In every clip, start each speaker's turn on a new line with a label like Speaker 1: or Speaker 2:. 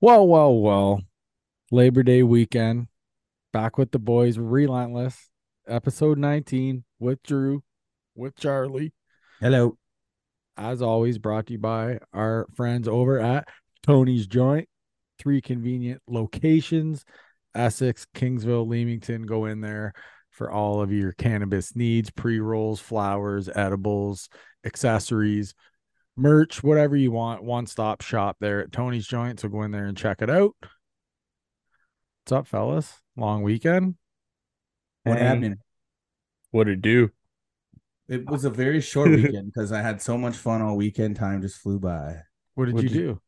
Speaker 1: Well, well, well. Labor Day weekend. Back with the boys, relentless. Episode 19 with Drew, with Charlie.
Speaker 2: Hello.
Speaker 1: As always, brought to you by our friends over at Tony's Joint. Three convenient locations Essex, Kingsville, Leamington. Go in there for all of your cannabis needs pre rolls, flowers, edibles, accessories, merch, whatever you want. One stop shop there at Tony's Joint. So go in there and check it out. What's up, fellas? Long weekend.
Speaker 2: What
Speaker 3: Hey.
Speaker 2: happened?
Speaker 3: What'd it do?
Speaker 2: It was a very short weekend because I had so much fun all weekend. Time just flew by.
Speaker 1: What did
Speaker 3: What'd
Speaker 1: you
Speaker 3: you-
Speaker 1: do?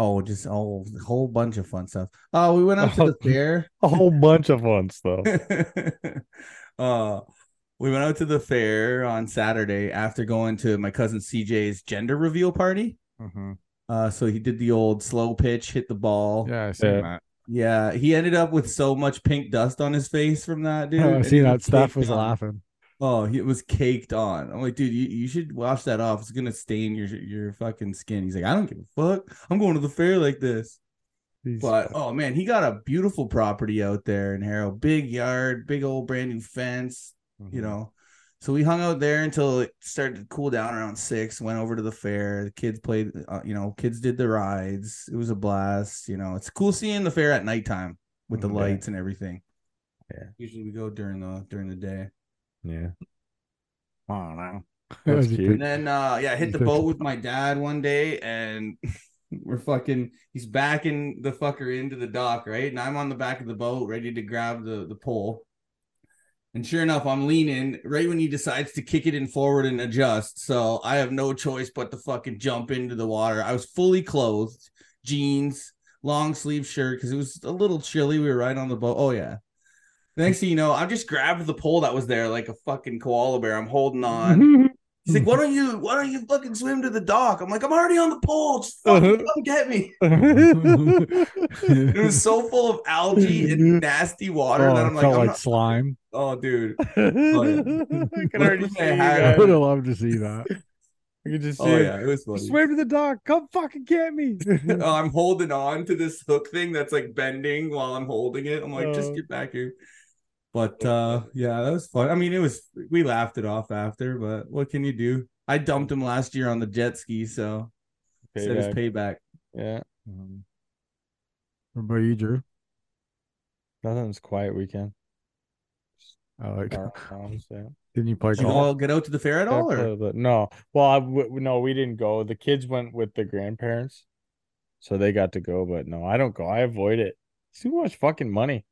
Speaker 2: Oh, just a whole, whole bunch of fun stuff. Oh, we went up to the fair.
Speaker 3: A whole bunch of fun stuff.
Speaker 2: uh, we went out to the fair on Saturday after going to my cousin CJ's gender reveal party.
Speaker 1: Mm-hmm.
Speaker 2: Uh, so he did the old slow pitch, hit the ball.
Speaker 1: Yeah, I seen
Speaker 3: Yeah.
Speaker 1: that.
Speaker 2: Yeah, he ended up with so much pink dust on his face from that dude.
Speaker 1: Oh, I
Speaker 2: and
Speaker 1: seen
Speaker 2: he
Speaker 1: that. Steph
Speaker 2: caked
Speaker 1: was
Speaker 2: on.
Speaker 1: laughing.
Speaker 2: Oh, he it was caked on. I'm like, dude, you, you should wash that off. It's gonna stain your your fucking skin. He's like, I don't give a fuck. I'm going to the fair like this.
Speaker 3: Jeez.
Speaker 2: But oh man, he got a beautiful property out there in Harrow. Big yard, big old brand new fence, you know. So we hung out there until it started to cool down around six. Went over to the fair. The kids played, uh, you know, kids did the rides. It was a blast. You know, it's cool seeing the fair at nighttime with the
Speaker 1: Mhm.
Speaker 2: lights and everything.
Speaker 3: Yeah.
Speaker 2: Usually we go during the during the day.
Speaker 3: Yeah.
Speaker 1: I don't know.
Speaker 3: That's
Speaker 1: That'd be
Speaker 3: cute.
Speaker 2: And then uh yeah, I hit the boat with my dad one day and we're fucking he's backing the fucker into the dock, right? And I'm on the back of the boat ready to grab the the pole. And sure enough, I'm leaning right when he decides to kick it in forward and adjust. So I have no choice but to fucking jump into the water. I was fully clothed, jeans, long sleeve shirt, because it was a little chilly. We were right on the boat. Oh yeah. Next thing you know, I just grabbed the pole that was there like a fucking koala bear. I'm holding on. He's like, why don't you why don't you fucking swim to the dock? I'm like, I'm already on the pole. Just
Speaker 1: Uh-huh.
Speaker 2: fucking come get me. It was so full of algae and nasty water
Speaker 1: Oh,
Speaker 2: that
Speaker 1: it
Speaker 2: I'm like,
Speaker 1: felt
Speaker 2: I'm
Speaker 1: like
Speaker 2: not-
Speaker 1: slime.
Speaker 2: oh dude.
Speaker 3: I can already see you
Speaker 1: I
Speaker 2: Yeah.
Speaker 3: guys.
Speaker 1: would have loved to see that.
Speaker 3: I can just see
Speaker 2: Oh
Speaker 3: it.
Speaker 2: yeah, it was funny.
Speaker 3: Swim to the dock. Come fucking get me.
Speaker 2: Oh, I'm holding on to this hook thing that's like bending while I'm holding it. I'm like, just
Speaker 3: Oh.
Speaker 2: get back here. But uh yeah, that was fun. I mean, it was we laughed it off after, but what can you do? I dumped him last year on the jet ski, so said his
Speaker 3: Payback.
Speaker 2: payback.
Speaker 3: yeah.
Speaker 1: Um, what about you, Drew?
Speaker 3: Nothing's quiet weekend.
Speaker 1: I like.
Speaker 3: Around the house, um, yeah.
Speaker 1: Didn't you play
Speaker 2: Did you
Speaker 1: golf?
Speaker 2: all get out to the fair at all or
Speaker 3: Uh, but no. Well, I, w- no, we didn't go. The kids went with the grandparents, so they got to go. But no, I don't go. I avoid it. It's too much fucking money.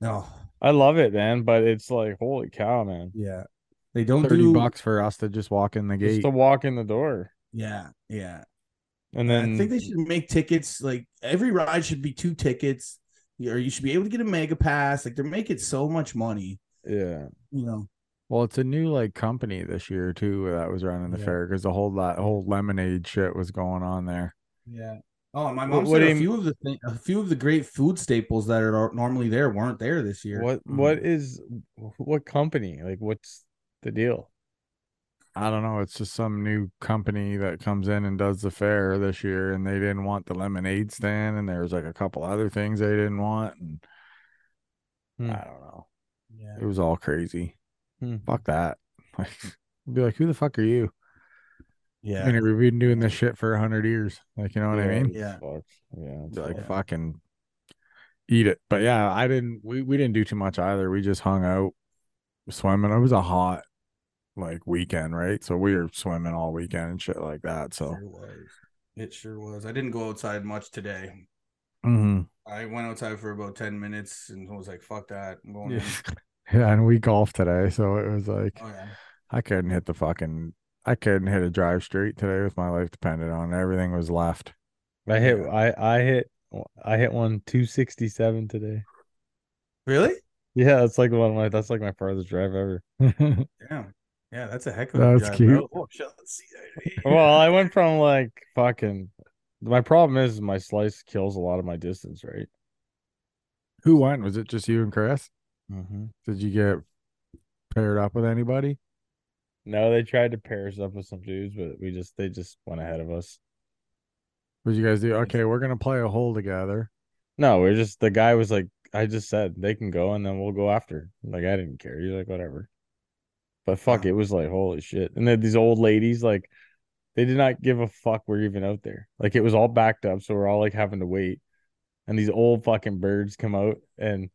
Speaker 2: no?
Speaker 3: I love it, man, but it's like, holy cow, man.
Speaker 2: Yeah. They don't
Speaker 1: Thirty
Speaker 2: do
Speaker 1: bucks for us to just walk in the
Speaker 3: Just
Speaker 1: gate.
Speaker 3: to walk in the door.
Speaker 2: Yeah, yeah.
Speaker 3: And
Speaker 2: And
Speaker 3: then
Speaker 2: I think they should make tickets like every ride should be two tickets, or you should be able to get a mega pass. Like they're making so much money,
Speaker 3: Yeah.
Speaker 2: you know.
Speaker 1: Well, it's a new like company this year too that was running the
Speaker 2: Yeah.
Speaker 1: fair because the whole that whole lemonade shit was going on there.
Speaker 2: Yeah. Oh, and my
Speaker 3: Wh-
Speaker 2: mom
Speaker 3: what
Speaker 2: said
Speaker 3: do
Speaker 2: a
Speaker 3: you-
Speaker 2: few of the thing, a few of the great food staples that are nor- normally there weren't there this year.
Speaker 3: What
Speaker 1: Mm.
Speaker 3: what is what company? Like what's the deal?
Speaker 1: I don't know. It's just some new company that comes in and does the fair this year, and they didn't want the lemonade stand, and there was like a couple other things they didn't want, and
Speaker 3: Hmm.
Speaker 1: I don't know.
Speaker 2: Yeah.
Speaker 1: It was all crazy.
Speaker 3: Hmm.
Speaker 1: Fuck that. Like, be like, who the fuck are you? I
Speaker 2: Yeah.
Speaker 1: mean, we've been doing this shit for a hundred years. Like, you know what I
Speaker 3: Yeah,
Speaker 1: mean?
Speaker 2: Yeah.
Speaker 3: fuck. Yeah. it's
Speaker 1: Be like,
Speaker 3: fuck.
Speaker 1: fucking eat it. But yeah, I didn't. We we didn't do too much either. We just hung out swimming. It was a hot like weekend, right? So we were swimming all weekend and shit like that. So
Speaker 2: Sure was. It sure was. I didn't go outside much today.
Speaker 3: Mm-hmm.
Speaker 1: Mhm.
Speaker 2: I went outside for about ten minutes and was like, "Fuck that!" I'm going. in.
Speaker 1: yeah. and we golfed today, so it was like
Speaker 2: Oh, yeah.
Speaker 1: I couldn't hit the fucking. I couldn't hit a drive straight today with my life depended on. it. Everything was left.
Speaker 3: I hit I I hit I hit one 267 today.
Speaker 2: Really?
Speaker 3: Yeah, it's like one of my that's like my farthest drive ever.
Speaker 2: Damn. Yeah, that's a heck of a
Speaker 1: That's
Speaker 2: drive,
Speaker 1: cute.
Speaker 2: bro. Oh, shit, let's see.
Speaker 3: well, I went from like fucking my problem is my slice kills a lot of my distance, right?
Speaker 1: Who won? Was it just you and Chris?
Speaker 3: Mm-hmm.
Speaker 1: Did you get paired up with anybody?
Speaker 3: No, they tried to pair us up with some dudes, but we just they just went ahead of us.
Speaker 1: What you guys do? Okay, we're gonna play a hole together.
Speaker 3: No, we're just the guy was like, I just said they can go and then we'll go after. Like I didn't care. He's like, whatever. But fuck, it was like holy shit. And then these old ladies, like, they did not give a fuck we're even out there. Like it was all backed up, so we're all like having to wait. And these old fucking birds come out and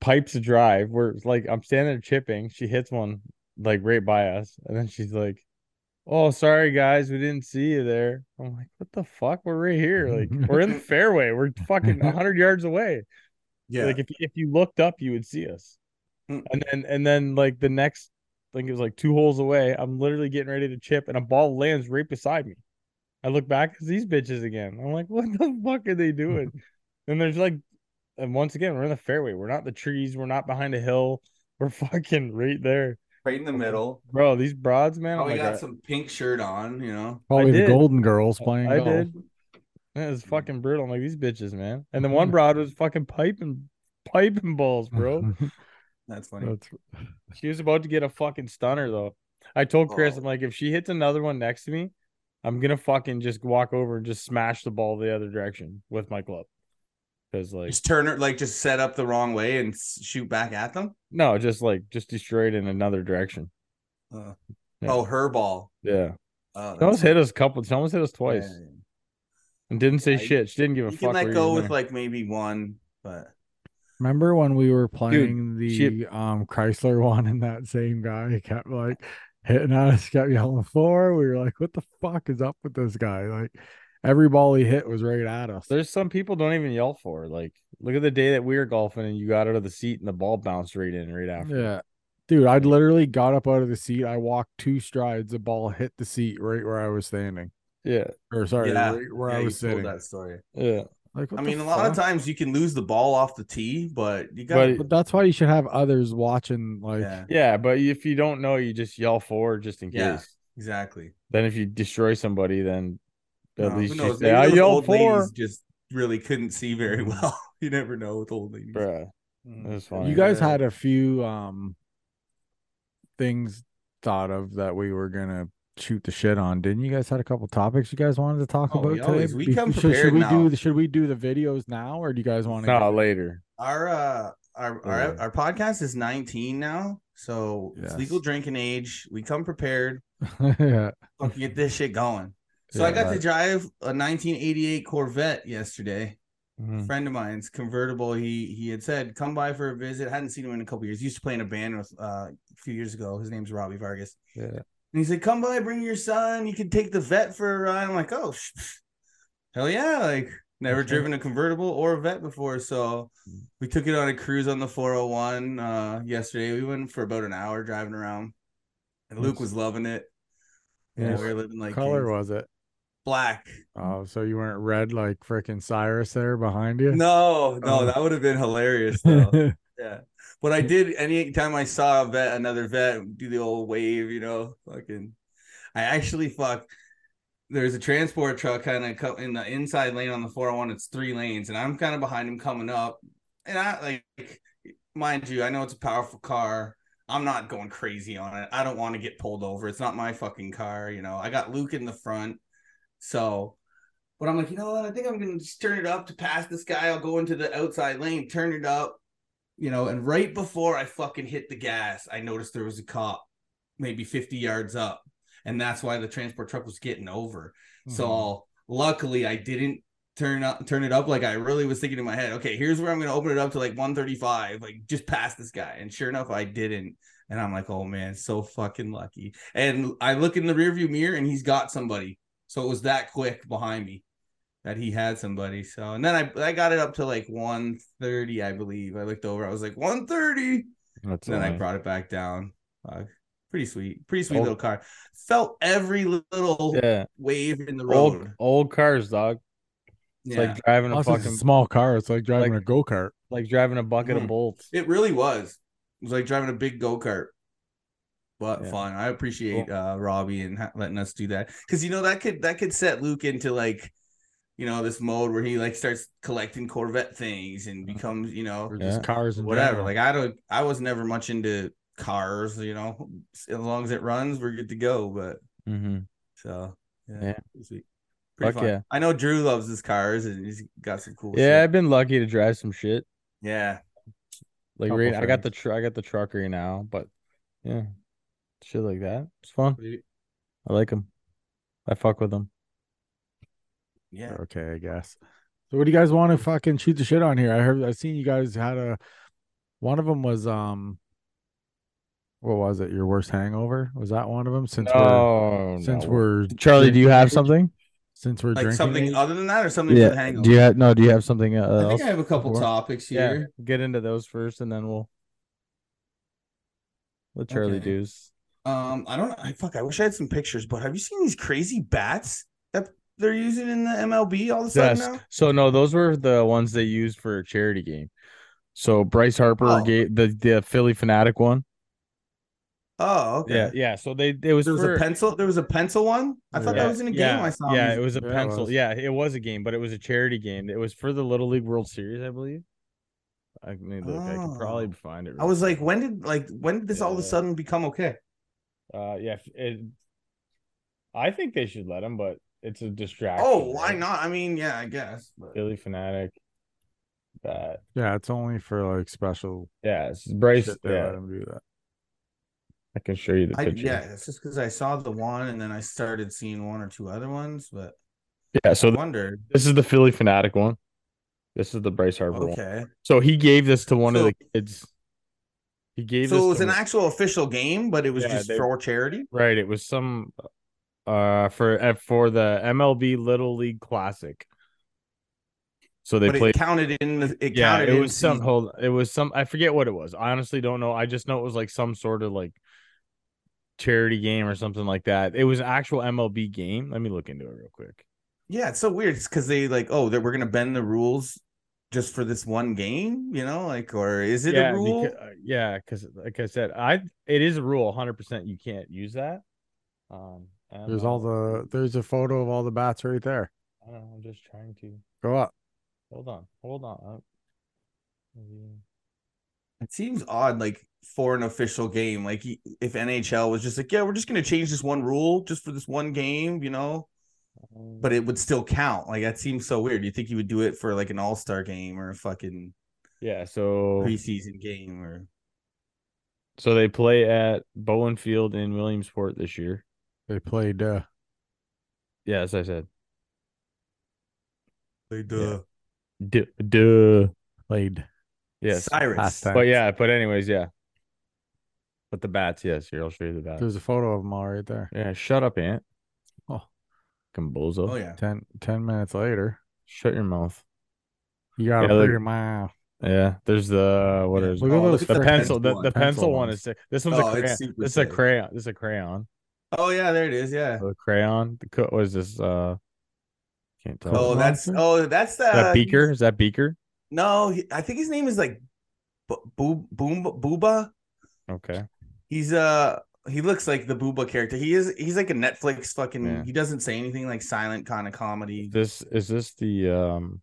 Speaker 3: pipes a drive. We're like, I'm standing there chipping. She hits one like right by us, and then she's like, "Oh, sorry guys, we didn't see you there." I'm like, "What the fuck? We're right here. Like we're in the fairway. We're fucking 100 yards away.
Speaker 2: Yeah.
Speaker 3: Like if if you looked up, you would see us."
Speaker 2: Mm.
Speaker 3: And then and then like the next, I think it was like two holes away. I'm literally getting ready to chip, and a ball lands right beside me. I look back at these bitches again. I'm like, "What the fuck are they doing?" and there's like, and once again, we're in the fairway. We're not the trees. We're not behind a hill. We're fucking right there,
Speaker 2: right in the middle.
Speaker 3: bro. These broads, man.
Speaker 2: Oh,
Speaker 3: I'm
Speaker 2: we
Speaker 3: like,
Speaker 2: got
Speaker 3: "I-
Speaker 2: some pink shirt on, you know.
Speaker 1: Probably the
Speaker 3: did.
Speaker 1: Golden Girls playing.
Speaker 3: I
Speaker 1: golf. Hmm.
Speaker 3: did. That was fucking brutal. I'm like these bitches, man. And then one broad was fucking piping, piping balls, bro.
Speaker 2: That's funny.
Speaker 1: That's
Speaker 3: she was about to get a fucking stunner though. I told Chris,
Speaker 2: Oh.
Speaker 3: I'm like, if she hits another one next to me, I'm gonna fucking just walk over and just smash the ball the other direction with my club. Cause like,
Speaker 2: just turn her like just set up the wrong way and s- shoot back at them.
Speaker 3: no, just like just destroy it in another direction.
Speaker 2: Uh,
Speaker 3: Yeah.
Speaker 2: Oh, her ball.
Speaker 3: Yeah,
Speaker 2: Oh,
Speaker 3: she almost
Speaker 2: that's-
Speaker 3: hit us a couple. She almost hit us twice
Speaker 2: Yeah, yeah.
Speaker 3: and didn't say
Speaker 2: Yeah, you-
Speaker 3: shit. She didn't give a
Speaker 2: You
Speaker 3: fuck.
Speaker 2: can
Speaker 3: where
Speaker 2: let
Speaker 3: you
Speaker 2: go
Speaker 3: were
Speaker 2: with
Speaker 3: going.
Speaker 2: like maybe one, but
Speaker 1: Remember when we were playing the
Speaker 3: she-
Speaker 1: um Chrysler one and that same guy kept like hitting us, kept yelling four. We were like, what the fuck is up with this guy? Like every ball he hit was right at us.
Speaker 3: There's some people don't even yell for. it. Like, look at the day that we were golfing and you got out of the seat and the ball bounced right in right after.
Speaker 1: Yeah. Dude, I literally got up out of the seat. I walked two strides. The ball hit the seat right where I was standing.
Speaker 3: Yeah,
Speaker 1: Or sorry,
Speaker 2: Yeah.
Speaker 1: right where
Speaker 2: yeah,
Speaker 1: I
Speaker 2: you
Speaker 1: was
Speaker 2: told
Speaker 1: sitting.
Speaker 2: that story.
Speaker 3: yeah.
Speaker 1: Like, what
Speaker 2: I
Speaker 1: the
Speaker 2: mean, a lot of
Speaker 1: fuck?
Speaker 2: times you can lose the ball off the tee, but you
Speaker 3: But-
Speaker 2: got
Speaker 1: But that's why you should have others watching. Like,
Speaker 2: yeah,
Speaker 3: Yeah, but if you don't know, you just yell forward just in case.
Speaker 2: Yeah. exactly.
Speaker 3: Then if you destroy somebody, then at
Speaker 2: No,
Speaker 3: least
Speaker 2: who
Speaker 3: you
Speaker 2: knows?
Speaker 3: say,
Speaker 2: Maybe
Speaker 3: I
Speaker 2: those
Speaker 3: yelled
Speaker 2: old
Speaker 3: for.
Speaker 2: ladies just really couldn't see very well. you never know with old ladies.
Speaker 3: Bruh.
Speaker 2: Mm.
Speaker 3: It was funny.
Speaker 1: you guys had a few um things thought of that we were gonna shoot the shit on didn't you guys had a couple topics you guys wanted to talk
Speaker 2: Oh, we
Speaker 1: about today
Speaker 2: always- we
Speaker 1: Be-
Speaker 2: come
Speaker 1: should, should
Speaker 2: prepared
Speaker 1: we
Speaker 2: now.
Speaker 1: do should we do the videos now or do you guys want to
Speaker 3: No, later.
Speaker 2: our uh our our,
Speaker 3: Yeah.
Speaker 2: our podcast is 19 now so it's
Speaker 1: Yes.
Speaker 2: legal drinking age we come prepared
Speaker 1: yeah
Speaker 2: Fucking get this shit going so i
Speaker 1: Yeah,
Speaker 2: got to
Speaker 1: right.
Speaker 2: drive a 1988 corvette yesterday
Speaker 1: Mm-hmm.
Speaker 2: a
Speaker 3: Mhm.
Speaker 2: friend of mine's convertible he he had said come by for a visit hadn't seen him in a couple years he used to play in a band with uh a few years ago his name's robbie vargas
Speaker 3: Yeah.
Speaker 2: and he said, "Come by, bring your son. You can take the vet for a ride." I'm like, "Oh, sh- sh- hell yeah!" Like never
Speaker 3: Okay.
Speaker 2: driven a convertible or a vet before, so
Speaker 1: Mm-hmm.
Speaker 2: we took it on a cruise on the 401 uh, yesterday. We went for about an hour driving around, and Luke
Speaker 1: Nice.
Speaker 2: was loving it.
Speaker 1: Nice.
Speaker 2: And we were living like
Speaker 1: color was
Speaker 2: kings.
Speaker 1: it
Speaker 2: black.
Speaker 1: oh so you weren't red like freaking cyrus there behind you
Speaker 2: No, no,
Speaker 1: Oh.
Speaker 2: that would have been hilarious though. yeah, but I did. Anytime I saw a vet, another vet do the old wave, you know, fucking. I actually fuck. There's a transport truck kind of in the inside lane on the 401. It's three lanes, and I'm kind of behind him coming up. And I like, mind you, I know it's a powerful car. I'm not going crazy on it. I don't want to get pulled over. It's not my fucking car, you know. I got Luke in the front, so but I'm like, you know what? I think I'm gonna just turn it up to pass this guy. I'll go into the outside lane, turn it up, you know. And right before I fucking hit the gas, I noticed there was a cop, maybe 50 yards up, and that's why the transport truck was getting over. So luckily, I didn't turn up, turn it up like I really was thinking in my head. Okay, here's where I'm gonna open it up to like 135, like just past this guy. And sure enough, I didn't. And I'm like, oh man, so fucking lucky. And I look in the rearview mirror, and he's got somebody. So it was that quick behind me that he had somebody. So and then I I got it up to like 130, I believe. I looked over, I was like 130.
Speaker 3: That's
Speaker 2: And then I
Speaker 3: all right.
Speaker 2: brought it back down. Uh, pretty sweet, pretty sweet
Speaker 3: Oh.
Speaker 2: little car. Felt every little
Speaker 3: Yeah.
Speaker 2: wave in the road.
Speaker 3: Old, old cars, dog. It's
Speaker 2: yeah.
Speaker 3: like driving a
Speaker 1: Also, it's a
Speaker 3: fucking,
Speaker 1: small car it's like driving
Speaker 3: like-
Speaker 1: a go-kart
Speaker 3: like driving a bucket
Speaker 2: Mhm.
Speaker 3: of bolts.
Speaker 2: it really was. It was like driving a big go-kart. But
Speaker 3: Yeah.
Speaker 2: fun. I appreciate uh Robbie and ha- letting us do that. Cause you know that could that could set Luke into like you know this mode where he like starts collecting Corvette things and
Speaker 1: Mhm.
Speaker 2: becomes, you know,
Speaker 1: or just cars and
Speaker 2: whatever. Like I don't, I was never much into cars. You know, as long as it runs, we're good to go. But
Speaker 3: Mm-hmm.
Speaker 2: so yeah,
Speaker 3: Yeah.
Speaker 2: pretty sweet. Pretty
Speaker 3: Fuck
Speaker 2: fun.
Speaker 3: yeah.
Speaker 2: I know Drew loves his cars and he's got some cool.
Speaker 3: yeah,
Speaker 2: shit.
Speaker 3: I've been lucky to drive some shit.
Speaker 2: yeah.
Speaker 3: Like
Speaker 1: Couple
Speaker 3: right, I got the tr- I got the truck right now, but yeah, shit like that. It's fun. I like them. I fuck with them.
Speaker 2: Yeah.
Speaker 1: Okay, I guess. So what do you guys want to fucking shoot the shit on here? I heard I've seen you guys had a one of them was um what was it? Your worst hangover? Was that one of them since
Speaker 3: no,
Speaker 1: we're since
Speaker 3: no.
Speaker 1: we're
Speaker 3: Charlie, do you have
Speaker 1: drinking-
Speaker 3: something?
Speaker 1: since we're
Speaker 2: Like
Speaker 1: drinking
Speaker 2: something
Speaker 1: age?
Speaker 2: other than that or something for the
Speaker 3: Yeah.
Speaker 2: hangover?
Speaker 3: Do you have no? Do you have something uh,
Speaker 2: I
Speaker 3: else?
Speaker 2: think I have a couple
Speaker 3: before?
Speaker 2: topics
Speaker 3: yeah,
Speaker 2: here.
Speaker 3: get into those first, and then we'll let Charlie
Speaker 2: Okay.
Speaker 3: do's.
Speaker 2: Um, I don't I fuck. I wish I had some pictures, but have you seen these crazy bats that they're using in the MLB all of a sudden
Speaker 3: Yes.
Speaker 2: now?
Speaker 3: So no, those were the ones they used for a charity game. So Bryce Harper
Speaker 2: Oh.
Speaker 3: gave the the Philly fanatic one.
Speaker 2: Oh, okay.
Speaker 3: Yeah, yeah. So they it was
Speaker 2: There was
Speaker 3: for,
Speaker 2: a pencil. There was a pencil one. I thought
Speaker 1: Yeah,
Speaker 2: that was in a game.
Speaker 3: yeah,
Speaker 2: I saw.
Speaker 3: Yeah,
Speaker 2: these-
Speaker 3: it was a
Speaker 1: Yeah, it
Speaker 3: pencil.
Speaker 1: was.
Speaker 3: Yeah, it was a game, but it was a charity game. It was for the Little League World Series, I believe. I mean, look, I could probably
Speaker 2: Oh.
Speaker 3: find it.
Speaker 2: I
Speaker 3: real
Speaker 2: was
Speaker 3: quick.
Speaker 2: like, when did like when did this all of a
Speaker 3: Yeah.
Speaker 2: sudden become okay?
Speaker 3: uh, yeah. It, I think they should let him, but it's a distraction.
Speaker 2: Oh, why
Speaker 3: right?
Speaker 2: not? I mean, yeah, I guess. but-
Speaker 3: Philly fanatic. That
Speaker 1: Yeah, it's only for like special
Speaker 3: yeah, it's Bryce.
Speaker 1: shit they let
Speaker 3: Yeah,
Speaker 1: them do that.
Speaker 3: I can show you the
Speaker 2: I,
Speaker 3: picture.
Speaker 2: yeah, it's just because I saw the one and then I started seeing one or two other ones, but
Speaker 3: yeah. So
Speaker 2: I
Speaker 3: th-
Speaker 2: wondered.
Speaker 3: this is the Philly fanatic one. This is the Bryce Harper one.
Speaker 2: Okay,
Speaker 3: So he gave this to one of
Speaker 2: So-
Speaker 3: the kids. He gave
Speaker 2: so
Speaker 3: this
Speaker 2: it was
Speaker 3: to
Speaker 2: an actual official game, but it was
Speaker 3: Yeah,
Speaker 2: just
Speaker 3: they-
Speaker 2: for charity.
Speaker 3: Right, it was some uh for uh, for the MLB Little League Classic. So they
Speaker 2: but
Speaker 3: played
Speaker 2: it counted in the. It
Speaker 3: yeah,
Speaker 2: counted.
Speaker 3: it
Speaker 2: in
Speaker 3: was some
Speaker 2: season.
Speaker 3: hold it was some I forget what it was. I honestly don't know. I just know it was like some sort of like charity game or something like that. It was an actual MLB game. Let me look into it real quick.
Speaker 2: Yeah, it's so weird. It's because they like, oh, that we're gonna bend the rules just for this one game, you know, like, or is it
Speaker 3: yeah, becau-
Speaker 2: a rule?
Speaker 3: uh, yeah, cuz like I said, I it is a rule 100% you can't use that. Um and
Speaker 1: There's
Speaker 3: I
Speaker 1: all
Speaker 3: don't-
Speaker 1: the there's a photo of all the bats right there.
Speaker 3: I don't know, I'm just trying to
Speaker 1: Go up.
Speaker 3: Hold on, hold on. Uh, mm,
Speaker 2: It seems odd, like for an official game, like y- if NHL was just like, yeah, we're just gonna change this one rule just for this one game, you know,
Speaker 3: um,
Speaker 2: but it would still count. Like that seems so weird. You think you would do it for like an All Star game or a fucking
Speaker 3: yeah, so
Speaker 2: preseason game or
Speaker 3: so they play at Bowen Field in Williamsport this year.
Speaker 1: They played uh
Speaker 3: Yeah, as I said,
Speaker 2: like
Speaker 3: duh. duh, duh.
Speaker 1: played
Speaker 3: yes,
Speaker 2: Cyrus.
Speaker 1: last time.
Speaker 3: but yeah, but anyways, yeah. But the bats, yes, here I'll show you the bats.
Speaker 1: there's a photo of them all right there.
Speaker 3: Uh, Yeah, shut up, Ant.
Speaker 1: Oh.
Speaker 3: Combozo.
Speaker 2: Oh yeah.
Speaker 1: Ten ten minutes later.
Speaker 3: Shut your mouth.
Speaker 1: You got
Speaker 3: Yeah,
Speaker 1: to
Speaker 3: look-
Speaker 1: put your mouth.
Speaker 3: Yeah, there's the what
Speaker 2: Yeah,
Speaker 3: is
Speaker 1: Look at
Speaker 2: Oh,
Speaker 1: those
Speaker 3: the
Speaker 2: at
Speaker 1: freaking-
Speaker 3: pencil. The,
Speaker 2: one.
Speaker 3: the pencil,
Speaker 1: Pencil
Speaker 3: one
Speaker 1: ones.
Speaker 3: is sick. This one's
Speaker 2: Oh,
Speaker 3: a
Speaker 2: it's
Speaker 3: crayon.
Speaker 2: super
Speaker 3: This is a
Speaker 2: sick.
Speaker 3: crayon. This is a crayon.
Speaker 2: Oh yeah, there it is. Yeah.
Speaker 3: the crayon. The co- what is this? Uh, can't tell.
Speaker 2: Oh,
Speaker 1: Cool.
Speaker 2: that's oh, that's the
Speaker 3: Is that Beaker? Is that Beaker?
Speaker 2: No, he- I think his name is like Bo- Boo Boom Booba.
Speaker 3: Okay.
Speaker 2: He's uh he looks like the Booba character. He is he's like a Netflix fucking
Speaker 3: Yeah.
Speaker 2: he doesn't say anything like silent kind of comedy.
Speaker 3: This is this the um,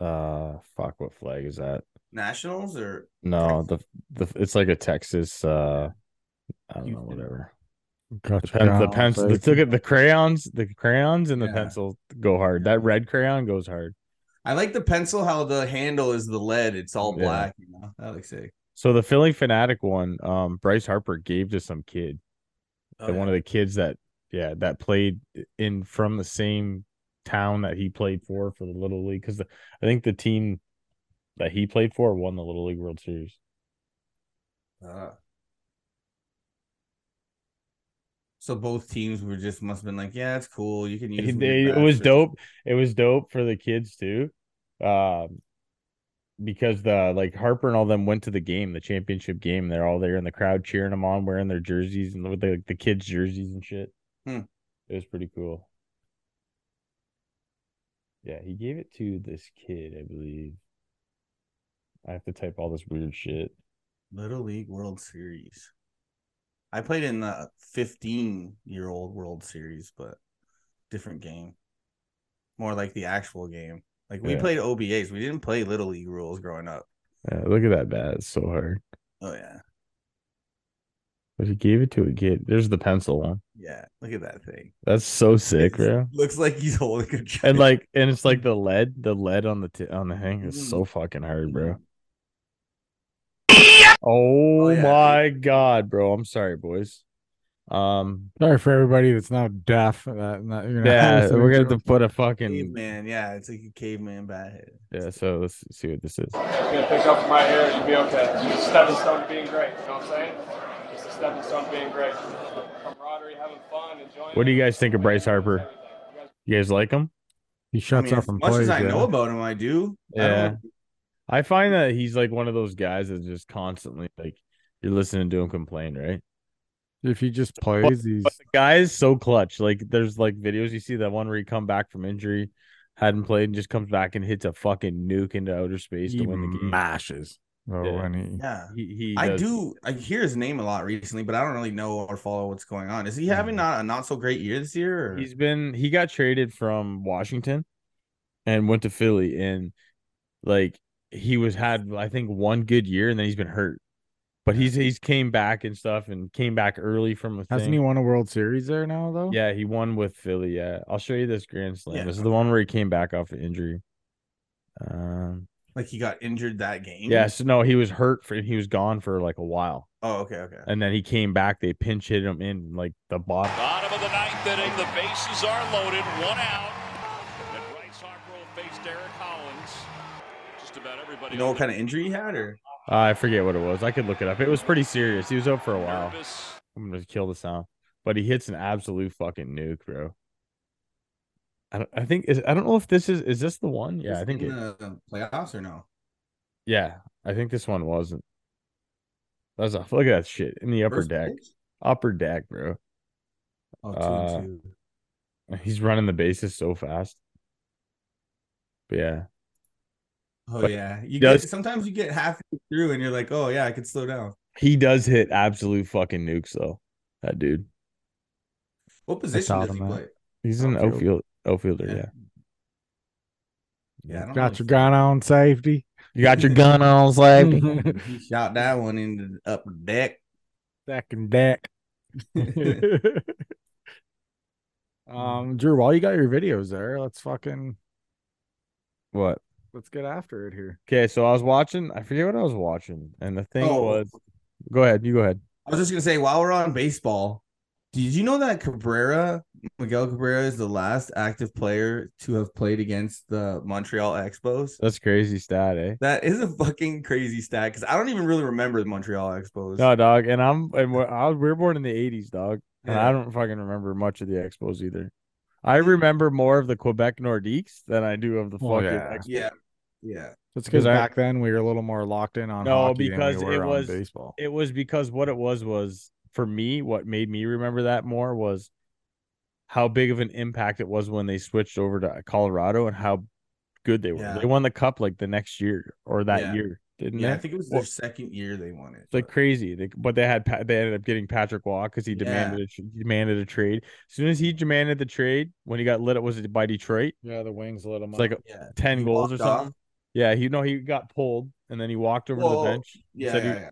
Speaker 3: uh, fuck. What flag is that?
Speaker 2: Nationals or
Speaker 3: No, the the it's like a Texas. Uh, I don't know.
Speaker 2: Houston.
Speaker 3: Whatever.
Speaker 1: Got
Speaker 3: The,
Speaker 1: your
Speaker 3: pen, the
Speaker 1: mouth,
Speaker 3: pencil.
Speaker 1: baby.
Speaker 3: The, look at the crayons. The crayons and the
Speaker 2: Yeah.
Speaker 3: pencil go hard. That red crayon goes hard.
Speaker 2: I like the pencil how the handle is the lead, it's all
Speaker 3: Yeah.
Speaker 2: black, you know. That looks sick.
Speaker 3: So the Philly fanatic one, um, Bryce Harper gave to some kid.
Speaker 2: Oh,
Speaker 3: the-
Speaker 2: yeah.
Speaker 3: one of the kids that yeah that played in from the same town that he played for for the little league because i think the team that he played for won the little league world series
Speaker 2: Uh, so both teams were just must have been like, yeah, it's cool. You can use
Speaker 3: It-
Speaker 2: them, your
Speaker 3: it, was
Speaker 2: bats."
Speaker 3: dope it was dope for the kids too um because the like harper and all them went to the game the championship game they're all there in the crowd cheering them on wearing their jerseys and with the, like, the kids jerseys and shit
Speaker 2: Hmm.
Speaker 3: it was pretty cool yeah he gave it to this kid i believe i have to type all this weird shit
Speaker 2: Little League World Series. I played in the 15 year old World Series, but different game. More like the actual game. Like we
Speaker 3: Yeah.
Speaker 2: played OBAs. We didn't play Little League rules growing up.
Speaker 3: yeah, look at that bat it's so hard
Speaker 2: Oh yeah.
Speaker 3: But he gave it to a kid. There's the pencil one.
Speaker 2: Yeah, look at that thing.
Speaker 3: That's so sick, bro.
Speaker 2: Looks like he's holding a
Speaker 3: And like, and it's like the lead, the lead on the t- on the hang is so fucking hard, bro. Oh,
Speaker 2: yeah.
Speaker 3: my god, bro. I'm sorry, boys. Um,
Speaker 1: Sorry for everybody that's now deaf. and That, not, you're not
Speaker 3: yeah,
Speaker 1: listening
Speaker 3: we're gonna have
Speaker 1: to
Speaker 3: to put a fucking
Speaker 2: caveman. Yeah, it's like a caveman bat head.
Speaker 3: yeah. So let's see what this is.
Speaker 4: gonna pick up from my hair, it should be okay. It's a stepping stone to being great, you know what I'm saying? It's a stepping stone to being great. Camaraderie, having fun, enjoying
Speaker 3: What do you guys think of Bryce Harper? You guys like him?
Speaker 1: He
Speaker 2: I
Speaker 1: shuts
Speaker 2: mean,
Speaker 1: up
Speaker 2: as
Speaker 1: and
Speaker 2: much
Speaker 1: plays.
Speaker 2: as I
Speaker 1: yeah.
Speaker 2: know about him, I do. I
Speaker 3: Yeah.
Speaker 2: don't-
Speaker 3: I find that he's like one of those guys that's just constantly like you're listening to him complain, right?
Speaker 1: If he just plays, he's
Speaker 3: But the guy is so clutch. Like there's like videos you see that one where he come back from injury, hadn't played, and just comes back and hits a fucking nuke into outer space
Speaker 1: he
Speaker 3: to win the game.
Speaker 1: mashes. though,
Speaker 3: Yeah.
Speaker 1: when he-
Speaker 2: yeah.
Speaker 3: He, he
Speaker 2: I
Speaker 3: does-
Speaker 2: do. I hear his name a lot recently, but I don't really know or follow what's going on. Is he having not, a not so great year this year? Or?
Speaker 3: Mm-hmm. He's been he got traded from Washington and went to Philly and like he was had I think one good year and then he's been hurt. But he's he's came back and stuff and came back early from a
Speaker 1: Hasn't
Speaker 3: thing.
Speaker 1: he won a World Series there now though?
Speaker 3: Yeah, he won with Philly. Yeah, I'll show you this grand slam.
Speaker 2: Yeah.
Speaker 3: This is the one where he came back off the injury. Um,
Speaker 2: like he got injured that game.
Speaker 3: yeah, so no, he was hurt for he was gone for like a while,
Speaker 2: Oh, okay, okay.
Speaker 3: and then he came back. They pinch hit him in like the bottom.
Speaker 5: Bottom of the ninth inning, the bases are loaded, one out. And Bryce Harper will face Derek Hollins. Just about everybody.
Speaker 2: You know
Speaker 5: on
Speaker 2: what kind of injury he had, or
Speaker 3: Uh, I forget what it was. I could look it up. It was pretty serious. He was out for a
Speaker 5: the
Speaker 3: while.
Speaker 5: nervous.
Speaker 3: I'm gonna kill the sound, but he hits an absolute fucking nuke, bro. I don't. I think is. I don't know if this is. Is this the one? Yeah, I think.
Speaker 2: in
Speaker 3: It,
Speaker 2: the the playoffs or no.
Speaker 3: yeah, I think this one wasn't. That's a look at that shit in the upper
Speaker 2: First
Speaker 3: deck.
Speaker 2: pitch?
Speaker 3: upper deck, bro.
Speaker 2: Oh, two
Speaker 3: Uh,
Speaker 2: and two.
Speaker 3: He's running the bases so fast. But yeah,
Speaker 2: Oh
Speaker 3: but
Speaker 2: yeah, you
Speaker 3: does-
Speaker 2: get, sometimes you get halfway through and you're like, oh yeah, I could slow down.
Speaker 3: he does hit absolute fucking nukes though. That dude.
Speaker 2: What position
Speaker 1: saw
Speaker 2: does he
Speaker 1: them at-
Speaker 2: play?
Speaker 3: He's
Speaker 1: Oh,
Speaker 3: an outfield
Speaker 2: Outfield.
Speaker 3: outfielder. Yeah.
Speaker 2: Yeah. Yeah, I don't
Speaker 1: Got your
Speaker 2: really-
Speaker 1: gun on safety.
Speaker 3: you got your gun on slab.
Speaker 2: He shot that one into the upper deck.
Speaker 1: Second deck. um, Drew, while you got your videos there, let's fucking
Speaker 3: what?
Speaker 1: let's get after it here.
Speaker 3: Okay, so I was watching. I forget what I was watching, and the thing
Speaker 2: Oh.
Speaker 3: was, go ahead. You go ahead.
Speaker 2: I was just gonna say while we're on baseball, did you know that Cabrera, Miguel Cabrera, is the last active player to have played against the Montreal Expos?
Speaker 3: That's crazy stat, eh?
Speaker 2: That is a fucking crazy stat because I don't even really remember the Montreal Expos.
Speaker 3: No, dog. And I'm and we're, I was, we were born in the '80s, dog. And
Speaker 2: Yeah.
Speaker 3: I don't fucking remember much of the Expos either. I remember more of the Quebec Nordiques than I do of the fucking
Speaker 1: Oh, yeah.
Speaker 3: Expos.
Speaker 2: yeah, yeah,
Speaker 1: It's
Speaker 3: 'Cause
Speaker 1: because
Speaker 3: I-
Speaker 1: back then we were a little more locked in on
Speaker 3: No,
Speaker 1: hockey than we
Speaker 3: because it
Speaker 1: were on
Speaker 3: was-
Speaker 1: baseball.
Speaker 3: it was because what it was was for me what made me remember that more was how big of an impact it was when they switched over to Colorado and how good they were.
Speaker 2: Yeah.
Speaker 3: They won the cup like the next year or that
Speaker 2: Yeah.
Speaker 3: year, didn't
Speaker 2: yeah. I
Speaker 3: they?
Speaker 2: think it was
Speaker 3: Well-
Speaker 2: their second year they won it.
Speaker 3: It's like crazy. They, but they had Pa- they ended up getting Patrick Waugh because he demanded a, tr- demanded a trade. As soon as he demanded the trade, when he got lit, it was it by Detroit.
Speaker 1: Yeah, the wings lit them
Speaker 3: It's like
Speaker 2: yeah,
Speaker 3: ten
Speaker 2: He
Speaker 3: goals or
Speaker 2: walked off.
Speaker 3: something. Yeah, he no, he got pulled and then he walked over to
Speaker 2: Well,
Speaker 3: the bench. He
Speaker 2: yeah,
Speaker 3: said he-
Speaker 2: yeah, yeah.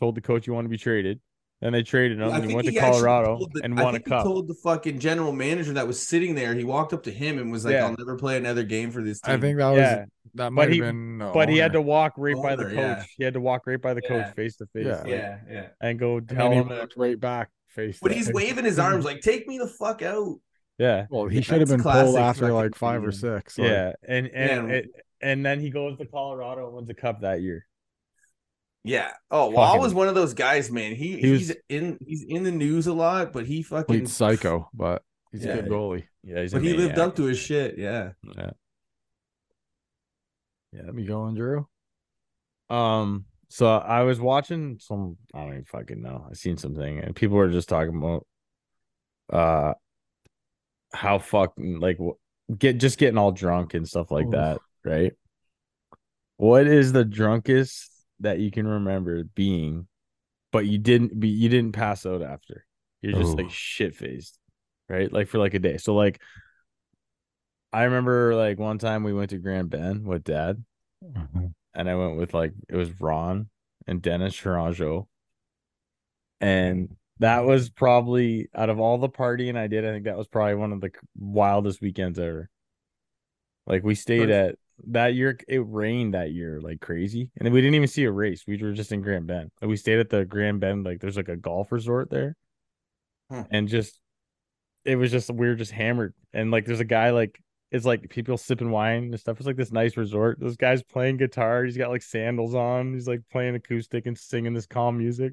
Speaker 3: told the coach you want to be traded. Then they traded him and
Speaker 2: I
Speaker 3: he
Speaker 2: think
Speaker 3: went to
Speaker 2: actually
Speaker 3: Colorado
Speaker 2: told the-
Speaker 3: and
Speaker 2: I
Speaker 3: won a
Speaker 2: think he
Speaker 3: cup.
Speaker 2: Told the fucking general manager that was sitting there. He walked up to him and was like,
Speaker 3: Yeah.
Speaker 2: "I'll never play another game for this team."
Speaker 1: I think that was
Speaker 3: yeah,
Speaker 1: that might
Speaker 3: he-
Speaker 1: have been. the
Speaker 3: but he had
Speaker 1: owner.
Speaker 3: to walk right by the
Speaker 2: Owner,
Speaker 3: coach.
Speaker 2: yeah.
Speaker 3: He had to walk right by the
Speaker 2: Yeah.
Speaker 3: coach face to face
Speaker 1: Yeah.
Speaker 3: like,
Speaker 2: yeah, yeah.
Speaker 3: and go
Speaker 1: And
Speaker 3: tell
Speaker 1: then he
Speaker 3: him.
Speaker 1: looked right back face.
Speaker 2: But
Speaker 1: to
Speaker 2: he's
Speaker 1: face.
Speaker 2: waving his arms like, "Take me the fuck out."
Speaker 3: Yeah,
Speaker 1: Well, he
Speaker 2: Yeah,
Speaker 1: should have
Speaker 2: that's
Speaker 1: been pulled
Speaker 2: classic
Speaker 1: after
Speaker 2: fucking
Speaker 1: like five or
Speaker 2: Canadian.
Speaker 1: six. like,
Speaker 3: yeah, and and
Speaker 2: Yeah.
Speaker 3: it, and then he goes to Colorado and wins a cup that year.
Speaker 2: Yeah. Oh, Wall
Speaker 3: Fucking-
Speaker 2: was one of those guys, man. He,
Speaker 3: He was-
Speaker 2: he's in he's in the news a lot, but he fucking
Speaker 1: complete psycho, but he's
Speaker 2: Yeah.
Speaker 1: a good goalie.
Speaker 3: Yeah, he's a
Speaker 2: But he lived
Speaker 3: maniac.
Speaker 2: up to his shit. Yeah.
Speaker 3: Yeah.
Speaker 1: Let me go, Drew.
Speaker 3: Um, so I was watching some I don't even fucking know. I seen something and people were just talking about uh how fucking like wh- get just getting all drunk and stuff like
Speaker 1: Oof.
Speaker 3: that, right? What is the drunkest that you can remember being, but you didn't be you didn't pass out after? You're just
Speaker 1: Ooh.
Speaker 3: like shit faced, right? Like for like a day. So like I remember like one time we went to Grand Bend with dad and I went with like it was Ron and Dennis Chirajo. And That was probably out of all the partying I did, I think that was probably one of the wildest weekends ever. Like we stayed at that year it rained that year like crazy and then we didn't even see a race we were just in grand bend Like, we stayed at the grand bend like there's like a golf resort there
Speaker 2: Huh.
Speaker 3: and just it was just we were just hammered and like there's a guy like it's like people sipping wine and stuff it's like this nice resort this guy's playing guitar he's got like sandals on he's like playing acoustic and singing this calm music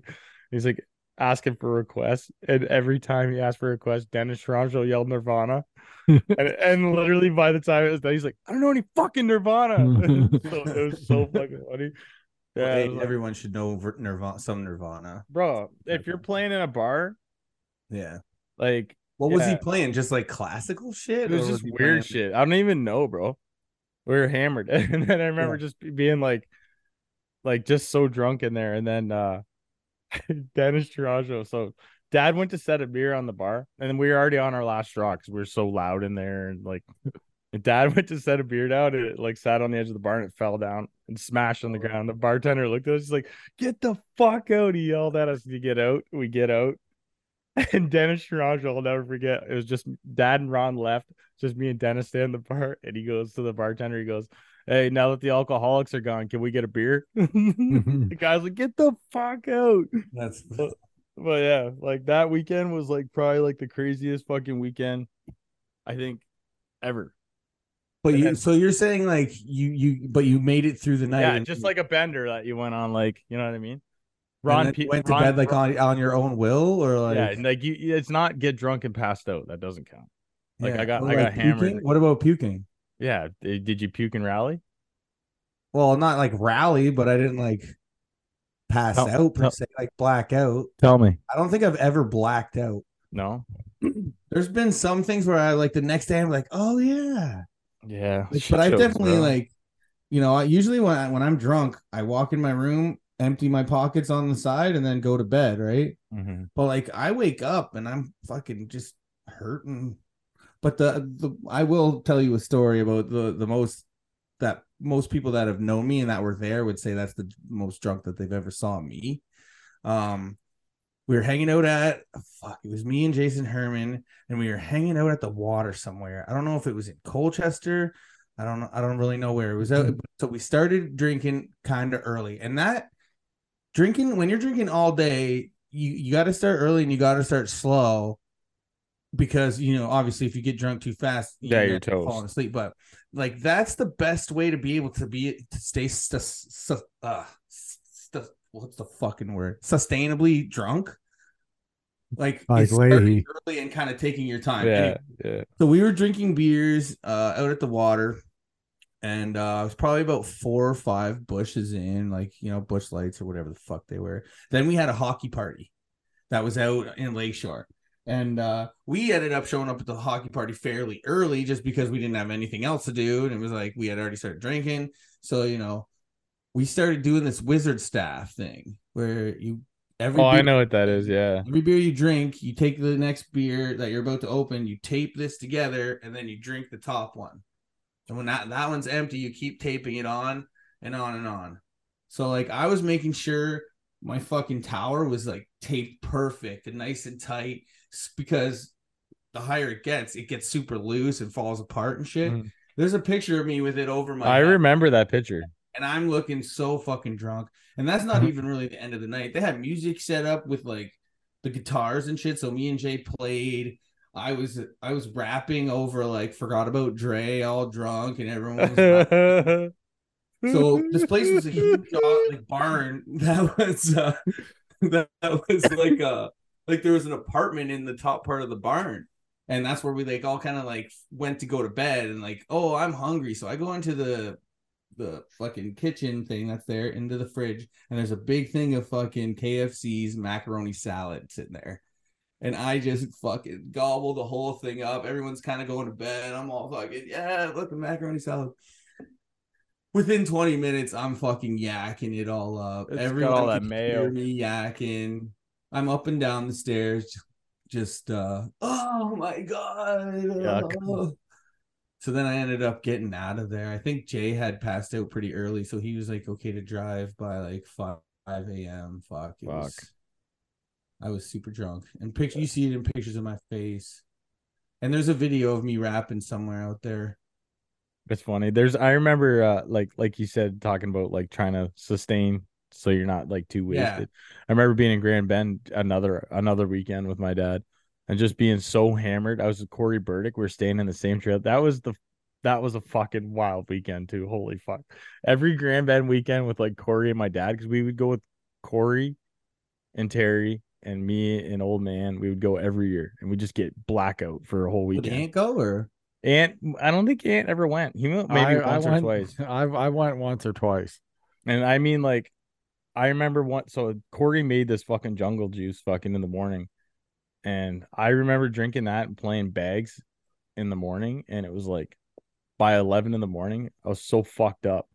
Speaker 3: he's like asking for requests and every time he asked for a request dennis Sharanjo yelled nirvana and, and literally by the time it was done, he's like, I don't know any fucking Nirvana. so, it was so fucking funny. Yeah,
Speaker 2: Well,
Speaker 3: I
Speaker 2: hey,
Speaker 3: was like,
Speaker 2: everyone should know Vir- Nirvana, some Nirvana.
Speaker 3: bro, if you're playing in a bar,
Speaker 2: Yeah.
Speaker 3: like
Speaker 2: What was he
Speaker 3: Yeah.
Speaker 2: playing? Just like classical
Speaker 3: it
Speaker 2: shit?
Speaker 3: was
Speaker 2: or
Speaker 3: just
Speaker 2: he
Speaker 3: weird
Speaker 2: playing-
Speaker 3: shit. I don't even know, bro. We were hammered, and then I remember just being like, like just so drunk in there, and then uh Dennis Tirajo. So Dad went to set a beer on the bar, and then we were already on our last straw because we were so loud in there, and like. and Dad went to set a beer down and it like sat on the edge of the bar and it fell down and smashed on
Speaker 2: Oh.
Speaker 3: the ground. The bartender looked at us, he's like, Get the fuck out. He yelled at us to get out. We get out. And Dennis Chirage, I'll never forget. It was just dad and Ron left, just me and Dennis stay in the bar. And he goes to the bartender, he goes, Hey, now that the alcoholics are gone, can we get a beer? the guy's like, Get the fuck out.
Speaker 2: That's
Speaker 3: But yeah, like that weekend was like probably like the craziest fucking weekend I think ever.
Speaker 2: but you
Speaker 3: then-
Speaker 2: so you're saying like you you but you made it through the night.
Speaker 3: Yeah,
Speaker 2: and
Speaker 3: just
Speaker 2: you-
Speaker 3: like a bender that you went on, like you know what I mean.
Speaker 2: and
Speaker 3: Ron
Speaker 2: then
Speaker 3: Pe-
Speaker 2: went to
Speaker 3: Ron-
Speaker 2: bed like on, on your own will or like
Speaker 3: yeah, and, like you, you- it's not get drunk and passed out. That doesn't count. like, I got-
Speaker 2: Or,
Speaker 3: I got hammered.
Speaker 2: puking? What about puking?
Speaker 3: Yeah, d- did you puke and rally?
Speaker 2: Well, not like rally, but I didn't like pass
Speaker 3: Tell-
Speaker 2: out per
Speaker 3: tell-
Speaker 2: se, like black out.
Speaker 3: Tell me.
Speaker 2: I don't think I've ever blacked out.
Speaker 3: No.
Speaker 2: There's been some things where I like the next day I'm like, oh yeah,
Speaker 3: Yeah,
Speaker 2: Like,
Speaker 3: Oh, shit
Speaker 2: but I
Speaker 3: shows,
Speaker 2: definitely
Speaker 3: bro.
Speaker 2: like, you know, I usually when I, when I'm drunk, I walk in my room, empty my pockets on the side, and then go to bed, right?
Speaker 1: Mm-hmm.
Speaker 3: Mhm.
Speaker 2: But like I wake up and I'm fucking just hurting. But the, the I will tell you a story about the the most that most people that have known me and that were there would say that's the most drunk that they've ever saw me. Um, we were hanging out at fuck, it was me and Jason Herman, and we were hanging out at the water somewhere. I don't know if it was in Colchester. I don't know. I don't really know where it was out. So we started drinking kind of early, and that drinking when you're drinking all day, you you got to start early and you got to start slow, because you know obviously if you get drunk too fast, you
Speaker 3: Yeah,
Speaker 2: end
Speaker 3: you're
Speaker 2: up falling
Speaker 3: toast.
Speaker 2: asleep. But like that's the best way to be able to be to stay sus sus- uh, sus- what's the fucking word sustainably drunk like
Speaker 1: Like
Speaker 2: it's starting
Speaker 1: Leahy.
Speaker 2: early and kind of taking your time.
Speaker 3: Yeah,
Speaker 2: Anyway,
Speaker 3: yeah.
Speaker 2: so we were drinking beers uh, out at the water, and uh, it was probably about four or five bushes in, like you know, bush lights or whatever the fuck they were. Then we had a hockey party that was out in Lakeshore. And uh, we ended up showing up at the hockey party fairly early just because we didn't have anything else to do. And it was like we had already started drinking. So, you know, we started doing this wizard staff thing where you every
Speaker 3: Oh, I
Speaker 2: beer-
Speaker 3: know what that is. Yeah,
Speaker 2: Every beer you drink, you take the next beer that you're about to open, you tape this together, and then you drink the top one. And when that, that one's empty, you keep taping it on and on and on. So like I was making sure my fucking tower was like taped perfect and nice and tight s- because the higher it gets, it gets super loose and falls apart and shit.
Speaker 3: Mhm.
Speaker 2: There's a picture of me with it over my
Speaker 3: I
Speaker 2: head
Speaker 3: remember that picture.
Speaker 2: and I'm looking so fucking drunk. And that's not even really the end of the night. They had music set up with like the guitars and shit. So me and Jay played. I was I was rapping over like forgot about Dre, all drunk, and everyone was rapping. So this place was a huge uh, like barn that was uh, that, that was like uh like there was an apartment in the top part of the barn. And that's where we like all kind of like went to go to bed and like, oh, I'm hungry. So I go into the the fucking kitchen thing that's there into the fridge and there's a big thing of fucking KFC's macaroni salad sitting there. And I just fucking gobble the whole thing up. Everyone's kind of going to bed. I'm all fucking, yeah, look at macaroni salad. Within 20 minutes, I'm fucking yakking it all up.
Speaker 3: It's got
Speaker 2: Everyone
Speaker 3: all that
Speaker 2: can
Speaker 3: mayo.
Speaker 2: hear me yakking. I'm up and down the stairs, just uh, oh my god.
Speaker 3: Yuck.
Speaker 2: oh. So then I ended up getting out of there. I think Jay had passed out pretty early, so he was like okay to drive by like five 5 a.m. Fuck. It
Speaker 3: Fuck.
Speaker 2: was- I was super drunk, and picture you see it in pictures of my face. And there's a video of me rapping somewhere out there.
Speaker 3: It's funny. There's I remember uh like like you said talking about like trying to sustain so you're not like too wasted.
Speaker 2: Yeah.
Speaker 3: I remember being in Grand Bend another another weekend with my dad and just being so hammered. I was with Corey Burdick. We are staying in the same trail. That was the that was a fucking wild weekend too. Holy fuck. Every Grand Bend weekend with like Corey and my dad, because we would go with Corey and Terry and me and old man. We would go every year and we just get blackout for a whole
Speaker 2: Did
Speaker 3: weekend.
Speaker 2: Ant go or
Speaker 3: And I don't think Ant ever went. He went maybe
Speaker 1: I,
Speaker 3: once
Speaker 1: I
Speaker 3: or
Speaker 1: went,
Speaker 3: twice.
Speaker 1: I I went once or twice.
Speaker 3: And I mean, like, I remember once. So Corey made this fucking jungle juice fucking in the morning, and I remember drinking that and playing bags in the morning, and it was like by eleven in the morning, I was so fucked up.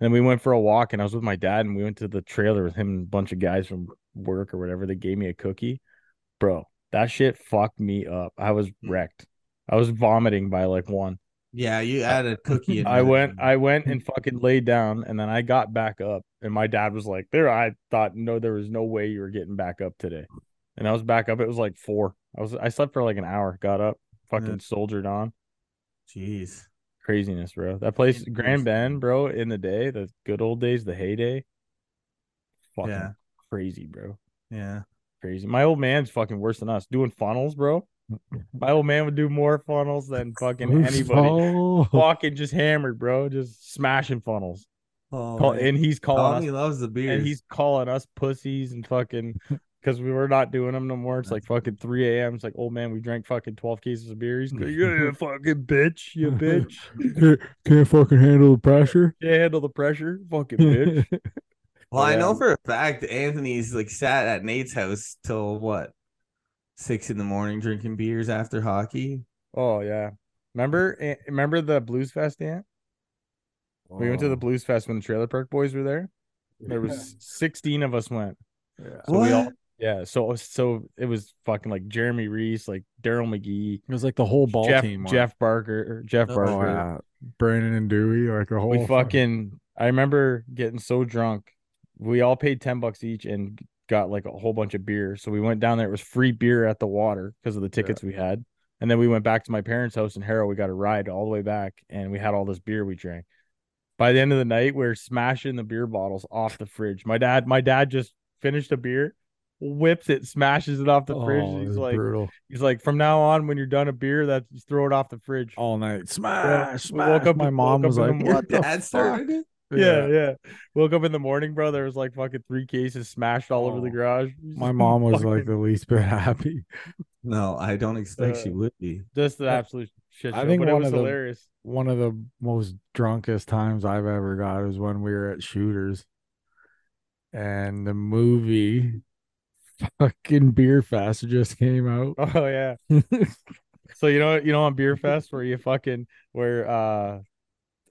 Speaker 3: And then we went for a walk, and I was with my dad, and we went to the trailer with him and a bunch of guys from work or whatever. They gave me a cookie, bro. That shit fucked me up. I was wrecked. I was vomiting by like one.
Speaker 2: yeah, you had a cookie. in
Speaker 3: I
Speaker 2: there.
Speaker 3: went, I went and fucking laid down, and then I got back up, and my dad was like, "There, I thought no, there was no way you were getting back up today," and I was back up. It was like four. I was, I slept for like an hour, got up, fucking
Speaker 2: Yeah.
Speaker 3: soldiered on.
Speaker 2: Jeez.
Speaker 3: Craziness, bro. That place, Grand
Speaker 2: Interesting.
Speaker 3: Bend, bro. In the day, the good old days, the heyday. Fucking
Speaker 2: Yeah.
Speaker 3: crazy, bro.
Speaker 2: Yeah.
Speaker 3: Crazy. My old man's fucking worse than us doing funnels, bro. My old man would do more funnels than fucking anybody.
Speaker 1: Oh,
Speaker 3: Fucking just hammered, bro. Just smashing funnels.
Speaker 2: Oh,
Speaker 3: Call,
Speaker 2: man.
Speaker 3: and he's calling
Speaker 2: Tommy
Speaker 3: us,
Speaker 2: loves the beer.
Speaker 3: and he's calling us pussies and fucking because we were not doing them no more. It's like fucking 3 a.m. It's like, oh man, we drank fucking 12 cases of beer. He's like, you're a fucking bitch, you bitch.
Speaker 1: can't, can't fucking handle the pressure.
Speaker 3: Can't handle the pressure, fucking bitch.
Speaker 2: Well, I know
Speaker 3: Yeah.
Speaker 2: for a fact Anthony's like sat at Nate's house till what six in the morning drinking beers after hockey.
Speaker 3: oh yeah, remember eh, remember the Blues Fest Ant? We went to the Blues Fest when the Trailer Park Boys were there. There was 16 of us went.
Speaker 1: Yeah.
Speaker 3: So we all-
Speaker 2: What?
Speaker 3: Yeah, so so it was fucking like Jeremy Reese, like Daryl McGee,
Speaker 1: It was like the whole ball
Speaker 3: Jeff
Speaker 1: team. went.
Speaker 3: Jeff Barker, Jeff
Speaker 2: Oh,
Speaker 3: Barker.
Speaker 1: Oh, yeah. Brandon and Dewey, like the whole
Speaker 3: we fucking i remember getting so drunk we all paid 10 bucks each and got like a whole bunch of beer so we went down there it was free beer at the water because of the tickets we had and then we went back to my parents house in harrow we got a ride all the way back and we had all this beer we drank by the end of the night we are smashing the beer bottles off the fridge my dad my dad just finished a beer whips it smashes it off the fridge
Speaker 1: Oh,
Speaker 3: and
Speaker 1: it
Speaker 3: he's
Speaker 1: was
Speaker 3: like
Speaker 1: brutal
Speaker 3: he's like from now on when you're done a beer that just throw it off the fridge
Speaker 1: all night.
Speaker 3: Yeah.
Speaker 1: Smash,
Speaker 3: We woke
Speaker 1: smash.
Speaker 3: up-
Speaker 1: My
Speaker 3: woke
Speaker 1: mom
Speaker 3: up
Speaker 1: was
Speaker 3: in the
Speaker 1: like,
Speaker 3: morning.
Speaker 1: "What the
Speaker 2: Dad
Speaker 1: fuck?"
Speaker 2: started it?
Speaker 3: Yeah, yeah. Woke up in the morning, bro. There was like fucking three cases smashed all over the
Speaker 1: Oh.
Speaker 3: garage.
Speaker 1: My mom was like
Speaker 3: Fucking-
Speaker 1: the least bit happy.
Speaker 2: No, I don't expect
Speaker 3: Uh,
Speaker 2: she would be.
Speaker 3: just an
Speaker 1: I-
Speaker 3: absolute shit
Speaker 1: I
Speaker 3: show.
Speaker 1: think
Speaker 3: But it
Speaker 1: one
Speaker 3: was
Speaker 1: of the-
Speaker 3: hilarious.
Speaker 1: One of the most drunkest times I've ever got is when we were at Shooters, and the movie fucking Beer Fest just came out.
Speaker 3: Oh yeah. So you know, you know, on Beer Fest where you fucking where uh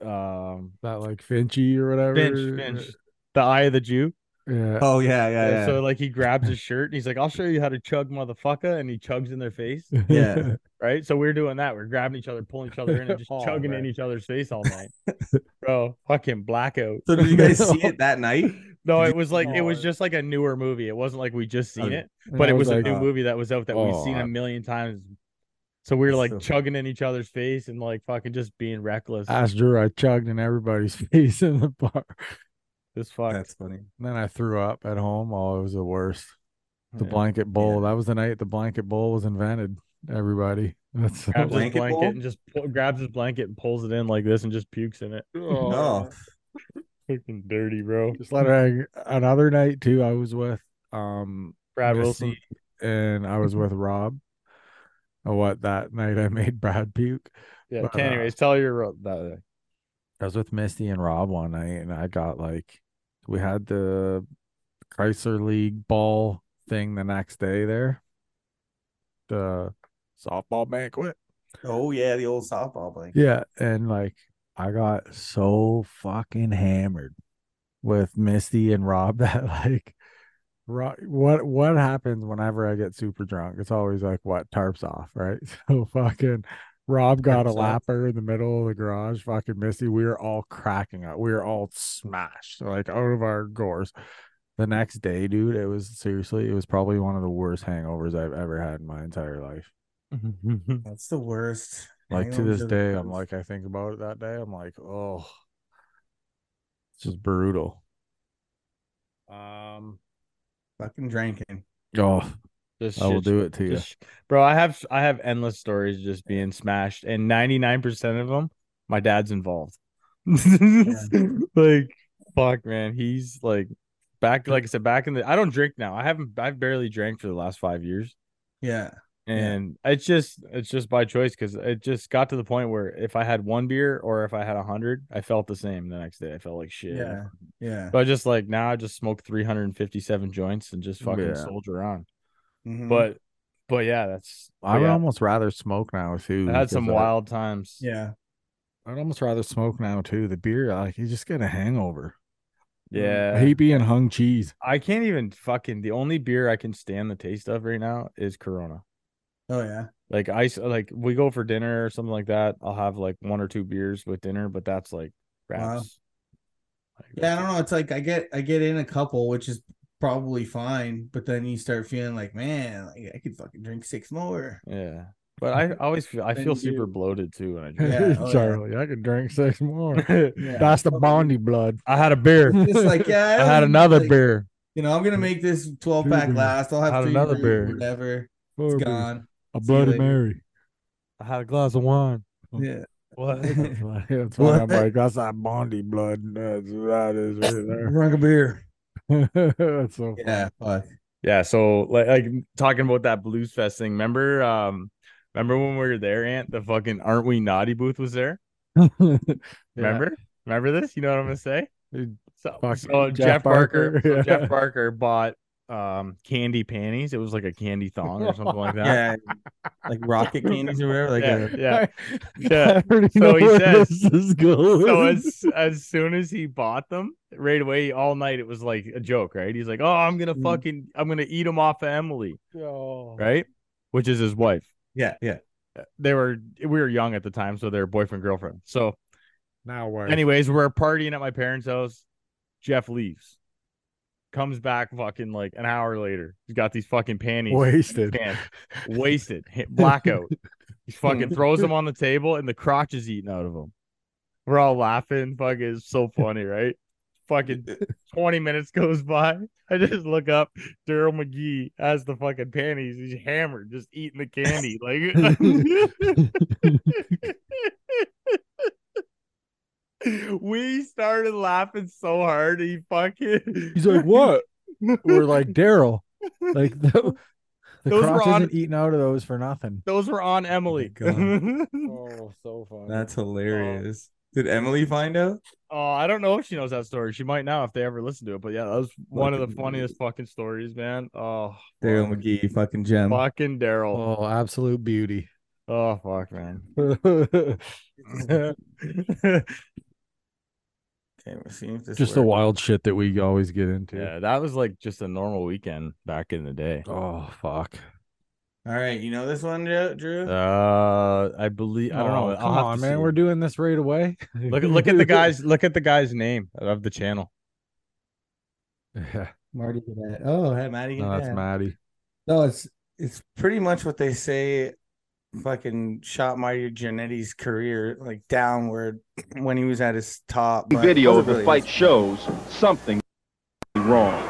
Speaker 3: um
Speaker 1: that like Finchy or whatever.
Speaker 3: Finch Finch the eye of the Jew.
Speaker 1: Yeah.
Speaker 2: Oh yeah, yeah,
Speaker 3: Yeah,
Speaker 2: yeah.
Speaker 3: So like he grabs his shirt and he's like, "I'll show you how to chug, motherfucker," and he chugs in their face.
Speaker 2: Yeah.
Speaker 3: Right. So we're doing that. We're grabbing each other, pulling each other in, and just
Speaker 1: Oh,
Speaker 3: chugging in
Speaker 1: man.
Speaker 3: each other's face all night, bro. Fucking blackout.
Speaker 2: so did you guys see it that night?
Speaker 3: No,
Speaker 2: Did Oh,
Speaker 3: it was like it was
Speaker 1: Oh.
Speaker 3: just like a newer movie. It wasn't like we just seen
Speaker 2: Okay.
Speaker 3: it,
Speaker 1: And
Speaker 3: but
Speaker 1: I
Speaker 3: it was,
Speaker 1: like,
Speaker 3: a new
Speaker 2: uh,
Speaker 3: movie that was out that we've seen
Speaker 1: "Oh,
Speaker 3: a million times. So we were
Speaker 2: That's
Speaker 3: like
Speaker 2: so-
Speaker 3: chugging in each other's face and like fucking just being reckless.
Speaker 1: asked Drew, I chugged in everybody's face in the bar.
Speaker 3: This fuck.
Speaker 2: That's funny.
Speaker 1: And then I threw up at home. Oh, it was the worst. The
Speaker 3: Yeah.
Speaker 1: blanket bowl. That was the night the blanket bowl was invented. Everybody. That's
Speaker 3: grabs
Speaker 2: Blanket
Speaker 3: his blanket
Speaker 2: bowl?
Speaker 3: and just pull, grabs his blanket and pulls it in like this and just pukes in it.
Speaker 2: No.
Speaker 3: Fucking dirty, bro.
Speaker 1: Oh. just let her hang. Another night too. I was with um
Speaker 3: Brad
Speaker 1: Missy
Speaker 3: Wilson.
Speaker 1: and I was with Rob. Oh, What that night I made Brad puke.
Speaker 3: Yeah.
Speaker 1: but,
Speaker 3: okay,
Speaker 1: uh,
Speaker 3: anyways, tell your ro- that. uh,
Speaker 1: I was with Misty and Rob one night, and I got like, we had the Chrysler League ball thing the next day there, the softball banquet.
Speaker 2: Oh yeah, the old softball blanket.
Speaker 1: Yeah. And like, I got so fucking hammered with Misty and Rob that like, Ro- what what happens whenever I get super drunk? It's always like what tarps off, right? So Oh, fucking Rob got a
Speaker 2: Tarps off.
Speaker 1: lapper in the middle of the garage. Fucking Misty, we were all cracking up. We were all smashed, like out of our gores. the next day, dude, it was seriously, it was probably one of the worst hangovers I've ever had in my entire life.
Speaker 2: That's the worst.
Speaker 1: Like to
Speaker 2: Hangovers
Speaker 1: this
Speaker 2: are the
Speaker 1: day, I'm
Speaker 2: worst.
Speaker 1: like, I think about it that day. I'm like, oh, it's just brutal. Um,
Speaker 2: fucking drinking.
Speaker 1: oh,
Speaker 3: This
Speaker 1: I will
Speaker 3: shit's
Speaker 1: do it to you.
Speaker 3: Just- bro, I have I have endless stories just being smashed, and ninety nine percent of them, my dad's involved. like, fuck, man, he's like back. Like I said, back in the I don't drink now. I haven't. I've barely drank for the last five years,
Speaker 2: Yeah.
Speaker 3: and it's just it's just by choice because it just got to the point where if I had one beer or if I had a hundred, I felt the same the next day. I felt like shit.
Speaker 2: Yeah. Yeah.
Speaker 3: But just like now, I just smoke three hundred and fifty seven joints and just fucking
Speaker 1: Yeah.
Speaker 3: soldier on.
Speaker 2: Mhm.
Speaker 3: But but yeah, that's
Speaker 1: I
Speaker 3: but
Speaker 1: would
Speaker 3: yeah.
Speaker 1: almost rather smoke now too.
Speaker 3: I had some
Speaker 1: because I-
Speaker 3: wild times.
Speaker 2: yeah.
Speaker 1: I'd almost rather smoke now too. The beer, like you just get a hangover. I
Speaker 3: Yeah.
Speaker 1: hate being hung cheese.
Speaker 3: I can't even fucking the only beer I can stand the taste of right now is Corona.
Speaker 2: Oh yeah.
Speaker 3: Like I s- like we go for dinner or something like that. I'll have like one or two beers with dinner, but that's like
Speaker 2: Wow.
Speaker 3: wraps. Like,
Speaker 2: Yeah, I
Speaker 3: that's
Speaker 2: don't know. It's like I get I get in a couple, which is probably fine, but then you start feeling like, man, like I could fucking drink six more.
Speaker 3: it. Yeah. But I always feel I
Speaker 2: Then
Speaker 3: feel
Speaker 2: you
Speaker 3: super
Speaker 2: do.
Speaker 3: bloated too when I drink.
Speaker 2: Yeah, oh, yeah.
Speaker 1: Charlie, I could drink six more.
Speaker 2: Yeah.
Speaker 1: That's the
Speaker 2: Fucking-
Speaker 1: Bondi blood.
Speaker 3: I had a beer.
Speaker 2: It's like yeah,
Speaker 3: I
Speaker 2: don't
Speaker 3: had
Speaker 2: need,
Speaker 3: another
Speaker 2: like,
Speaker 3: beer.
Speaker 2: You know, I'm gonna make this 12 pack
Speaker 1: Dude,
Speaker 2: last. I'll
Speaker 3: had
Speaker 2: have three
Speaker 3: another
Speaker 2: another
Speaker 3: beer.
Speaker 2: whatever.
Speaker 1: Four
Speaker 2: It's
Speaker 1: beers.
Speaker 2: gone.
Speaker 1: A
Speaker 2: See you
Speaker 1: Bloody
Speaker 2: later.
Speaker 1: Mary.
Speaker 3: I had a glass of wine.
Speaker 2: Yeah.
Speaker 3: What?
Speaker 1: That's why that's why I'm
Speaker 2: What?
Speaker 1: like, that's that Bondi blood. That's that is right
Speaker 2: Drunk a beer.
Speaker 1: there. that's so
Speaker 2: Yeah. Fuck.
Speaker 3: Yeah, so like, like talking about that blues fest thing. Remember, um, remember when we were there, Aunt? The fucking aren't we naughty booth was there.
Speaker 1: yeah.
Speaker 3: Remember? Remember this? You know what I'm gonna say?
Speaker 1: Dude,
Speaker 3: So,
Speaker 1: fuck,
Speaker 3: so
Speaker 1: Jeff
Speaker 3: Jeff, Barker,
Speaker 1: Barker,
Speaker 3: so
Speaker 1: yeah.
Speaker 3: Jeff Barker bought um candy panties. It was like a candy thong or something like that.
Speaker 2: Yeah. like rocket candies or whatever. Like
Speaker 3: yeah,
Speaker 2: a,
Speaker 3: yeah.
Speaker 1: I
Speaker 3: Yeah.
Speaker 1: already
Speaker 3: So
Speaker 1: know
Speaker 3: he
Speaker 1: where
Speaker 3: says-
Speaker 1: this is going.
Speaker 3: So as as soon as he bought them, right away, all night it was like a joke, right? He's like, "Oh, I'm gonna
Speaker 2: Mhm.
Speaker 3: fucking, I'm gonna eat them off of Emily,
Speaker 1: Oh.
Speaker 3: right?" Which is his wife.
Speaker 2: yeah. Yeah.
Speaker 3: They were we were young at the time, so they're boyfriend girlfriend. So
Speaker 1: now where?
Speaker 3: Anyways, we're partying at my parents' house. Jeff leaves, comes back fucking like an hour later. He's got these fucking panties,
Speaker 1: wasted.
Speaker 3: Man, wasted, hit blackout. He fucking throws them on the table, and the crotch is eating out of him. We're all laughing. Fucking, it's so funny, right? Fucking twenty minutes goes by. I just look up. Daryl McGee has the fucking panties. He's hammered, just eating the candy. Like, we started laughing so hard he fucking
Speaker 1: He's like, what? We're like Daryl. Like the, the
Speaker 3: Those were
Speaker 1: crotch
Speaker 3: on-
Speaker 1: isn't eating out of those for nothing.
Speaker 3: those were on Emily.
Speaker 2: God.
Speaker 3: oh,
Speaker 1: Oh, so funny.
Speaker 2: That's hilarious. Oh. Did Emily find out?
Speaker 3: Uh, I don't know if she knows that story. She might now if they ever listen to it. But yeah, that was one of the
Speaker 2: Fucking
Speaker 3: funniest fucking stories, man. Oh
Speaker 2: Daryl
Speaker 3: fuck.
Speaker 2: McGee, fucking gem.
Speaker 3: Fucking Daryl.
Speaker 1: oh, absolute beauty.
Speaker 3: Oh fuck, man.
Speaker 2: Okay, we're seeing if this
Speaker 1: Just the
Speaker 2: works.
Speaker 1: wild shit that we always get into.
Speaker 3: yeah, that was like just a normal weekend back in the day.
Speaker 1: Oh fuck.
Speaker 2: All right, you know this one, Drew. Drew?
Speaker 3: Uh I believe I don't
Speaker 1: Oh,
Speaker 3: know. I'll
Speaker 1: Come
Speaker 3: have to
Speaker 1: on,
Speaker 3: see.
Speaker 1: man. We're doing this right away.
Speaker 3: look look at the guys look at the guy's name of the channel.
Speaker 1: Yeah,
Speaker 2: Marty. Cadet. Oh, hey, Maddie.
Speaker 1: no, that's
Speaker 2: Cadet.
Speaker 1: Maddie.
Speaker 2: No, it's it's pretty much what they say. Fucking shot Mario Giannetti's career like downward when he was at his top. but
Speaker 6: video of
Speaker 2: wasn't
Speaker 6: the
Speaker 2: really
Speaker 6: fight
Speaker 2: his-
Speaker 6: shows something wrong.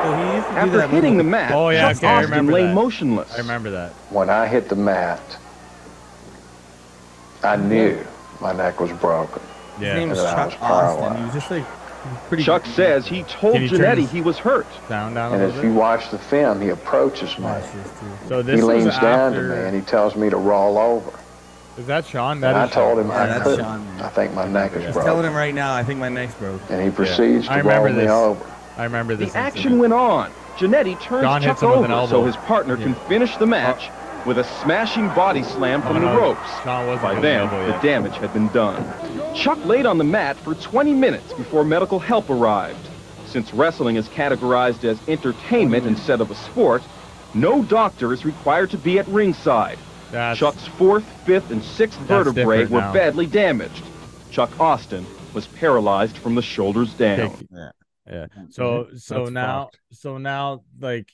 Speaker 2: So he used to do
Speaker 6: After
Speaker 2: that
Speaker 6: hitting the
Speaker 2: little-
Speaker 6: mat,
Speaker 3: Oh, yeah,
Speaker 6: Chuck
Speaker 3: okay, I
Speaker 6: Austin
Speaker 3: remember
Speaker 6: lay
Speaker 3: that.
Speaker 6: motionless.
Speaker 3: I remember that.
Speaker 7: When I hit the mat, I knew my neck was broken.
Speaker 2: His name was
Speaker 7: Yeah, that
Speaker 2: Chuck
Speaker 7: was Carlisle.
Speaker 2: Austin. He was just like pretty.
Speaker 6: Chuck says he told
Speaker 3: Can you turn
Speaker 6: Janetti
Speaker 3: this-
Speaker 6: he was hurt.
Speaker 3: Sound down a
Speaker 7: And if
Speaker 3: little
Speaker 7: you
Speaker 3: bit.
Speaker 7: watch the film, he approaches me.
Speaker 2: Watch this, dude.
Speaker 3: So this
Speaker 7: He
Speaker 3: was
Speaker 7: leans
Speaker 3: after.
Speaker 7: down to me and he tells me to roll over.
Speaker 3: is that Sean? That
Speaker 7: And I
Speaker 3: is Sean.
Speaker 7: told him
Speaker 2: Yeah,
Speaker 7: I
Speaker 2: that's
Speaker 7: couldn't.
Speaker 2: Sean, man.
Speaker 7: I think my neck
Speaker 3: Yeah.
Speaker 7: is
Speaker 2: He's telling
Speaker 7: broken.
Speaker 2: him right now. I think my neck's broke.
Speaker 7: And he proceeds
Speaker 3: I
Speaker 7: to roll
Speaker 3: remember
Speaker 7: me
Speaker 3: this.
Speaker 7: over.
Speaker 3: I remember
Speaker 6: The
Speaker 3: this.
Speaker 6: action
Speaker 3: incident.
Speaker 6: went on. Janetti turns
Speaker 3: John hits
Speaker 6: Chuck
Speaker 3: him with an
Speaker 6: over
Speaker 3: elbow.
Speaker 6: so his partner
Speaker 3: Yeah. Uh,
Speaker 6: can finish the match with a smashing body slam from
Speaker 3: Oh,
Speaker 6: the
Speaker 3: no,
Speaker 6: ropes.
Speaker 3: Sean wasn't
Speaker 6: By
Speaker 3: in
Speaker 6: then,
Speaker 3: elbow
Speaker 6: the
Speaker 3: yet.
Speaker 6: damage had been done. Chuck laid on the mat for 20 minutes before medical help arrived. Since wrestling is categorized as
Speaker 3: Oh,
Speaker 6: entertainment instead of a sport, no doctor is required to be at ringside.
Speaker 3: That's-
Speaker 6: Chuck's fourth, fifth, and sixth
Speaker 3: That's
Speaker 6: vertebrae
Speaker 3: different
Speaker 6: were
Speaker 3: now.
Speaker 6: badly damaged. Chuck Austin was paralyzed from the shoulders down.
Speaker 3: Okay.
Speaker 2: Yeah.
Speaker 3: Yeah. So
Speaker 1: Mm-hmm.
Speaker 3: so
Speaker 1: That's
Speaker 3: now
Speaker 1: fucked.
Speaker 3: so now like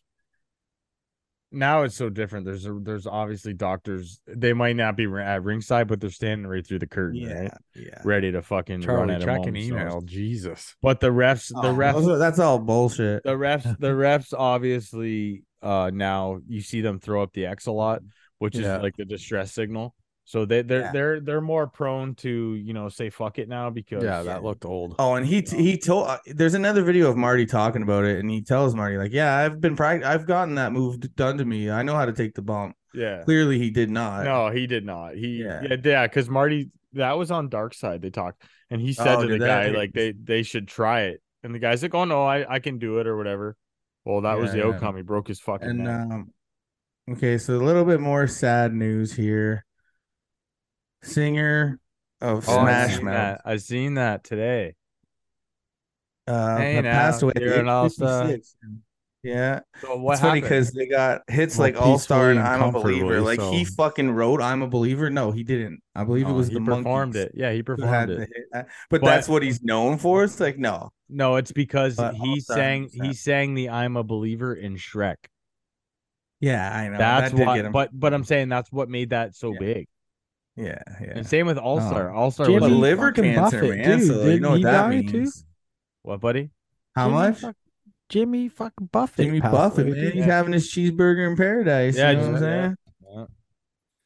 Speaker 3: now it's so different. There's a, there's obviously doctors. They might not be ri- at ringside, but they're standing right through the curtain,
Speaker 1: Yeah,
Speaker 3: right?
Speaker 2: Yeah.
Speaker 3: Ready to fucking run
Speaker 1: Charlie,
Speaker 3: at 'em
Speaker 1: check
Speaker 3: all
Speaker 1: an
Speaker 3: themselves.
Speaker 1: email. Jesus.
Speaker 3: But the refs, the
Speaker 2: Oh,
Speaker 3: refs,
Speaker 2: those are- that's all bullshit.
Speaker 3: the refs, the refs. Obviously, uh, now you see them throw up the X a lot, which
Speaker 1: Yeah.
Speaker 3: is like the distress signal. So they they're
Speaker 2: Yeah.
Speaker 3: they're they're more prone to you know say fuck it now because
Speaker 1: Yeah, that looked old.
Speaker 2: Oh, and he he told. uh, There's another video of Marty talking about it, and he tells Marty like, "Yeah, I've been pract- I've gotten that move done to me. I know how to take the bump."
Speaker 3: yeah
Speaker 2: Clearly, he did not.
Speaker 3: No, he did not. He
Speaker 2: Yeah.
Speaker 3: yeah, yeah, because Marty that was on Dark Side. They talked, and he said
Speaker 2: Oh,
Speaker 3: to the
Speaker 2: did that?
Speaker 3: guy like they they should try it, and the guy's like, oh no, I I can do it or whatever. Well, that was
Speaker 2: Yeah,
Speaker 3: the
Speaker 2: yeah.
Speaker 3: outcome. He broke his fucking.
Speaker 2: And
Speaker 3: neck.
Speaker 2: um, okay, so a little bit more sad news here. Singer of
Speaker 3: Oh, I've
Speaker 2: uh, Smash
Speaker 3: seen
Speaker 2: Mouth
Speaker 3: that. I've seen that today.
Speaker 2: uh,
Speaker 3: Hey
Speaker 2: had
Speaker 3: now,
Speaker 2: passed away. at
Speaker 3: you're an all-star.
Speaker 2: 8:56. Yeah,
Speaker 3: So what
Speaker 2: it's funny
Speaker 3: happened?
Speaker 2: because they got hits
Speaker 1: Well,
Speaker 2: like All Star and
Speaker 1: peacefully and
Speaker 2: I'm a Believer.
Speaker 1: comfortably,
Speaker 2: Like he
Speaker 1: so-
Speaker 2: fucking wrote "I'm a Believer." No, he didn't. I believe it
Speaker 3: No,
Speaker 2: was
Speaker 3: he
Speaker 2: the
Speaker 3: performed
Speaker 2: Monkees
Speaker 3: it. Yeah, he
Speaker 2: who had
Speaker 3: performed it.
Speaker 2: the hit. Uh, But,
Speaker 3: But-
Speaker 2: that's what he's known for. It's like no,
Speaker 3: No, it's because
Speaker 2: But
Speaker 3: he
Speaker 2: All-Star
Speaker 3: sang
Speaker 2: makes
Speaker 3: he
Speaker 2: sense.
Speaker 3: sang the "I'm a Believer" in Shrek.
Speaker 2: yeah, I know.
Speaker 3: that's
Speaker 2: that did
Speaker 3: why.
Speaker 2: get him.
Speaker 3: But but I'm saying that's what made that so
Speaker 2: Yeah.
Speaker 3: big.
Speaker 2: yeah, yeah. Oh.
Speaker 3: And same with All Star. All Star
Speaker 1: Jimmy
Speaker 3: was
Speaker 2: But
Speaker 1: Jimmy
Speaker 3: a-
Speaker 2: liver
Speaker 1: fucking
Speaker 2: cancer,
Speaker 1: Buffett,
Speaker 2: man.
Speaker 1: dude,
Speaker 2: so you know what
Speaker 1: didn't
Speaker 2: that
Speaker 1: he die too?
Speaker 2: means.
Speaker 3: what buddy?
Speaker 2: How
Speaker 1: Jimmy
Speaker 2: much?
Speaker 1: fuck- Jimmy fucking Buffett.
Speaker 2: Jimmy
Speaker 1: passed
Speaker 2: Buffett,
Speaker 1: away.
Speaker 2: man. He's
Speaker 3: Yeah.
Speaker 2: having his cheeseburger in paradise.
Speaker 3: Yeah,
Speaker 2: you know what I'm
Speaker 3: yeah, yeah.
Speaker 2: saying?
Speaker 3: Yeah.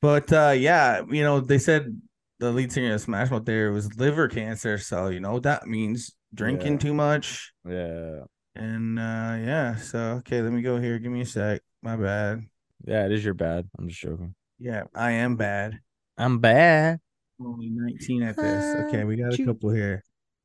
Speaker 2: But uh, yeah, you know, they said the lead singer of Smash Mouth there was liver cancer. So, you know, that means drinking
Speaker 3: Yeah.
Speaker 2: too much.
Speaker 3: Yeah.
Speaker 2: And uh, yeah, so, okay, let me go here. Give me a sec. My bad.
Speaker 3: Yeah, it is your bad. I'm just joking.
Speaker 2: Yeah, I am bad.
Speaker 3: I'm bad.
Speaker 2: Only 19 at this. Okay, we got a
Speaker 3: Choo-
Speaker 2: couple here.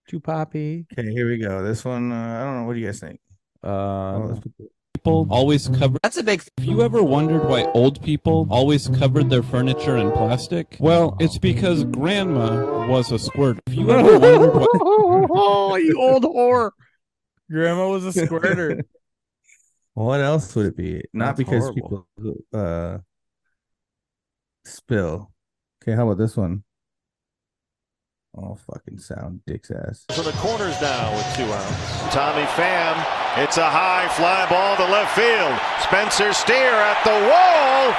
Speaker 3: Too poppy.
Speaker 2: Okay, here we go. This one, uh, I don't know. What do you guys think? Oh,
Speaker 3: Uh
Speaker 2: let's put the-
Speaker 8: people always cover that's a big have you ever wondered why old people always covered their furniture in plastic well it's because grandma was a squirt have you ever wondered why
Speaker 3: oh, you old whore. Grandma was a squirter.
Speaker 2: What else would it be? Not
Speaker 1: That's
Speaker 2: because
Speaker 1: horrible.
Speaker 2: people uh spill. Okay, how about this one? Oh fucking sound dick's ass.
Speaker 9: For the corners now with two outs. Tommy Pham, it's a high fly ball to left field. Spencer Steer at the wall.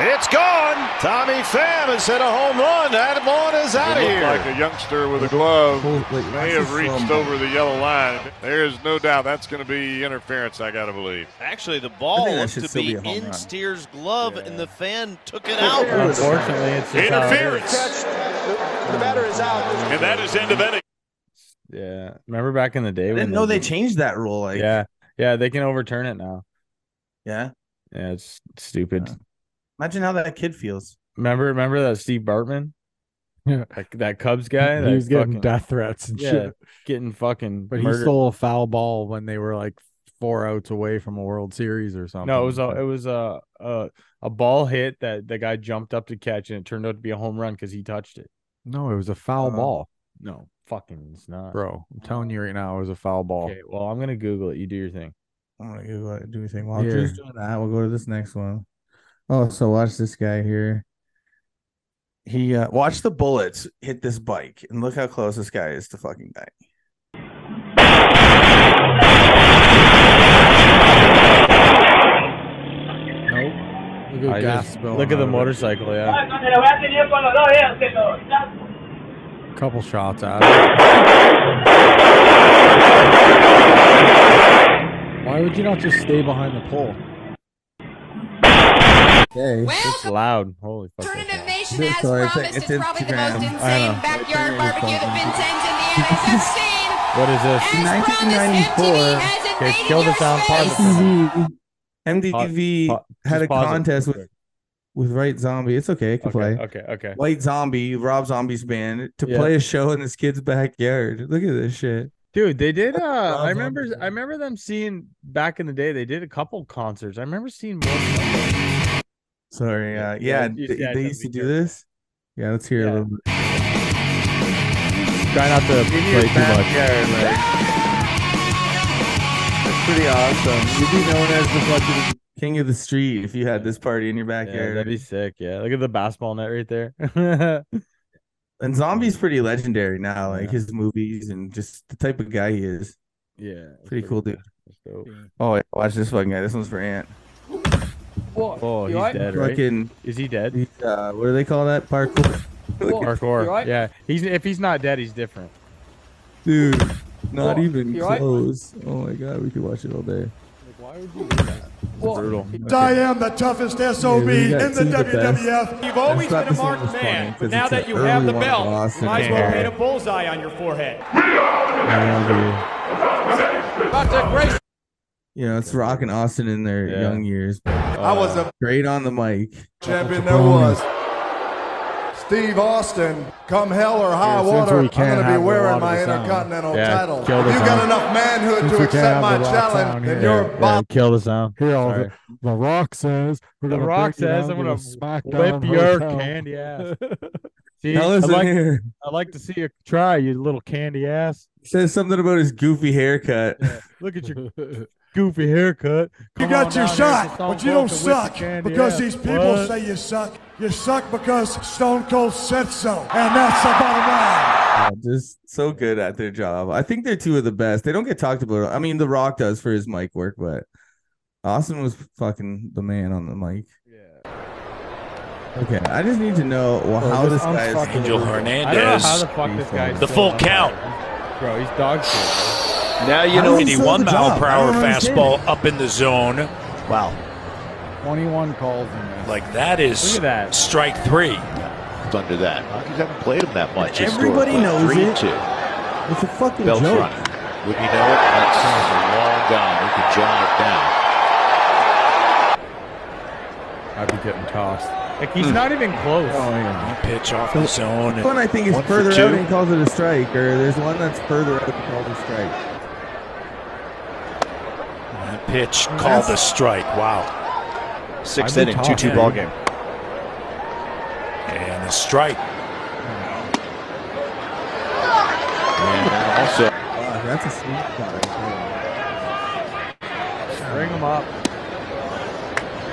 Speaker 9: It's gone. Tommy Pham has hit a home run. That one is out of here. Like a youngster with a glove
Speaker 2: Hold- wait, watch this slow-mo.
Speaker 9: the yellow line. There is no doubt that's going to be interference. I got to believe.
Speaker 7: Actually, the ball
Speaker 2: that
Speaker 7: was
Speaker 2: should
Speaker 7: to
Speaker 2: still
Speaker 7: be,
Speaker 2: be a home
Speaker 7: in
Speaker 2: run.
Speaker 7: Steer's glove, and the fan took it out.
Speaker 3: Unfortunately, it's just how it is.
Speaker 9: The batter is out.
Speaker 10: And that is end of inning.
Speaker 3: Yeah. Remember back in the day
Speaker 2: I
Speaker 3: when
Speaker 2: didn't know they changed that rule. Like yeah.
Speaker 3: Yeah. Yeah, they can overturn it now.
Speaker 2: yeah.
Speaker 3: Yeah, it's stupid.
Speaker 2: Yeah. Imagine how that kid feels.
Speaker 3: Remember remember that Steve Bartman?
Speaker 1: Yeah.
Speaker 3: That, that Cubs guy? That
Speaker 1: he was getting
Speaker 3: fucking-
Speaker 1: death threats and
Speaker 3: Yeah.
Speaker 1: shit.
Speaker 3: Getting fucking
Speaker 1: But he
Speaker 3: murdered.
Speaker 1: stole a foul ball when they were like four outs away from a World Series or something.
Speaker 3: No, it was a
Speaker 1: like
Speaker 3: it was a a, a ball hit that the guy jumped up to catch and it turned out to be a home run because he touched it. Um,
Speaker 1: that. no, it was a foul
Speaker 2: Uh,
Speaker 1: ball,
Speaker 3: No, fucking it's not.
Speaker 1: bro. I'm telling you right now, it was a foul ball.
Speaker 3: Okay, well I'm gonna Google it. You do your thing.
Speaker 2: I'm gonna go uh, do anything. While
Speaker 1: Here.
Speaker 2: Drew's doing that, we'll go to this next one. Oh, so watch this guy here. He uh watch the bullets hit this bike and look how close this guy is to fucking dying.
Speaker 1: Nope. Look at
Speaker 3: I
Speaker 1: gas
Speaker 3: just-
Speaker 1: spilling
Speaker 3: look at
Speaker 1: out
Speaker 3: the
Speaker 1: of it.
Speaker 3: motorcycle, yeah.
Speaker 1: Couple shots at it. Why would you not just stay behind the pole?
Speaker 2: Okay.
Speaker 3: It's loud. Holy fuck. that's loud.
Speaker 2: It's, sorry, it's, it's, Instagram. I know. Backyard barbecue
Speaker 3: What is this?
Speaker 2: 1994.
Speaker 3: Okay, kill the sound pause it.
Speaker 2: MTV
Speaker 3: Pa-
Speaker 2: had
Speaker 3: just
Speaker 2: a
Speaker 3: pause it
Speaker 2: contest
Speaker 3: real
Speaker 2: with with Right Zombie. It's okay, it can play.
Speaker 3: Okay, okay, okay.
Speaker 2: White Zombie, Rob Zombie's band, to
Speaker 3: Yeah.
Speaker 2: play a show in this kid's backyard. Look at this shit.
Speaker 3: Dude, they did uh I
Speaker 2: Zombie.
Speaker 3: remember I remember them seeing back in the day they did a couple concerts. I remember seeing more
Speaker 2: Sorry, uh,
Speaker 3: Yeah,
Speaker 2: yeah,
Speaker 3: you
Speaker 2: they,
Speaker 3: said
Speaker 2: they
Speaker 3: that
Speaker 2: used to
Speaker 3: we
Speaker 2: do
Speaker 3: could-
Speaker 2: this. Yeah, let's hear
Speaker 3: Yeah.
Speaker 2: a little bit.
Speaker 3: try not to play too much.
Speaker 2: That's pretty awesome. You'd be known as the fucking king of the street if you had this party in your
Speaker 3: Yeah,
Speaker 2: backyard.
Speaker 3: that'd be sick. Yeah. Look at the basketball net right there.
Speaker 2: and Zombie's pretty legendary now, like
Speaker 3: Yeah.
Speaker 2: his movies and just the type of guy he is.
Speaker 1: Yeah.
Speaker 2: Pretty cool, dude.
Speaker 1: dope.
Speaker 2: Oh, yeah, watch this fucking guy. This one's for Ant.
Speaker 11: Whoa,
Speaker 3: Oh,
Speaker 11: you
Speaker 3: he's
Speaker 11: all right?
Speaker 3: dead. Right?
Speaker 2: Fucking,
Speaker 3: Is he dead?
Speaker 2: he's, uh, what do they call that? Parkour.
Speaker 11: Whoa,
Speaker 3: Parkour.
Speaker 11: you all right?
Speaker 3: Yeah. He's if he's not dead, he's different.
Speaker 2: Dude, not
Speaker 11: Whoa,
Speaker 2: even
Speaker 11: you all right?
Speaker 2: close. Oh my god, we could watch it all day.
Speaker 1: Why would you do that?
Speaker 11: Whoa.
Speaker 2: Brutal.
Speaker 12: I am the toughest SOB
Speaker 2: Dude, we got
Speaker 12: in the
Speaker 2: two of the best.
Speaker 12: WWF.
Speaker 11: You've always
Speaker 2: thought
Speaker 11: been a
Speaker 2: this one
Speaker 11: marked
Speaker 2: was funny,
Speaker 11: man, but
Speaker 2: 'cause
Speaker 11: now
Speaker 2: it's an
Speaker 11: that you have the
Speaker 2: early
Speaker 11: belt,
Speaker 2: loss
Speaker 11: you might as
Speaker 2: and
Speaker 11: well
Speaker 2: it's
Speaker 11: paint a
Speaker 2: hard.
Speaker 11: bullseye on your forehead.
Speaker 2: Yeah,
Speaker 11: About to grace-
Speaker 2: You know, it's Rock and Austin in their
Speaker 3: Yeah.
Speaker 2: young years.
Speaker 12: I was a
Speaker 2: great on the mic.
Speaker 12: champion there was. Steve Austin, come hell or high
Speaker 2: Yeah, since
Speaker 12: water,
Speaker 2: we
Speaker 12: I'm
Speaker 2: can't
Speaker 12: going to
Speaker 2: have
Speaker 12: be
Speaker 2: the
Speaker 12: wearing
Speaker 2: Rock
Speaker 12: my
Speaker 2: of the Sound.
Speaker 12: Intercontinental
Speaker 3: Yeah,
Speaker 12: title. If
Speaker 3: kill the
Speaker 12: you got
Speaker 3: sound.
Speaker 12: enough manhood
Speaker 1: Since
Speaker 12: to
Speaker 1: we can't
Speaker 12: accept
Speaker 1: have
Speaker 12: my
Speaker 1: the Rock
Speaker 12: challenge,
Speaker 1: sound
Speaker 12: then
Speaker 1: here.
Speaker 12: you're
Speaker 3: Yeah,
Speaker 12: bottom.
Speaker 3: kill the sound.
Speaker 1: Here, all
Speaker 3: Sorry.
Speaker 1: the, the Rock says we're
Speaker 3: The
Speaker 1: gonna
Speaker 3: Rock
Speaker 1: break you
Speaker 3: says
Speaker 1: down
Speaker 3: I'm
Speaker 1: to
Speaker 3: gonna
Speaker 1: the SmackDown
Speaker 3: whip your
Speaker 1: hotel.
Speaker 3: candy ass. See,
Speaker 2: Now
Speaker 3: I
Speaker 2: listen
Speaker 3: like
Speaker 2: here.
Speaker 3: I like to see you try, you little candy ass.
Speaker 2: Says something about his goofy haircut.
Speaker 3: Look at your goofy haircut.
Speaker 12: You
Speaker 3: Come
Speaker 12: got
Speaker 3: on
Speaker 12: your
Speaker 3: down here
Speaker 12: shot,
Speaker 3: to Stone
Speaker 12: but you don't
Speaker 3: Cold to whip
Speaker 12: suck
Speaker 3: the candy
Speaker 12: because
Speaker 3: ass.
Speaker 12: these people
Speaker 3: What?
Speaker 12: say you suck. You suck because Stone Cold said so, and that's the bottom line.
Speaker 2: Yeah, Uh, just so good at their job. I think they're two of the best. They don't get talked about. I mean, The Rock does for his mic work, but Austin was fucking the man on the mic. Yeah. Okay, I just need to know well,
Speaker 1: Oh,
Speaker 2: how
Speaker 1: this-
Speaker 2: this
Speaker 1: I'm
Speaker 2: guy
Speaker 1: fucking-
Speaker 2: is.
Speaker 13: Angel
Speaker 3: I don't know
Speaker 13: Hernandez.
Speaker 3: how the fuck this guy's
Speaker 13: The
Speaker 3: still
Speaker 13: full
Speaker 3: on
Speaker 13: count.
Speaker 3: fire. Bro, he's dog shit.
Speaker 13: Now you know
Speaker 2: I don't understand
Speaker 13: 81
Speaker 2: the
Speaker 13: mile
Speaker 2: job.
Speaker 13: per
Speaker 2: I
Speaker 13: hour
Speaker 2: don't understand
Speaker 13: fastball up in the zone. Wow.
Speaker 1: 21 calls in this.
Speaker 13: Like that is
Speaker 3: Look at that.
Speaker 13: strike three.
Speaker 9: under that. Rockies haven't played him that much.
Speaker 2: Everybody
Speaker 9: historically.
Speaker 2: knows
Speaker 9: Three,
Speaker 2: it.
Speaker 9: Two.
Speaker 2: It's a fucking
Speaker 9: Belt's
Speaker 2: joke.
Speaker 9: running. Would you know it? That sounds a long down. We can jot it down.
Speaker 3: I'd be getting tossed. Like he's not even close.
Speaker 2: Oh, yeah.
Speaker 13: Pitch off the zone.
Speaker 2: One I think is
Speaker 13: One for
Speaker 2: further
Speaker 13: two.
Speaker 2: out and calls it a strike, or there's one that's further out and calls a strike.
Speaker 13: That pitch called the strike. Wow.
Speaker 3: Sixth inning, 2-2 ball game.
Speaker 13: And the strike.
Speaker 2: Wow, Uh, that's a sweet spot. right there.
Speaker 3: Bring him up.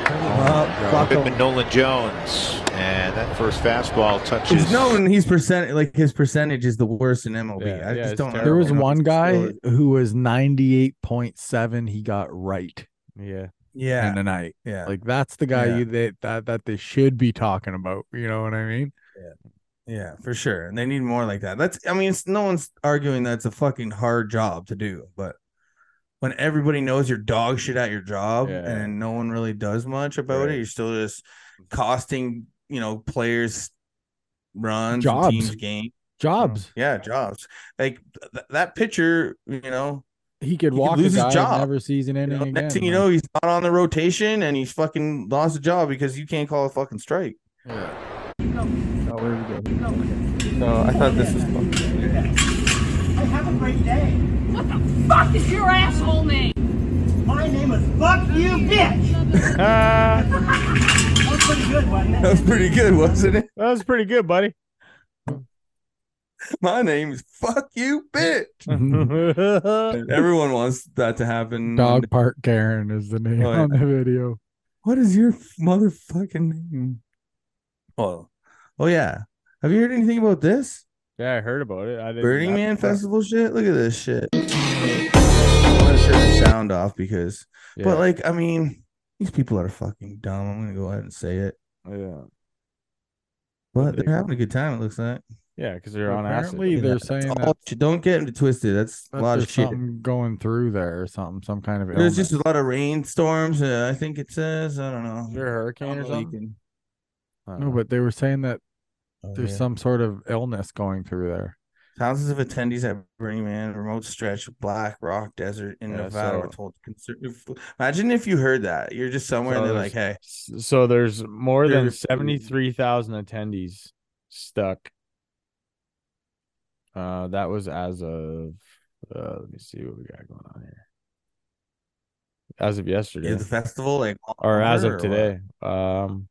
Speaker 2: Uh, Up, fuck
Speaker 9: Goodman,
Speaker 2: him.
Speaker 9: Oh, Nolan Jones, and that first fastball touches.
Speaker 2: He's known he's percent like his percentage is the worst in MLB.
Speaker 3: Yeah,
Speaker 2: I
Speaker 3: yeah,
Speaker 2: just
Speaker 3: it's
Speaker 2: don't.
Speaker 1: There
Speaker 3: terrible.
Speaker 1: was
Speaker 2: know.
Speaker 1: one guy
Speaker 2: Really-
Speaker 1: who was 98.7. He got right
Speaker 3: Yeah.
Speaker 1: in
Speaker 2: Yeah,
Speaker 1: the night.
Speaker 2: yeah.
Speaker 1: Like that's the guy
Speaker 2: Yeah.
Speaker 1: you that, that that they should be talking about. You know what I mean?
Speaker 2: Yeah, for sure. And they need more like that. That's I mean, it's, no one's arguing that's a fucking hard job to do, but when everybody knows you're dog shit at your job
Speaker 3: Yeah.
Speaker 2: and no one really does much about it,
Speaker 3: Right.
Speaker 2: you're still just costing, you know, players runs, and
Speaker 1: Jobs.
Speaker 2: teams game.
Speaker 1: Jobs.
Speaker 2: Yeah, jobs. Like th- that pitcher, you know,
Speaker 1: He could
Speaker 2: He could
Speaker 1: walk
Speaker 2: lose
Speaker 1: a
Speaker 2: his
Speaker 1: guy,
Speaker 2: job.
Speaker 1: never sees an
Speaker 2: you know,
Speaker 1: inning again.
Speaker 2: next thing you
Speaker 1: like-
Speaker 2: know, he's not on the rotation and he's fucking lost a job because you can't call a fucking strike. Oh, where we go? So I thought this was fun.
Speaker 14: Have a great day. What the fuck is your asshole name? My name is Fuck You Bitch.
Speaker 2: Uh,
Speaker 14: That was pretty good, wasn't
Speaker 2: That
Speaker 14: it?
Speaker 2: was pretty good, wasn't it?
Speaker 3: That was pretty good, buddy.
Speaker 2: My name is Fuck You Bitch.
Speaker 3: Dog
Speaker 2: Everyone wants that to happen.
Speaker 1: Dog Park Karen is the name
Speaker 2: Oh, yeah.
Speaker 1: on the video.
Speaker 2: What is your motherfucking name? Oh, oh yeah. Have you heard anything about this
Speaker 3: Yeah, I heard about it. I didn't
Speaker 2: Burning
Speaker 3: I-
Speaker 2: Man festival shit? Look at this shit. I want to turn the sound off because,
Speaker 3: Yeah.
Speaker 2: but like, I mean, these people are fucking dumb. I'm gonna go ahead and say it.
Speaker 3: yeah,
Speaker 2: But
Speaker 3: They-
Speaker 2: they're having a good time. It looks like.
Speaker 3: yeah, because they're on acid.
Speaker 1: Apparently,
Speaker 2: Yeah,
Speaker 1: they're
Speaker 2: that's
Speaker 1: saying
Speaker 2: all
Speaker 1: that,
Speaker 2: shit. don't get them twisted. That's a
Speaker 1: that
Speaker 2: lot of
Speaker 1: there's
Speaker 2: shit.
Speaker 1: something going through there or something, some kind of
Speaker 2: There's
Speaker 1: illness.
Speaker 2: just a lot of rainstorms. Uh, I think it says. I don't know.
Speaker 3: Is there a hurricane or
Speaker 2: Probably
Speaker 3: something?
Speaker 2: can-
Speaker 3: I don't
Speaker 1: no,
Speaker 3: know.
Speaker 1: but they were saying that
Speaker 2: Oh,
Speaker 1: there's
Speaker 2: yeah.
Speaker 1: some sort of illness going through there.
Speaker 2: Thousands of attendees at Burning Man, remote stretch, of Black Rock Desert in
Speaker 3: Yeah,
Speaker 2: Nevada were
Speaker 3: so-
Speaker 2: told. Conservative. Imagine if you heard that. You're just somewhere and
Speaker 3: So
Speaker 2: they're like, "Hey, mm.
Speaker 3: S- so there's more than
Speaker 2: There's-
Speaker 3: seventy three thousand attendees stuck. Uh, that was as of uh, let me see what we got going on here. As of yesterday,
Speaker 2: is the festival like all
Speaker 3: or as
Speaker 2: over
Speaker 3: of
Speaker 2: or what?"
Speaker 3: today. Um,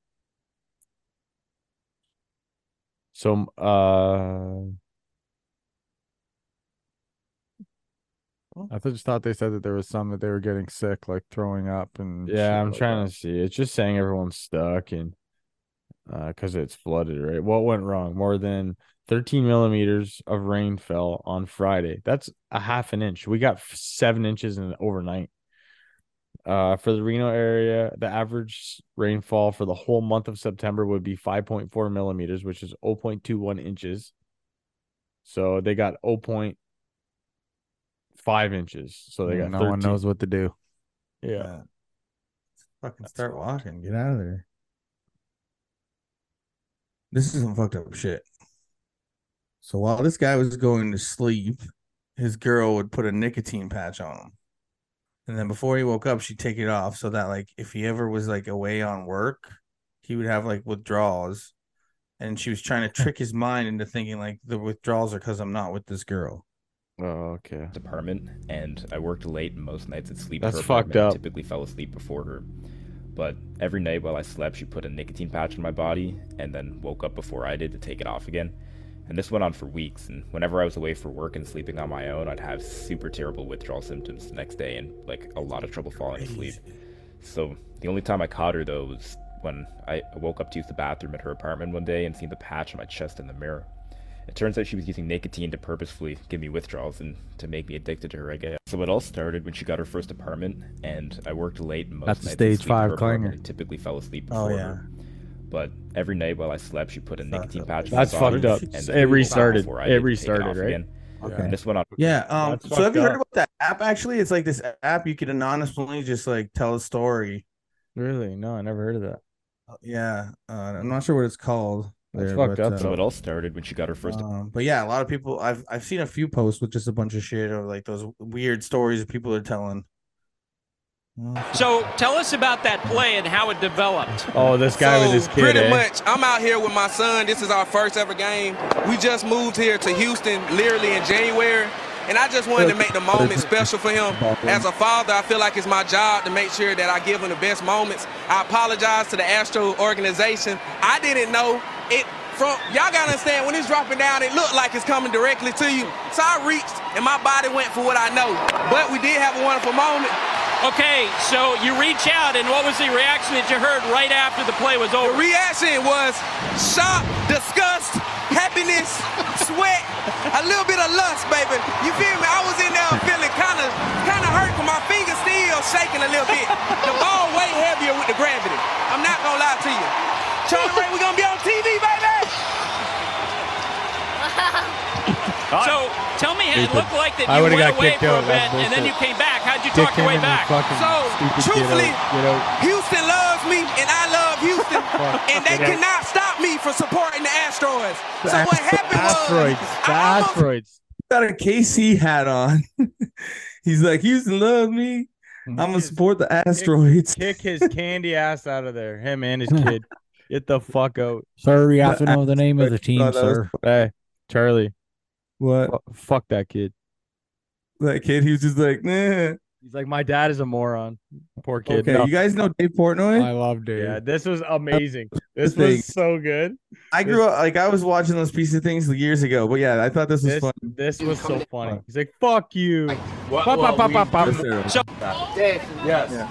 Speaker 3: so uh,
Speaker 1: I th- just thought they said that there was some that they were getting sick, like throwing up and shit
Speaker 3: yeah, I'm
Speaker 1: like
Speaker 3: trying
Speaker 1: that.
Speaker 3: to see. It's just uh, saying everyone's stuck and because it's flooded, right? What went wrong? More than 13 millimeters of rain fell on Friday. That's a half an inch. We got f- seven inches in overnight. Uh, for the Reno area, the average rainfall for the whole month of September would be 5.4 millimeters, which is 0.21 inches. So they got 0.5 inches. So they got
Speaker 1: no one
Speaker 3: 13.
Speaker 1: knows what to do.
Speaker 3: Yeah.
Speaker 2: Fucking start walking. Get out of there. This is some fucked up shit. So while this guy was going to sleep, his girl would put a nicotine patch on him. And then before he woke up, she'd take it off so that like if he ever was like away on work, he would have like withdrawals. And she was trying to trick his mind into thinking like the withdrawals are because I'm not with this girl.
Speaker 3: Oh, okay.
Speaker 15: Apartment, and I worked late and most nights I'd sleep.
Speaker 3: That's
Speaker 15: in her
Speaker 3: fucked
Speaker 15: apartment. I
Speaker 3: up.
Speaker 15: typically fell asleep before her, but every night while I slept, she put a nicotine patch on my body and then woke up before I did to take it off again. And this went on for weeks. And whenever I was away for work and sleeping on my own, I'd have super terrible withdrawal symptoms the next day and like a lot of trouble falling asleep. So the only time I caught her though was when I I woke up to use the bathroom at her apartment one day and seen the patch on my chest in the mirror. It turns out she was using nicotine to purposefully give me withdrawals and to make me addicted to her, I guess. So it all started when she got her first apartment, and I worked late and most
Speaker 1: That's
Speaker 15: nights. I'd
Speaker 1: stage
Speaker 15: sleep in her
Speaker 1: five
Speaker 15: apartment
Speaker 1: clanger.
Speaker 15: and Typically fell asleep
Speaker 1: Oh,
Speaker 15: before her. But every night while I slept, she put a nicotine patch. on my
Speaker 3: That's
Speaker 15: body
Speaker 3: fucked up.
Speaker 15: and
Speaker 3: It
Speaker 15: woke up
Speaker 3: restarted.
Speaker 15: before I
Speaker 3: It
Speaker 15: did to take
Speaker 3: restarted,
Speaker 15: off
Speaker 3: right?
Speaker 15: again.
Speaker 3: Okay.
Speaker 15: And this went on.
Speaker 2: Yeah. Um.
Speaker 3: That's
Speaker 2: So have you
Speaker 3: fucked
Speaker 2: heard about that app? Actually, it's like this app you can anonymously just like tell a story.
Speaker 3: Really? No, I never heard of that.
Speaker 2: Yeah. Uh, I'm not sure what it's called.
Speaker 3: That's
Speaker 2: there,
Speaker 3: fucked
Speaker 2: but,
Speaker 3: up,
Speaker 2: uh,
Speaker 15: So it all started when she got her first.
Speaker 2: Um, but yeah, a lot of people I've I've seen a few posts with just a bunch of shit or like those weird stories people are telling.
Speaker 14: So tell us about that play and how it developed.
Speaker 3: Oh, this guy with his kid.
Speaker 16: Pretty
Speaker 3: eh?
Speaker 16: much, I'm out here with my son. This is our first ever game. We just moved here to Houston literally in January, and I just wanted to make the moment special for him. As a father, I feel like it's my job to make sure that I give him the best moments. I apologize to the Astro organization. I didn't know it from y'all gotta understand when it's dropping down, it looked like it's coming directly to you. So I reached and my body went for what I know. But we did have a wonderful moment.
Speaker 14: Okay, so you reach out, and what was the reaction that you heard right after the play was over?
Speaker 16: The reaction was shock, disgust, happiness, sweat, a little bit of lust, baby. You feel me? I was in there feeling kind of kind of hurt, but my fingers still shaking a little bit. The ball way heavier with the gravity. I'm not gonna lie to you. Charlie Ray, we gonna be on TV, baby.
Speaker 14: So tell me, how it
Speaker 16: Stupid.
Speaker 14: looked like that
Speaker 16: I
Speaker 14: you
Speaker 16: would've
Speaker 14: went
Speaker 16: got
Speaker 14: away
Speaker 16: kicked
Speaker 14: for
Speaker 16: out.
Speaker 14: a bit,
Speaker 16: That's
Speaker 14: and then you came
Speaker 16: bullshit.
Speaker 14: back. How'd you talk your way back?
Speaker 9: Ah.
Speaker 16: So truthfully, Houston loves me, and I love Houston, and they
Speaker 3: Fuck.
Speaker 16: cannot stop me from supporting the Astros.
Speaker 2: The
Speaker 16: So what
Speaker 2: ast-
Speaker 16: happened was.
Speaker 2: asteroids. The asteroids. Got a KC hat on. He's like, Houston love me. I'm gonna support the asteroids.
Speaker 3: Kick his candy ass out of there. Him and his kid. Get the fuck out.
Speaker 1: Sir, we have to know the name of the team,
Speaker 3: Thought that was-
Speaker 1: sir.
Speaker 3: Hey, Charlie.
Speaker 2: What?
Speaker 3: fuck that kid.
Speaker 2: That kid, he was just like, nah.
Speaker 3: He's like, my dad is a moron. Poor kid.
Speaker 2: Okay,
Speaker 3: No.
Speaker 2: you guys know Dave Portnoy?
Speaker 1: I love Dave.
Speaker 3: Yeah, this was amazing. This
Speaker 2: the thing.
Speaker 3: was so good.
Speaker 2: I grew up like I was watching those pieces of things years ago, but yeah, I thought this was
Speaker 3: This,
Speaker 2: fun.
Speaker 3: this was so funny. He's like, fuck you.
Speaker 2: What-
Speaker 3: Pop,
Speaker 2: what
Speaker 3: pop, pop,
Speaker 2: we
Speaker 3: pop, pop.
Speaker 2: just-
Speaker 3: So-
Speaker 12: Dave.
Speaker 2: Yes. Yeah.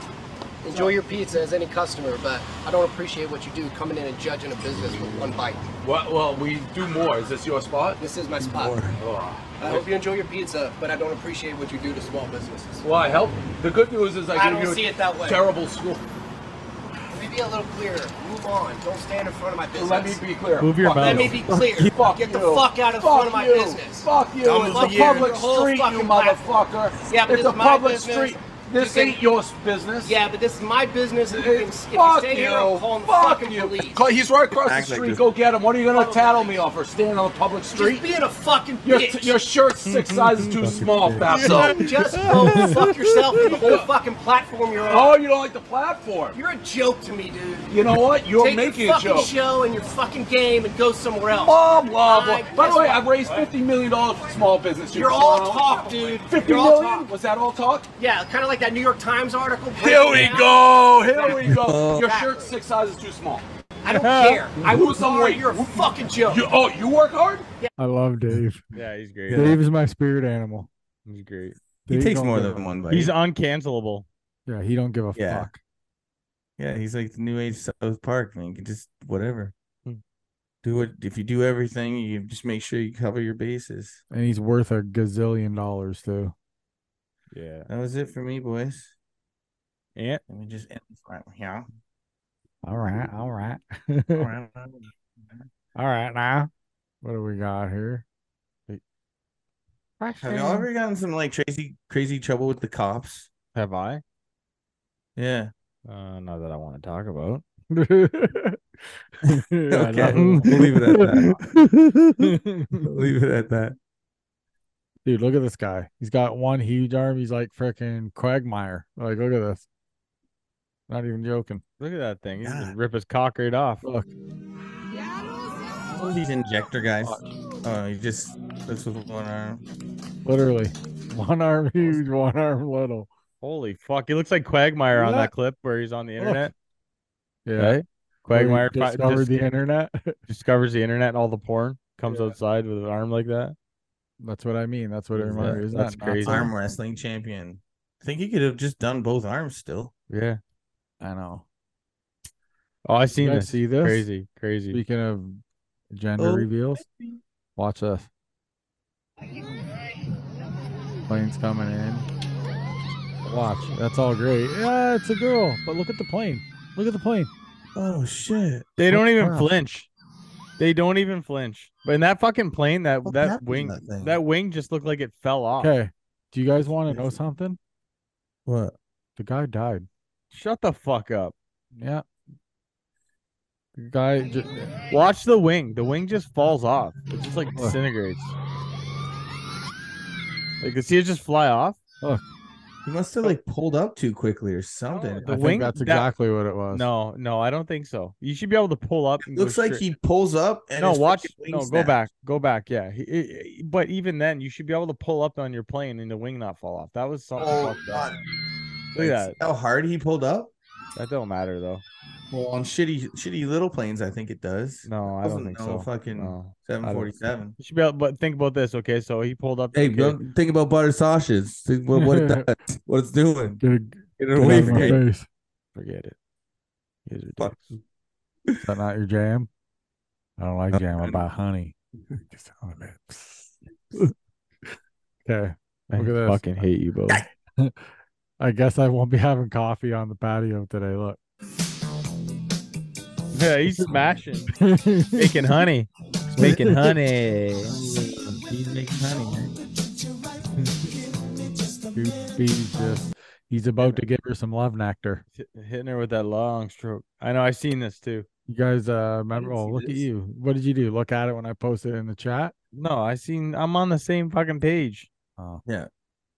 Speaker 12: Enjoy your pizza as any customer, but I don't appreciate what you do coming in and judging a business with one bite.
Speaker 9: What? Well, we do more. Is this your spot?
Speaker 12: This is my spot.
Speaker 9: Oh.
Speaker 12: I hope you enjoy your pizza, but I don't appreciate what you do to small businesses.
Speaker 9: Well, I help. The good news is I,
Speaker 12: I
Speaker 9: gave
Speaker 12: don't
Speaker 9: you a
Speaker 12: see it that way.
Speaker 9: Terrible school.
Speaker 12: Can we be a little clearer? Move on. Don't stand in front of my business.
Speaker 9: Let me be clear.
Speaker 12: Move your Fuck mouth.
Speaker 9: Let
Speaker 12: you.
Speaker 9: me be clear.
Speaker 12: Fuck
Speaker 9: Get the
Speaker 12: you.
Speaker 9: fuck out of
Speaker 12: Fuck
Speaker 9: front of my
Speaker 12: you.
Speaker 9: business.
Speaker 12: Fuck you.
Speaker 9: Dumb
Speaker 12: It's
Speaker 9: of
Speaker 12: a
Speaker 9: year.
Speaker 12: public
Speaker 9: Your whole
Speaker 12: street, you
Speaker 9: fucking platform.
Speaker 12: motherfucker. Yeah, but
Speaker 9: It's
Speaker 12: this
Speaker 9: a
Speaker 12: is my
Speaker 9: public
Speaker 12: business.
Speaker 9: street.
Speaker 12: You
Speaker 9: This
Speaker 12: can-
Speaker 9: ain't your business.
Speaker 12: Yeah, but this is my business. and you can, if you
Speaker 9: Fuck
Speaker 12: stay here,
Speaker 9: you.
Speaker 12: I'm calling the
Speaker 9: Fuck
Speaker 12: fucking
Speaker 9: you.
Speaker 12: police.
Speaker 9: Cl- He's right across
Speaker 12: Act
Speaker 9: the
Speaker 12: like
Speaker 9: street.
Speaker 12: this.
Speaker 9: Go get him. What are you gonna tattle me off for standing on a public street?
Speaker 12: Just being a fucking
Speaker 9: your,
Speaker 12: bitch.
Speaker 9: your shirt's six sizes too small,
Speaker 12: So
Speaker 9: Fabso.
Speaker 12: just go fuck yourself and the whole fucking platform you're on.
Speaker 9: Oh, you don't like the platform?
Speaker 12: You're a joke to me, dude.
Speaker 9: You know what? You're
Speaker 12: Take
Speaker 9: making a
Speaker 12: your fucking
Speaker 9: joke.
Speaker 12: show and your fucking game and go somewhere else.
Speaker 9: Blah blah blah.
Speaker 12: I-
Speaker 9: By
Speaker 12: guess
Speaker 9: the way,
Speaker 12: what?
Speaker 9: I've raised fifty million dollars for small business.
Speaker 12: You're all talk, dude.
Speaker 9: Fifty
Speaker 12: You're all
Speaker 9: million? Was that all talk?
Speaker 12: Yeah, kind of like that New York Times article.
Speaker 9: Here we go. Here we go.
Speaker 12: Exactly.
Speaker 9: Your shirt's six sizes too small.
Speaker 12: I don't care. I
Speaker 9: Who's
Speaker 12: work hard.
Speaker 9: sorry?
Speaker 12: You're a fucking joke.
Speaker 9: You, oh, you work hard?
Speaker 1: I love Dave.
Speaker 3: Yeah, he's great.
Speaker 1: Dave is my spirit animal.
Speaker 3: He's great.
Speaker 1: He Dave takes don't more give a- than
Speaker 2: one bite.
Speaker 3: He's uncancelable.
Speaker 1: Yeah, he don't give a
Speaker 2: Yeah.
Speaker 1: fuck.
Speaker 3: Hmm.
Speaker 2: Yeah, he's like the new age South Park man. You can just whatever. Do it if you do everything, you just make sure you cover your bases.
Speaker 1: And he's worth a gazillion dollars too.
Speaker 3: Yeah.
Speaker 2: That was it for me, boys. Yeah. Let me just end this right here.
Speaker 1: All right, all right.
Speaker 2: All right.
Speaker 1: all right now. What do we got here?
Speaker 2: Have
Speaker 3: Uh-huh.
Speaker 2: y'all ever gotten some like crazy crazy trouble with the cops?
Speaker 3: Have I?
Speaker 2: Yeah.
Speaker 3: Uh, not that I want to talk about.
Speaker 2: Okay. We'll leave it at that. Leave it at that.
Speaker 1: Dude, look at this guy. He's got one huge arm. He's like freaking Quagmire. Like, look at this. Not even joking.
Speaker 3: Look at that thing. He's gonna rip his cock right off.
Speaker 1: Look.
Speaker 2: All these injector guys. Oh, you just that's with one arm.
Speaker 1: Literally. One arm huge, one arm little.
Speaker 3: Holy fuck. He looks like Quagmire on
Speaker 1: Yeah.
Speaker 3: that clip where he's on the
Speaker 1: Oh.
Speaker 3: internet.
Speaker 1: Yeah.
Speaker 3: Right?
Speaker 1: Where he
Speaker 3: Quagmire fi-
Speaker 1: discovered
Speaker 3: dis-
Speaker 1: the internet.
Speaker 3: discovers the internet and all the porn. Comes outside with an arm like that.
Speaker 1: That's what I mean. That's what it
Speaker 3: Isn't
Speaker 1: reminds
Speaker 3: that-
Speaker 1: me. Isn't
Speaker 3: that's
Speaker 1: that
Speaker 3: crazy.
Speaker 1: nuts?
Speaker 2: Arm wrestling champion. I think you could have just done both arms still.
Speaker 3: Yeah.
Speaker 1: I know.
Speaker 3: Oh, I
Speaker 1: You
Speaker 3: seen
Speaker 1: guys
Speaker 3: this.
Speaker 1: see this?
Speaker 3: Crazy, crazy.
Speaker 1: Speaking of gender
Speaker 3: Oh,
Speaker 1: reveals, watch this. Plane's coming in. Watch. That's all great. Yeah, it's a girl. But look at the plane. Look at the plane.
Speaker 2: Oh shit.
Speaker 3: They don't
Speaker 1: Holy
Speaker 3: even
Speaker 1: crap.
Speaker 3: flinch. They don't even flinch. But in that fucking plane, that
Speaker 2: What
Speaker 3: that
Speaker 2: happened to
Speaker 3: wing,
Speaker 2: that
Speaker 3: that,
Speaker 2: thing?
Speaker 3: wing just looked like it fell off.
Speaker 1: Okay. Do you guys want to know something?
Speaker 2: What?
Speaker 1: The guy died.
Speaker 3: Shut the fuck up.
Speaker 1: Yeah. The guy just
Speaker 3: Watch the wing. The wing just falls off. It just like disintegrates. Like, you see it just fly off?
Speaker 1: Look.
Speaker 2: You must
Speaker 3: Oh.
Speaker 2: have like pulled up too quickly or something.
Speaker 1: I think that's exactly what it was.
Speaker 3: No, no, I don't think so. You should be able to pull up. and go
Speaker 2: Looks like
Speaker 3: straight-
Speaker 2: he pulls up and
Speaker 3: no,
Speaker 2: his
Speaker 3: watch.
Speaker 2: fucking wing
Speaker 3: No, go
Speaker 2: snaps.
Speaker 3: back. Go back. Yeah. He- he- he- but even then, you should be able to pull up on your plane and the wing not fall off. That was something.
Speaker 2: Oh,
Speaker 3: fucked up.
Speaker 2: God.
Speaker 3: Look at
Speaker 2: Like,
Speaker 3: that.
Speaker 2: see How hard he pulled up?
Speaker 3: That don't matter though.
Speaker 2: Well, on shitty, shitty little planes, I think it does.
Speaker 3: No, I don't
Speaker 2: Wasn't
Speaker 3: think
Speaker 2: no
Speaker 3: so.
Speaker 2: Fucking
Speaker 3: No, I don't-
Speaker 2: 747.
Speaker 3: You should be able, but think about this. Okay, so he pulled up.
Speaker 2: Hey,
Speaker 3: okay,
Speaker 2: bro, think about butter sausages. Think about what it does, what it's doing.
Speaker 1: Get, a,
Speaker 2: Get
Speaker 1: get
Speaker 2: it away
Speaker 1: out of
Speaker 2: from
Speaker 1: my
Speaker 2: me.
Speaker 1: face.
Speaker 3: Forget it. These are
Speaker 2: Fuck.
Speaker 3: dicks.
Speaker 1: Is that not your jam? I don't like jam. I
Speaker 2: good.
Speaker 1: buy honey. Just on it. Okay.
Speaker 3: I
Speaker 1: Look at this.
Speaker 3: fucking hate you both.
Speaker 1: I guess I won't be having coffee on the patio today. Look.
Speaker 3: yeah, he's smashing, making honey, he's making honey.
Speaker 2: He's making honey.
Speaker 1: Goofy's just he's about to give her some love nectar.
Speaker 3: Hit- Hitting her with that long stroke. I know. I've seen this too.
Speaker 1: You guys uh remember oh
Speaker 3: see
Speaker 1: look at
Speaker 3: this.
Speaker 1: you. What did you do? Look at it when I posted it in the chat?
Speaker 3: No, I seen. I'm on the same fucking page.
Speaker 1: Oh.
Speaker 2: Yeah,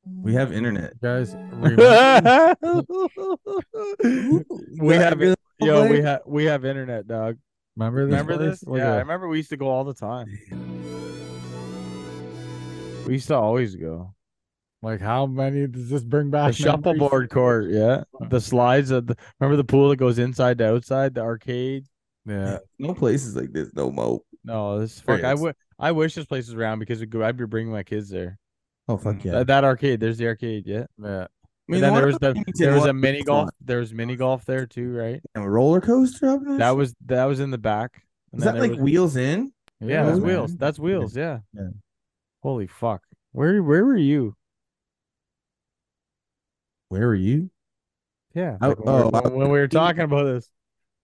Speaker 2: we have internet.
Speaker 1: You guys
Speaker 3: we
Speaker 1: remember
Speaker 3: have
Speaker 14: uh,
Speaker 2: really-
Speaker 3: yo, we have we have internet, dog.
Speaker 1: remember this?
Speaker 3: Remember
Speaker 1: place?
Speaker 3: this?
Speaker 1: Look
Speaker 3: yeah, I
Speaker 1: at
Speaker 3: remember we used to go all the time. We used to always go.
Speaker 1: Like how many does this bring back?
Speaker 3: The
Speaker 1: memories?
Speaker 3: shuffleboard court, yeah. The slides of the remember the pool that goes inside to outside, the arcade.
Speaker 1: Yeah.
Speaker 2: No places like this no mo.
Speaker 3: No, this fuck. I
Speaker 2: Experience.
Speaker 3: would. I wish this place was around because we go, I'd be bringing my kids there.
Speaker 2: Oh fuck yeah!
Speaker 3: That, that arcade, there's the arcade, Mm. yeah.
Speaker 1: Yeah.
Speaker 2: I
Speaker 3: and
Speaker 2: mean,
Speaker 3: then
Speaker 2: what
Speaker 3: there was
Speaker 2: about
Speaker 3: the
Speaker 2: Remington?
Speaker 3: there was
Speaker 2: What
Speaker 3: a mini
Speaker 2: about
Speaker 3: golf.
Speaker 2: one?
Speaker 3: There was mini golf there too, right?
Speaker 2: And a roller coaster up there.
Speaker 3: That was that was in the back. And
Speaker 2: Is
Speaker 3: then
Speaker 2: that
Speaker 3: there
Speaker 2: like
Speaker 3: was-
Speaker 2: wheels in?
Speaker 3: Yeah, that's
Speaker 2: Yeah.
Speaker 3: wheels. That's wheels. Yeah.
Speaker 2: Yeah.
Speaker 3: Holy fuck. Where where were you?
Speaker 2: Where were you?
Speaker 3: Yeah.
Speaker 2: I-
Speaker 3: like when, we were-
Speaker 2: oh, I-
Speaker 3: when- when we were talking about this.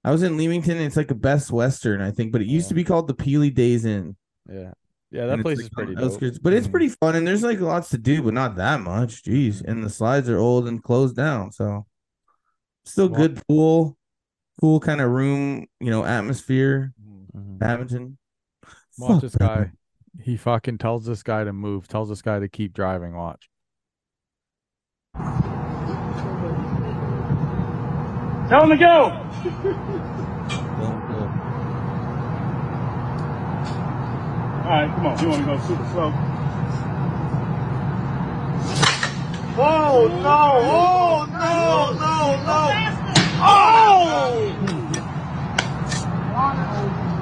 Speaker 2: I was in Leamington. And it's like a Best Western, I think, but it used to be called the Peely Days Inn.
Speaker 3: Yeah. Yeah,
Speaker 2: And
Speaker 3: that
Speaker 2: it's,
Speaker 3: place
Speaker 2: like,
Speaker 3: is
Speaker 2: on
Speaker 3: pretty
Speaker 2: the
Speaker 3: dope.
Speaker 2: outskirts, but it's pretty fun, and there's like lots to do, but not that much. Jeez, and the slides are old and closed down, so still
Speaker 3: Well-
Speaker 2: good pool, cool kind of room, you know, atmosphere.
Speaker 3: Mhm.
Speaker 2: Abington,
Speaker 1: Watch
Speaker 2: Fuck
Speaker 1: this
Speaker 2: that.
Speaker 1: guy. He fucking tells this guy to move, tells this guy to keep driving. Watch.
Speaker 9: Tell him to go. All right, come on. You want to go super slow?
Speaker 14: Oh, no. Oh, no, no, no. Oh!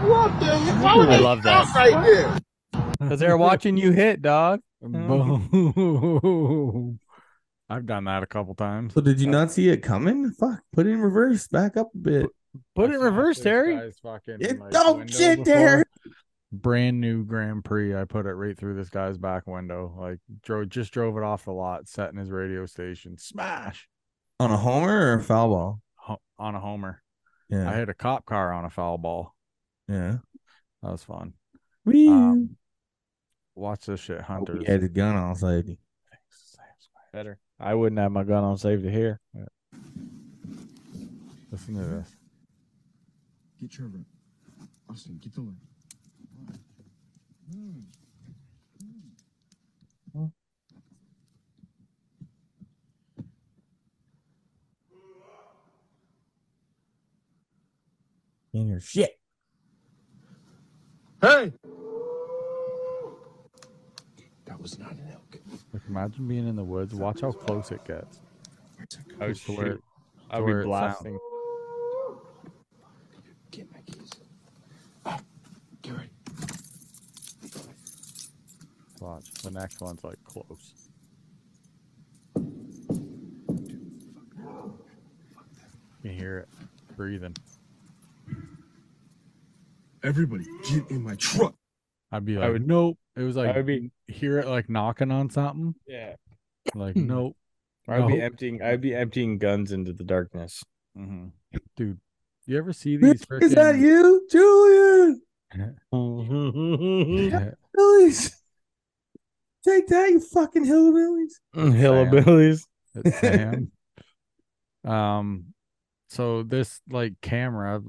Speaker 14: What the hell? Why would
Speaker 3: I
Speaker 14: they
Speaker 3: love that.
Speaker 14: stop right there?
Speaker 3: Cause they're watching you hit, dog.
Speaker 2: Mm.
Speaker 1: Boom. I've done that a couple times.
Speaker 2: So did you not see it coming? Fuck, put it in reverse, back up a bit.
Speaker 1: Put it in reverse, Terry.
Speaker 14: It don't sit there.
Speaker 1: Brand new Grand Prix. I put it right through this guy's back window. Like drove just drove it off the lot, set in his radio station. Smash
Speaker 14: on a homer or a foul ball?
Speaker 1: Ho- on a homer.
Speaker 14: Yeah.
Speaker 1: I hit a cop car on a foul ball.
Speaker 14: Yeah.
Speaker 1: That was fun.
Speaker 14: We
Speaker 1: Um, watch this shit, Hunters.
Speaker 14: had the gun on safety.
Speaker 1: Better. I wouldn't have my gun on safety here. Listen to this.
Speaker 17: Get Trevor. Austin, get the light.
Speaker 14: In your shit.
Speaker 17: Hey!
Speaker 1: That was not an elk. Like imagine being in the woods. Watch how close it gets.
Speaker 3: Oh,
Speaker 1: To where-
Speaker 3: shoot.
Speaker 1: to
Speaker 3: I'd be
Speaker 1: where it sounds.
Speaker 3: blasting.
Speaker 17: Get my keys. Ah, get ready.
Speaker 1: Watch. The next one's like close. You can hear it breathing.
Speaker 17: Everybody, get in my truck.
Speaker 1: I'd be
Speaker 17: I
Speaker 1: like,
Speaker 17: would-
Speaker 1: nope. It was
Speaker 17: I
Speaker 1: like
Speaker 17: would
Speaker 1: be hear it like knocking on something.
Speaker 3: Yeah.
Speaker 1: Like
Speaker 17: Hmm.
Speaker 1: nope.
Speaker 3: I'd be
Speaker 1: No.
Speaker 3: emptying. I'd be emptying guns into the darkness.
Speaker 1: Mhm. Dude, you ever see these?
Speaker 14: Is that
Speaker 1: frickin-
Speaker 14: you, Julian? Hillbillies. Take that, you fucking hillbillies.
Speaker 3: Mm, Hillbillies.
Speaker 1: It's Sam. um, so this like camera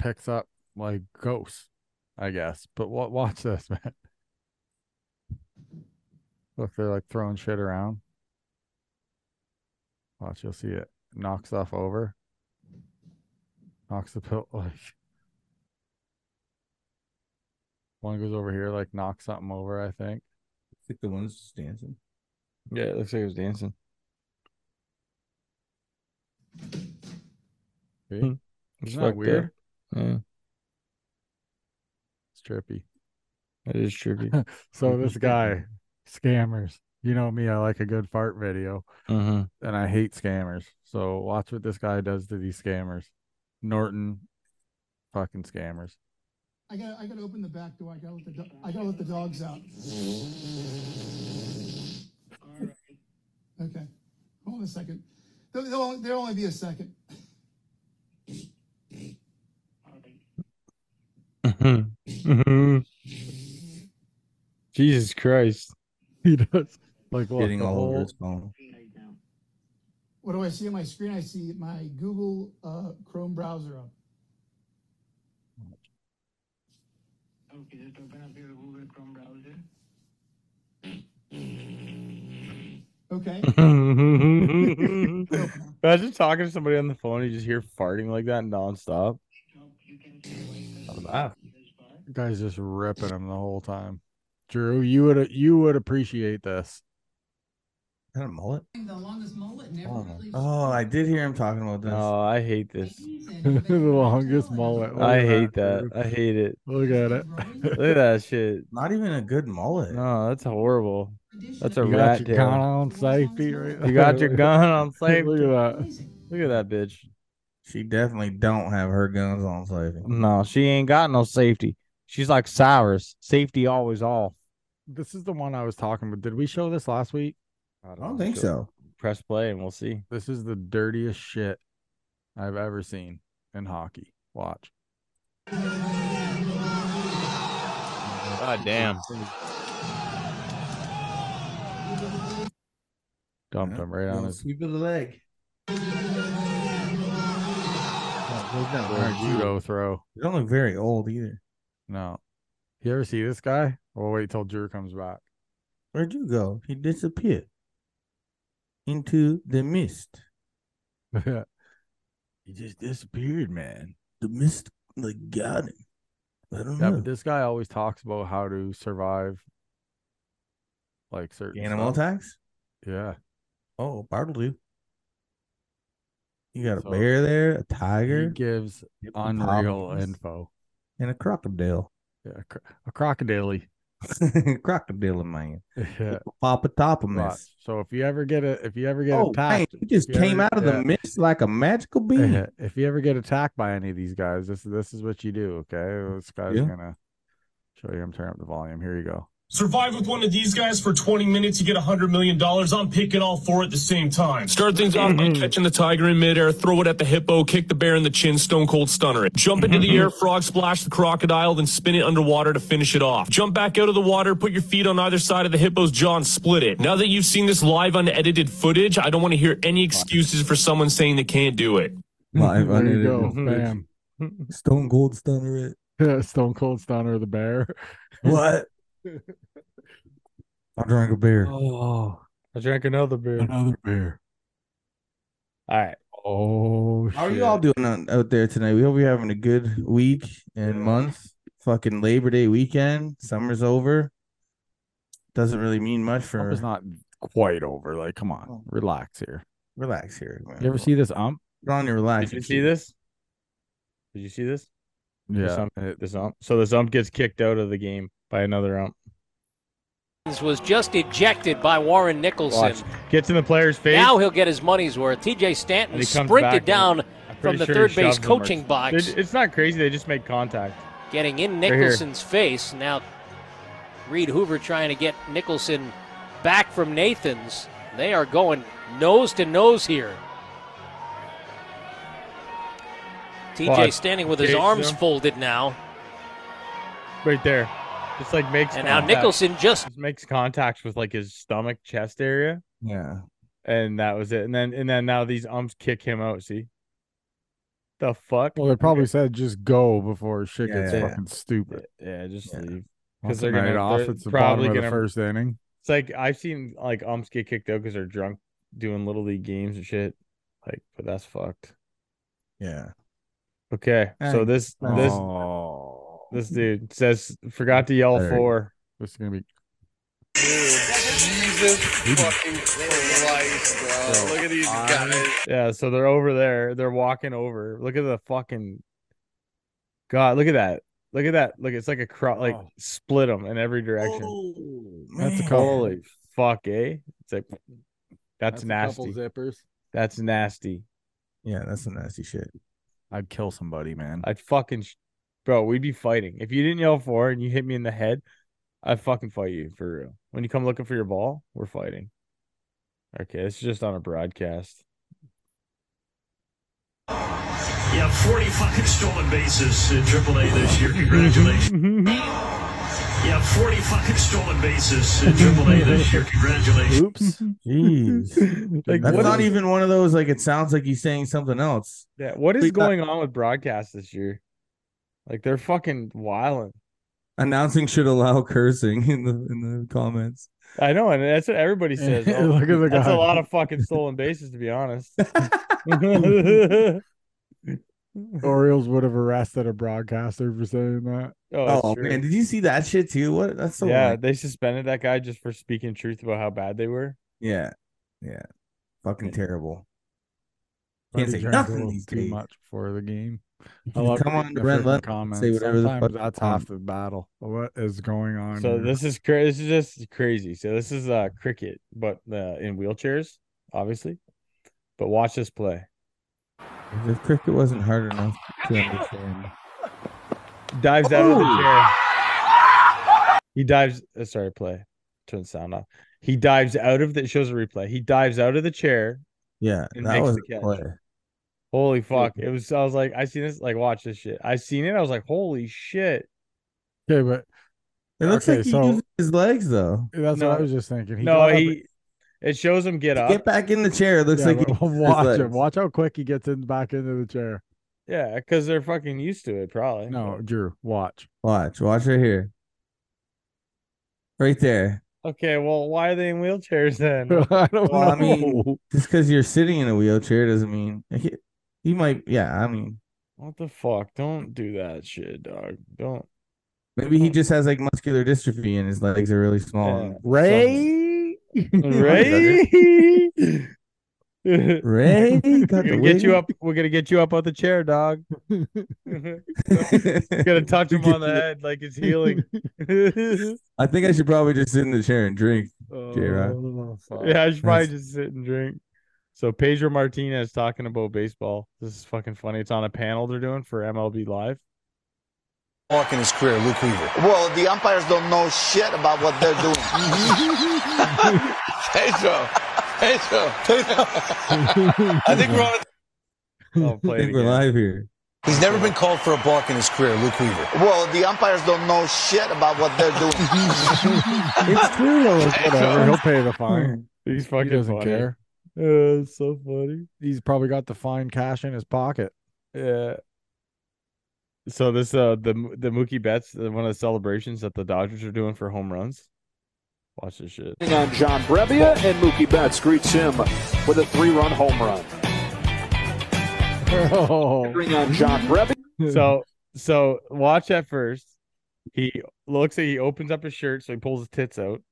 Speaker 1: picks up like ghosts, I guess. But what? Watch this, man. Look, they're like throwing shit around. Watch, you'll see it knock stuff over. Knocks the pill like one goes over here, like knocks something over. I think.
Speaker 14: I think the one's just dancing.
Speaker 3: Yeah, it looks like it was dancing.
Speaker 1: See?
Speaker 3: Hmm.
Speaker 1: Isn't
Speaker 3: It's
Speaker 1: that
Speaker 3: fucked up.
Speaker 1: weird?
Speaker 3: Yeah,
Speaker 1: It's trippy.
Speaker 3: it is trippy.
Speaker 1: So this guy, scammers. You know me, I like a good fart video,
Speaker 3: Mhm.
Speaker 1: and I hate scammers. So watch what this guy does to these scammers. Norton, fucking scammers.
Speaker 17: I gotta, I gotta open the back door. I gotta let the, do- I gotta let the dogs out. Okay, hold on a second. There'll, there'll, only- there'll only be a second.
Speaker 14: Hmm. Mm-hmm.
Speaker 3: Jesus Christ.
Speaker 1: He does. Like
Speaker 17: look,
Speaker 14: Getting
Speaker 17: the
Speaker 14: all over
Speaker 17: whole-
Speaker 14: his phone.
Speaker 17: What do I see on my screen? I see my Google uh, Chrome browser up.
Speaker 18: Okay, just open up your Google Chrome browser.
Speaker 17: Okay.
Speaker 3: Imagine talking to somebody on the phone and you just hear farting like that nonstop. I'd laugh.
Speaker 1: Guy's just ripping him the whole time. Drew, you would you would appreciate this.
Speaker 14: Is that a mullet?
Speaker 18: The longest mullet never really
Speaker 14: Oh, I did hear him talking about this.
Speaker 3: Oh, I hate this.
Speaker 1: the longest mullet. Look
Speaker 3: I
Speaker 1: at
Speaker 3: hate that.
Speaker 1: Drew.
Speaker 3: I hate it.
Speaker 1: Oh, Look at it.
Speaker 3: Look at that shit.
Speaker 14: Not even a good mullet.
Speaker 3: No, that's horrible. That's a
Speaker 1: you got
Speaker 3: rat
Speaker 1: your
Speaker 3: tail.
Speaker 1: gun on safety right
Speaker 3: You got your
Speaker 1: there.
Speaker 3: gun on safety.
Speaker 1: Look at that.
Speaker 3: Look at that bitch.
Speaker 14: She definitely don't have her guns on safety.
Speaker 3: No, she ain't got no safety. She's like Cyrus. Safety always off.
Speaker 1: This is the one I was talking about. Did we show this last week?
Speaker 3: I
Speaker 14: don't think so.
Speaker 3: Press play and we'll see.
Speaker 1: This is the dirtiest shit I've ever seen in hockey. Watch.
Speaker 3: God damn.
Speaker 1: Dumped him right on
Speaker 14: Little
Speaker 1: his
Speaker 14: Sweep of the leg.
Speaker 1: little judo throw.
Speaker 14: You don't look very old either.
Speaker 1: No. You ever see this guy? We'll wait till Drew comes back.
Speaker 14: Where'd you go? He disappeared into the mist. He just disappeared, man. The mist like got him. I don't
Speaker 1: Yeah,
Speaker 14: know.
Speaker 1: but this guy always talks about how to survive like certain
Speaker 14: Animal
Speaker 1: stuff.
Speaker 14: attacks?
Speaker 1: Yeah.
Speaker 14: Oh, Bartle do. You got a
Speaker 1: So-
Speaker 14: bear there,
Speaker 1: He
Speaker 14: a tiger,
Speaker 1: gives unreal
Speaker 14: hippopotamus,
Speaker 1: info.
Speaker 14: and a crocodile.
Speaker 1: Yeah, a, cro- a crocodile.
Speaker 2: Crocodile man.
Speaker 1: Yeah.
Speaker 2: Papa top of
Speaker 1: Lots.
Speaker 2: miss.
Speaker 1: So if you ever get a if you ever get
Speaker 2: Oh, man,
Speaker 1: attacked,
Speaker 2: you just
Speaker 1: if you
Speaker 2: came out of the mist like a magical being.
Speaker 1: If you ever get attacked by any of these guys, this this is what you do. Okay, this guy's
Speaker 11: Yeah.
Speaker 1: gonna show you. I'm turning up the volume. Here you go.
Speaker 11: Survive with one of these guys for 20 minutes, you get $100 million. I'm picking all four at the same time. Start things off by catching the tiger in midair, throw it at the hippo, kick the bear in the chin, stone cold stunner it. Jump into the air, frog splash the crocodile, then spin it underwater to finish it off. Jump back out of the water, put your feet on either side of the hippo's jaw and split it. Now that you've seen this live unedited footage, I don't want to hear any excuses for someone saying they can't do it.
Speaker 2: Live
Speaker 1: there you go.
Speaker 2: under the
Speaker 1: Bam.
Speaker 2: Stone Cold Stunner it.
Speaker 1: Stone Cold Stunner the Bear.
Speaker 2: What? I drank a beer.
Speaker 1: Oh,
Speaker 3: I drank another beer.
Speaker 1: Another beer.
Speaker 3: All right.
Speaker 1: Oh,
Speaker 2: How are you all doing out- out there tonight? We hope you're having a good week and month. Fucking Labor Day weekend. Summer's over. Doesn't really mean much for. Oh.
Speaker 1: It's not quite over. Like, come on, relax here.
Speaker 2: Relax here. man.
Speaker 1: You ever see this ump?
Speaker 2: Put on your
Speaker 3: Did
Speaker 2: relaxing
Speaker 3: you see this? Did you see this?
Speaker 1: Yeah,
Speaker 3: This ump, this ump. So this ump gets kicked out of the game by another ump.
Speaker 19: was just ejected by Warren Nicholson.
Speaker 3: Watch. Gets in the player's face.
Speaker 19: Now he'll get his money's worth. TJ
Speaker 3: and
Speaker 19: Stanton
Speaker 3: he comes back
Speaker 19: sprinted
Speaker 3: and
Speaker 19: down
Speaker 3: I'm
Speaker 19: from
Speaker 3: pretty
Speaker 19: the
Speaker 3: sure he
Speaker 19: third base
Speaker 3: shoved him or-
Speaker 19: coaching box,
Speaker 3: It- It's not crazy. They just make contact.
Speaker 19: getting in
Speaker 3: Right here.
Speaker 19: Nicholson's face. Now Reed Hoover trying to get Nicholson back from Nathan's. They are going nose to nose here. TJ
Speaker 3: Watch.
Speaker 19: standing with his
Speaker 3: Gates,
Speaker 19: arms
Speaker 3: yeah.
Speaker 19: folded now,
Speaker 3: Right there. Just like makes
Speaker 19: and now
Speaker 3: contact.
Speaker 19: Nicholson just
Speaker 3: makes contacts with like his stomach chest area.
Speaker 2: Yeah.
Speaker 3: And that was it. And then and then now these umps kick him out, see? The fuck?
Speaker 1: Well, they probably said just go before shit
Speaker 3: Yeah,
Speaker 1: gets
Speaker 3: yeah.
Speaker 1: fucking stupid.
Speaker 3: Yeah, just leave.
Speaker 1: Once
Speaker 3: Because they're
Speaker 1: a night
Speaker 3: gonna
Speaker 1: off,
Speaker 3: they're
Speaker 1: it's the bottom
Speaker 3: probably
Speaker 1: of the
Speaker 3: gonna
Speaker 1: first inning.
Speaker 3: It's like I've seen like umps get kicked out because they're drunk doing little league games and shit. Like, but that's fucked.
Speaker 2: Yeah.
Speaker 3: Okay. So
Speaker 2: Hey,
Speaker 3: this
Speaker 2: nice.
Speaker 3: this
Speaker 1: Oh.
Speaker 3: this dude says forgot to yell
Speaker 1: There.
Speaker 3: for.
Speaker 1: This is gonna be
Speaker 14: Jesus fucking Christ, bro. Look at these guys.
Speaker 3: Yeah, so they're over there. They're walking over. Look at the fucking God, look at that. Look at that. Look, it's like a crop like split them in every direction.
Speaker 1: That's a couple.
Speaker 3: Holy fuck, eh? It's like that's,
Speaker 1: That's a couple
Speaker 3: nasty.
Speaker 1: zippers.
Speaker 3: That's nasty.
Speaker 2: Yeah, that's some nasty shit.
Speaker 1: I'd kill somebody, man.
Speaker 3: I'd fucking, sh- bro, we'd be fighting. If you didn't yell for it and you hit me in the head, I'd fucking fight you for real. When you come looking for your ball, we're fighting. Okay, it's just on a broadcast.
Speaker 9: Yeah, 40 fucking stolen bases
Speaker 11: uh,
Speaker 9: in AAA this year. Congratulations. yeah, 40 fucking stolen bases in AAA this year. Congratulations.
Speaker 1: Oops.
Speaker 2: Jeez.
Speaker 3: Like,
Speaker 2: That's
Speaker 3: what
Speaker 2: not
Speaker 3: is-
Speaker 2: even one of those. Like, it sounds like he's saying something else.
Speaker 3: Yeah, what is
Speaker 2: We got-
Speaker 3: going on with broadcasts this year? Like they're fucking wilding.
Speaker 2: Announcing should allow cursing in the in the comments.
Speaker 3: I know, and that's what everybody says. Oh,
Speaker 2: Look at the
Speaker 3: that's
Speaker 2: guy.
Speaker 3: a lot of fucking stolen bases, to be honest.
Speaker 1: Orioles would have arrested a broadcaster for saying that.
Speaker 3: that's
Speaker 2: Oh,
Speaker 3: true.
Speaker 2: man, did you see that shit too? What? That's so
Speaker 3: yeah,
Speaker 2: weird.
Speaker 3: they suspended that guy just for speaking truth about how bad they were.
Speaker 2: yeah, yeah, fucking terrible.
Speaker 1: Can't
Speaker 2: Can't say
Speaker 1: drank a
Speaker 2: nothing
Speaker 1: little
Speaker 2: these
Speaker 1: too
Speaker 2: days.
Speaker 1: much before the game.
Speaker 2: Come on,
Speaker 1: the
Speaker 2: Brent,
Speaker 1: freaking
Speaker 2: let him say
Speaker 1: comments.
Speaker 2: whatever the
Speaker 1: Sometimes
Speaker 2: fuck you
Speaker 1: that's
Speaker 2: want.
Speaker 1: half the battle. What is going on?
Speaker 3: So
Speaker 1: here?
Speaker 3: this is cra- this is just crazy. So this is uh cricket, but uh, in wheelchairs, obviously. But watch this play.
Speaker 2: If the cricket wasn't hard enough to understand.
Speaker 3: Dives out of the
Speaker 2: Oh.
Speaker 3: chair. He dives. uh, sorry, play. Turn the sound off. He dives out of the. It shows a replay. He dives out of the chair.
Speaker 2: Yeah,
Speaker 3: and
Speaker 2: that
Speaker 3: makes
Speaker 2: was
Speaker 3: the
Speaker 2: a
Speaker 3: catch.
Speaker 2: play.
Speaker 3: Holy fuck! It was. I was like, I seen this. Like, watch this shit. I seen it. I was like, holy shit.
Speaker 1: okay, but
Speaker 2: It looks
Speaker 1: Okay,
Speaker 2: like he
Speaker 1: so-
Speaker 2: uses his legs though.
Speaker 1: that's what I was just thinking. He
Speaker 3: no,
Speaker 1: got up-
Speaker 3: he. It shows him get up.
Speaker 2: Get back in the chair. It looks
Speaker 1: Yeah,
Speaker 2: like he
Speaker 1: but
Speaker 2: uses his
Speaker 1: watch him.
Speaker 2: legs.
Speaker 1: Watch how quick he gets in back into the chair.
Speaker 3: Yeah, because they're fucking used to it, probably.
Speaker 1: No, Drew, watch.
Speaker 2: Watch, watch right here. Right there.
Speaker 3: Okay, well, why are they in wheelchairs then?
Speaker 1: I don't
Speaker 2: Well, I mean,
Speaker 1: Oh.
Speaker 2: just because you're sitting in a wheelchair doesn't mean like, he- he might. Yeah, I mean,
Speaker 3: What the fuck? Don't do that shit, dog. Don't.
Speaker 2: maybe he just has like muscular dystrophy and his
Speaker 1: Uh,
Speaker 2: legs are really small.
Speaker 3: Yeah. Ray? Ray?
Speaker 14: Ray
Speaker 3: We're
Speaker 14: got the
Speaker 3: gonna get you
Speaker 14: wig.
Speaker 3: up. We're gonna get you up out the chair, dog. We're gonna touch him on the head like it's healing.
Speaker 14: I think I should probably just sit in the chair and drink. J Rod.
Speaker 1: Oh, fuck.
Speaker 3: Yeah, I should probably just sit and drink. So Pedro Martinez talking about baseball. This is fucking funny. It's on a panel they're doing for MLB Live.
Speaker 2: Walk in his career, Luke Weaver. Well, the umpires don't know shit about what they're doing.
Speaker 20: Pedro. Pedro.
Speaker 2: I
Speaker 20: think we're on.
Speaker 2: Oh,
Speaker 14: I think we're live here.
Speaker 2: He's never been called for a balk in his career, Luke Weaver. Well, the umpires don't know shit about what they're doing.
Speaker 1: it's true though. It's whatever. He'll pay the fine.
Speaker 3: He's fucking
Speaker 1: he doesn't
Speaker 3: funny.
Speaker 1: care.
Speaker 3: Uh, it's so funny.
Speaker 1: He's probably got the fine cash in his pocket.
Speaker 3: Yeah. So this uh the the Mookie Betts uh, one of the celebrations that the Dodgers are doing for home runs. Watch this shit.
Speaker 6: on John Brebbia, and Mookie Betts greets him with a three-run home run. Bring on John Brebbia.
Speaker 3: so so watch that first. He looks like he opens up his shirt, so he pulls his tits out,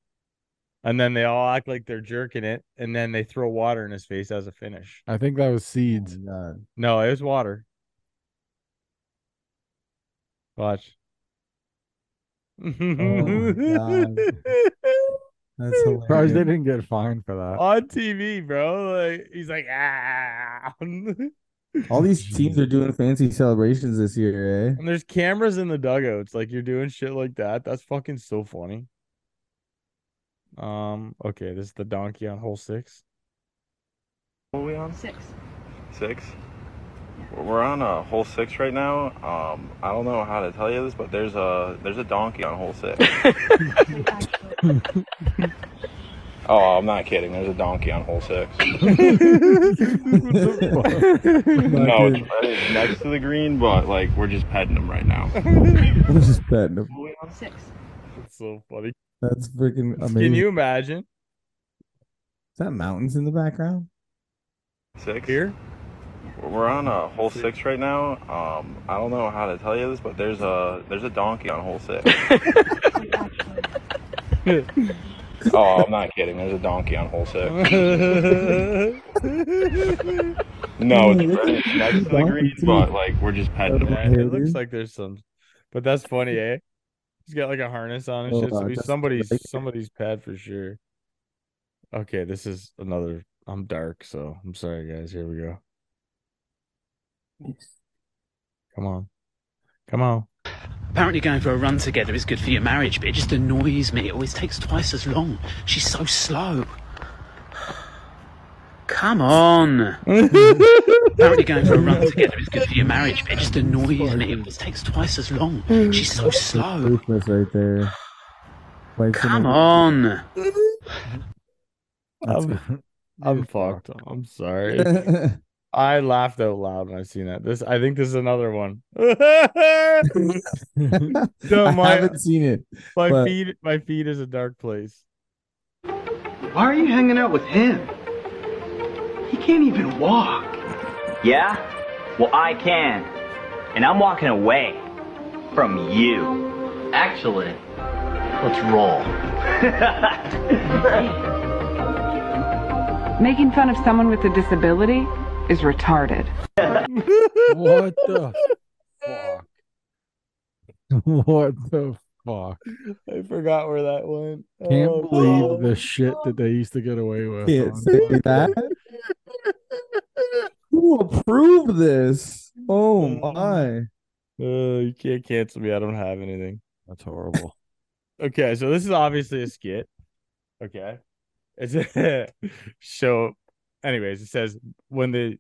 Speaker 3: and then they all act like they're jerking it, and then they throw water in his face as a finish.
Speaker 1: I think that was seeds.
Speaker 2: Oh
Speaker 3: No, it was water. Watch.
Speaker 2: Oh
Speaker 14: That's
Speaker 1: Surprised they didn't get fined for that.
Speaker 3: on TV, bro. Like he's like ah, and
Speaker 14: All these teams are doing fancy celebrations this year, eh?
Speaker 3: there's cameras in the dugouts. Like you're doing shit like that. That's fucking so funny. Um. Okay, this is the donkey on hole six.
Speaker 7: What are we on? Six. Six? We're on a uh, hole six right now. Um, I don't know how to tell you this, but there's a there's a donkey on hole six. oh, I'm not kidding. There's a donkey on hole six. no, it's, it's next to the green, but like we're just petting them right now.
Speaker 14: I'm just betting them.
Speaker 7: Six.
Speaker 3: That's so funny.
Speaker 14: That's freaking amazing.
Speaker 3: Can you imagine?
Speaker 14: Is that mountains in the background?
Speaker 7: Six here. We're on a hole six right now. Um, I don't know how to tell you this, but there's a there's a donkey on hole six. oh, I'm not kidding. There's a donkey on hole six. no, it's, it's next to the green, but like we're just petting them.
Speaker 3: Yeah, it looks like there's some, but that's funny, eh? He's got like a harness on and
Speaker 7: Oh,
Speaker 3: shit. So
Speaker 7: uh,
Speaker 3: he's
Speaker 7: that's
Speaker 3: somebody's
Speaker 7: right.
Speaker 3: somebody's pad for sure. Okay, this is another. I'm dark, so I'm sorry, guys. Here we go. Come on, come on.
Speaker 21: Apparently, going for a run together is good for your marriage, but it just annoys me. It always takes twice as long. She's so slow. Come on. Apparently, going for a run together is good for your marriage, but it just annoys me. It always takes twice as long. She's so
Speaker 14: That's
Speaker 21: slow.
Speaker 14: Ruthless right there. Wipes him
Speaker 21: Come
Speaker 14: out.
Speaker 21: on.
Speaker 3: I'm, I'm fucked. I'm sorry. I laughed out loud when I seen that. This, I think, this is another one.
Speaker 14: I
Speaker 3: my-
Speaker 14: haven't seen it.
Speaker 3: My
Speaker 14: but-
Speaker 3: feet, my feet is a dark place.
Speaker 22: Why are you hanging out with him? He can't even walk.
Speaker 23: Yeah? Well, I can. And I'm walking away from you. Actually, let's roll.
Speaker 24: Making fun of someone with a disability is retarded.
Speaker 1: what the fuck? What the fuck?
Speaker 3: I forgot where that went.
Speaker 1: Can't
Speaker 3: Oh,
Speaker 1: believe the shit that they used to get away with.
Speaker 14: Can't
Speaker 1: on
Speaker 14: say
Speaker 1: fucking-
Speaker 14: that. Who approved this? Oh
Speaker 2: Mm.
Speaker 14: my.
Speaker 3: Uh, you can't cancel me. I don't have anything.
Speaker 1: That's horrible.
Speaker 3: Okay, so this is obviously a skit. Okay. It's so anyways, it says when the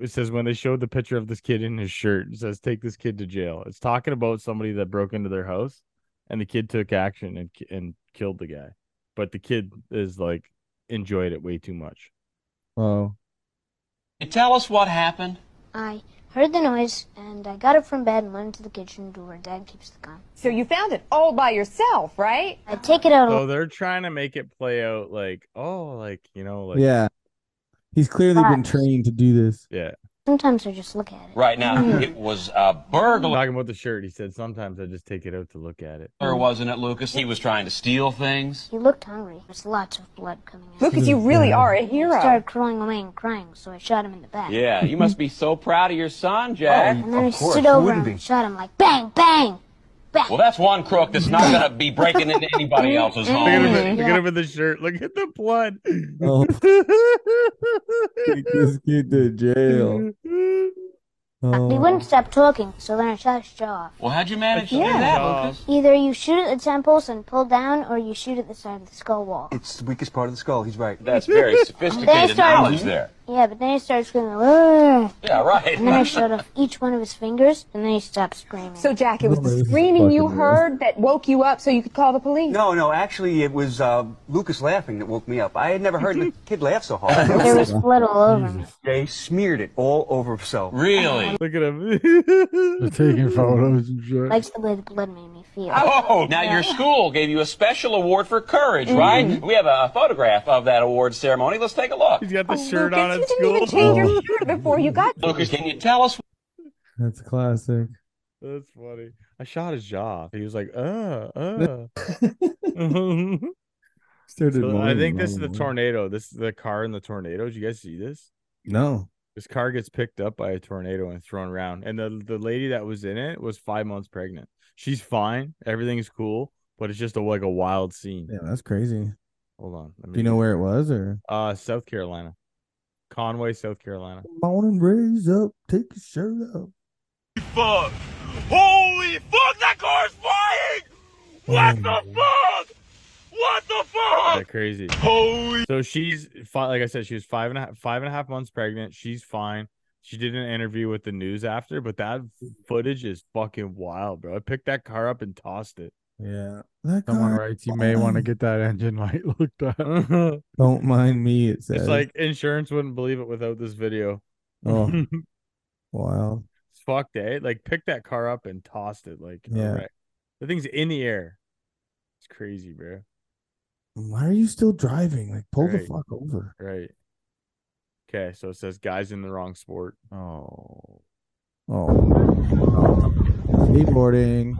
Speaker 3: it says when they showed the picture of this kid in his shirt, it says take this kid to jail. It's talking about somebody that broke into their house and the kid took action and ki- and killed the guy. But the kid is like enjoyed it way too much.
Speaker 14: Oh.
Speaker 8: You tell us what happened.
Speaker 25: I heard the noise and I got up from bed and went into the kitchen to where Dad keeps the gun. So you found it all by yourself, right? I take it out.
Speaker 3: So they're trying to make it play out like, oh, like, you know, like
Speaker 14: yeah. He's clearly been trained to do this.
Speaker 3: Yeah.
Speaker 25: Sometimes I just look at it.
Speaker 8: Right now,
Speaker 25: Hmm.
Speaker 8: it was a burglar,
Speaker 3: Talking about the shirt, he said sometimes I just take it out to look at it.
Speaker 8: wasn't it, Lucas? He was trying to steal things.
Speaker 25: He looked hungry. There's lots of blood coming out.
Speaker 8: Lucas, you really are
Speaker 25: a hero. He started crawling away and crying, so I shot him in the back.
Speaker 8: Yeah, you must be so proud of your son, Jack.
Speaker 25: And then I stood over him and shot him like bang, bang.
Speaker 8: Well, that's one crook that's not going to be breaking into anybody
Speaker 26: Oh
Speaker 8: else's
Speaker 3: Look at,
Speaker 8: home.
Speaker 3: him, look at him in the shirt. Look at the blood.
Speaker 2: Oh. Take this kid to jail.
Speaker 25: He wouldn't stop talking, so then I shot his jaw off.
Speaker 8: Well, how'd you manage to do
Speaker 25: Yeah.
Speaker 8: that, Lucas?
Speaker 25: Either you shoot at the temples and pull down, or you shoot at the side of the skull wall.
Speaker 9: It's the weakest part of the skull. He's right.
Speaker 8: That's very
Speaker 25: Then he
Speaker 8: sophisticated
Speaker 25: started-
Speaker 8: knowledge there.
Speaker 25: Yeah, but then he started screaming, "Ugh."
Speaker 8: Yeah, right.
Speaker 25: And then I shot off each one of his fingers, and then he stopped screaming.
Speaker 26: So, Jack, it was the screaming you heard that woke you up so you could call the police.
Speaker 9: No, no, actually, it was uh, Lucas laughing that woke me up. I had never heard the kid laugh so hard.
Speaker 25: There was blood all over me.
Speaker 9: They smeared it all over himself.
Speaker 8: Really?
Speaker 3: Look at him.
Speaker 1: They're taking photos and shit.
Speaker 25: Likes the way the blood made me feel.
Speaker 8: Oh, now your school gave you a special award for courage,
Speaker 26: Mm-hmm.
Speaker 8: right? We have a photograph of that award ceremony. Let's take a look. He's got the shirt
Speaker 26: Oh, Lucas, you didn't even change
Speaker 8: Oh.
Speaker 26: your shirt before you got
Speaker 8: Lucas, can you tell us?
Speaker 2: That's classic.
Speaker 3: That's funny. I shot his jaw. He was like, uh, uh. So
Speaker 2: Started
Speaker 3: I
Speaker 2: moaning
Speaker 3: think this is the
Speaker 2: along way.
Speaker 3: tornado. This is the car in the tornado. Did you guys see this?
Speaker 2: No.
Speaker 3: This car gets picked up by a tornado and thrown around. And the, the lady that was in it was five months pregnant. She's fine. Everything's cool, but it's just a, like a wild scene.
Speaker 2: Yeah, that's crazy.
Speaker 3: Hold on. Let
Speaker 2: Do you know where it was or?
Speaker 3: Uh, South Carolina, Conway, South Carolina.
Speaker 2: Morning, raise up, take your shirt off.
Speaker 27: Fuck. Holy fuck, that car's flying!
Speaker 2: Mm.
Speaker 27: What the fuck? What the fuck?
Speaker 3: That crazy. Holy. So she's fi- like I said, she was five and a half, five and a half months pregnant. She's fine. She did an interview with the news after, but that footage is fucking wild, bro. I picked that car up and tossed it.
Speaker 2: Yeah. That
Speaker 1: Someone
Speaker 2: car-
Speaker 1: writes, you may want to get that engine light looked up.
Speaker 2: Don't mind me. It says.
Speaker 3: It's like insurance wouldn't believe it without this video.
Speaker 2: Oh. wow.
Speaker 3: It's fucked, eh? Like picked that car up and tossed it. Like
Speaker 2: Yeah.
Speaker 3: yeah, the thing's in the air. It's crazy, bro.
Speaker 2: Why are you still driving? Like, pull the
Speaker 3: Right.
Speaker 2: fuck over.
Speaker 3: Right. Okay, so it says guys in the wrong sport.
Speaker 2: Oh. Oh. Skateboarding.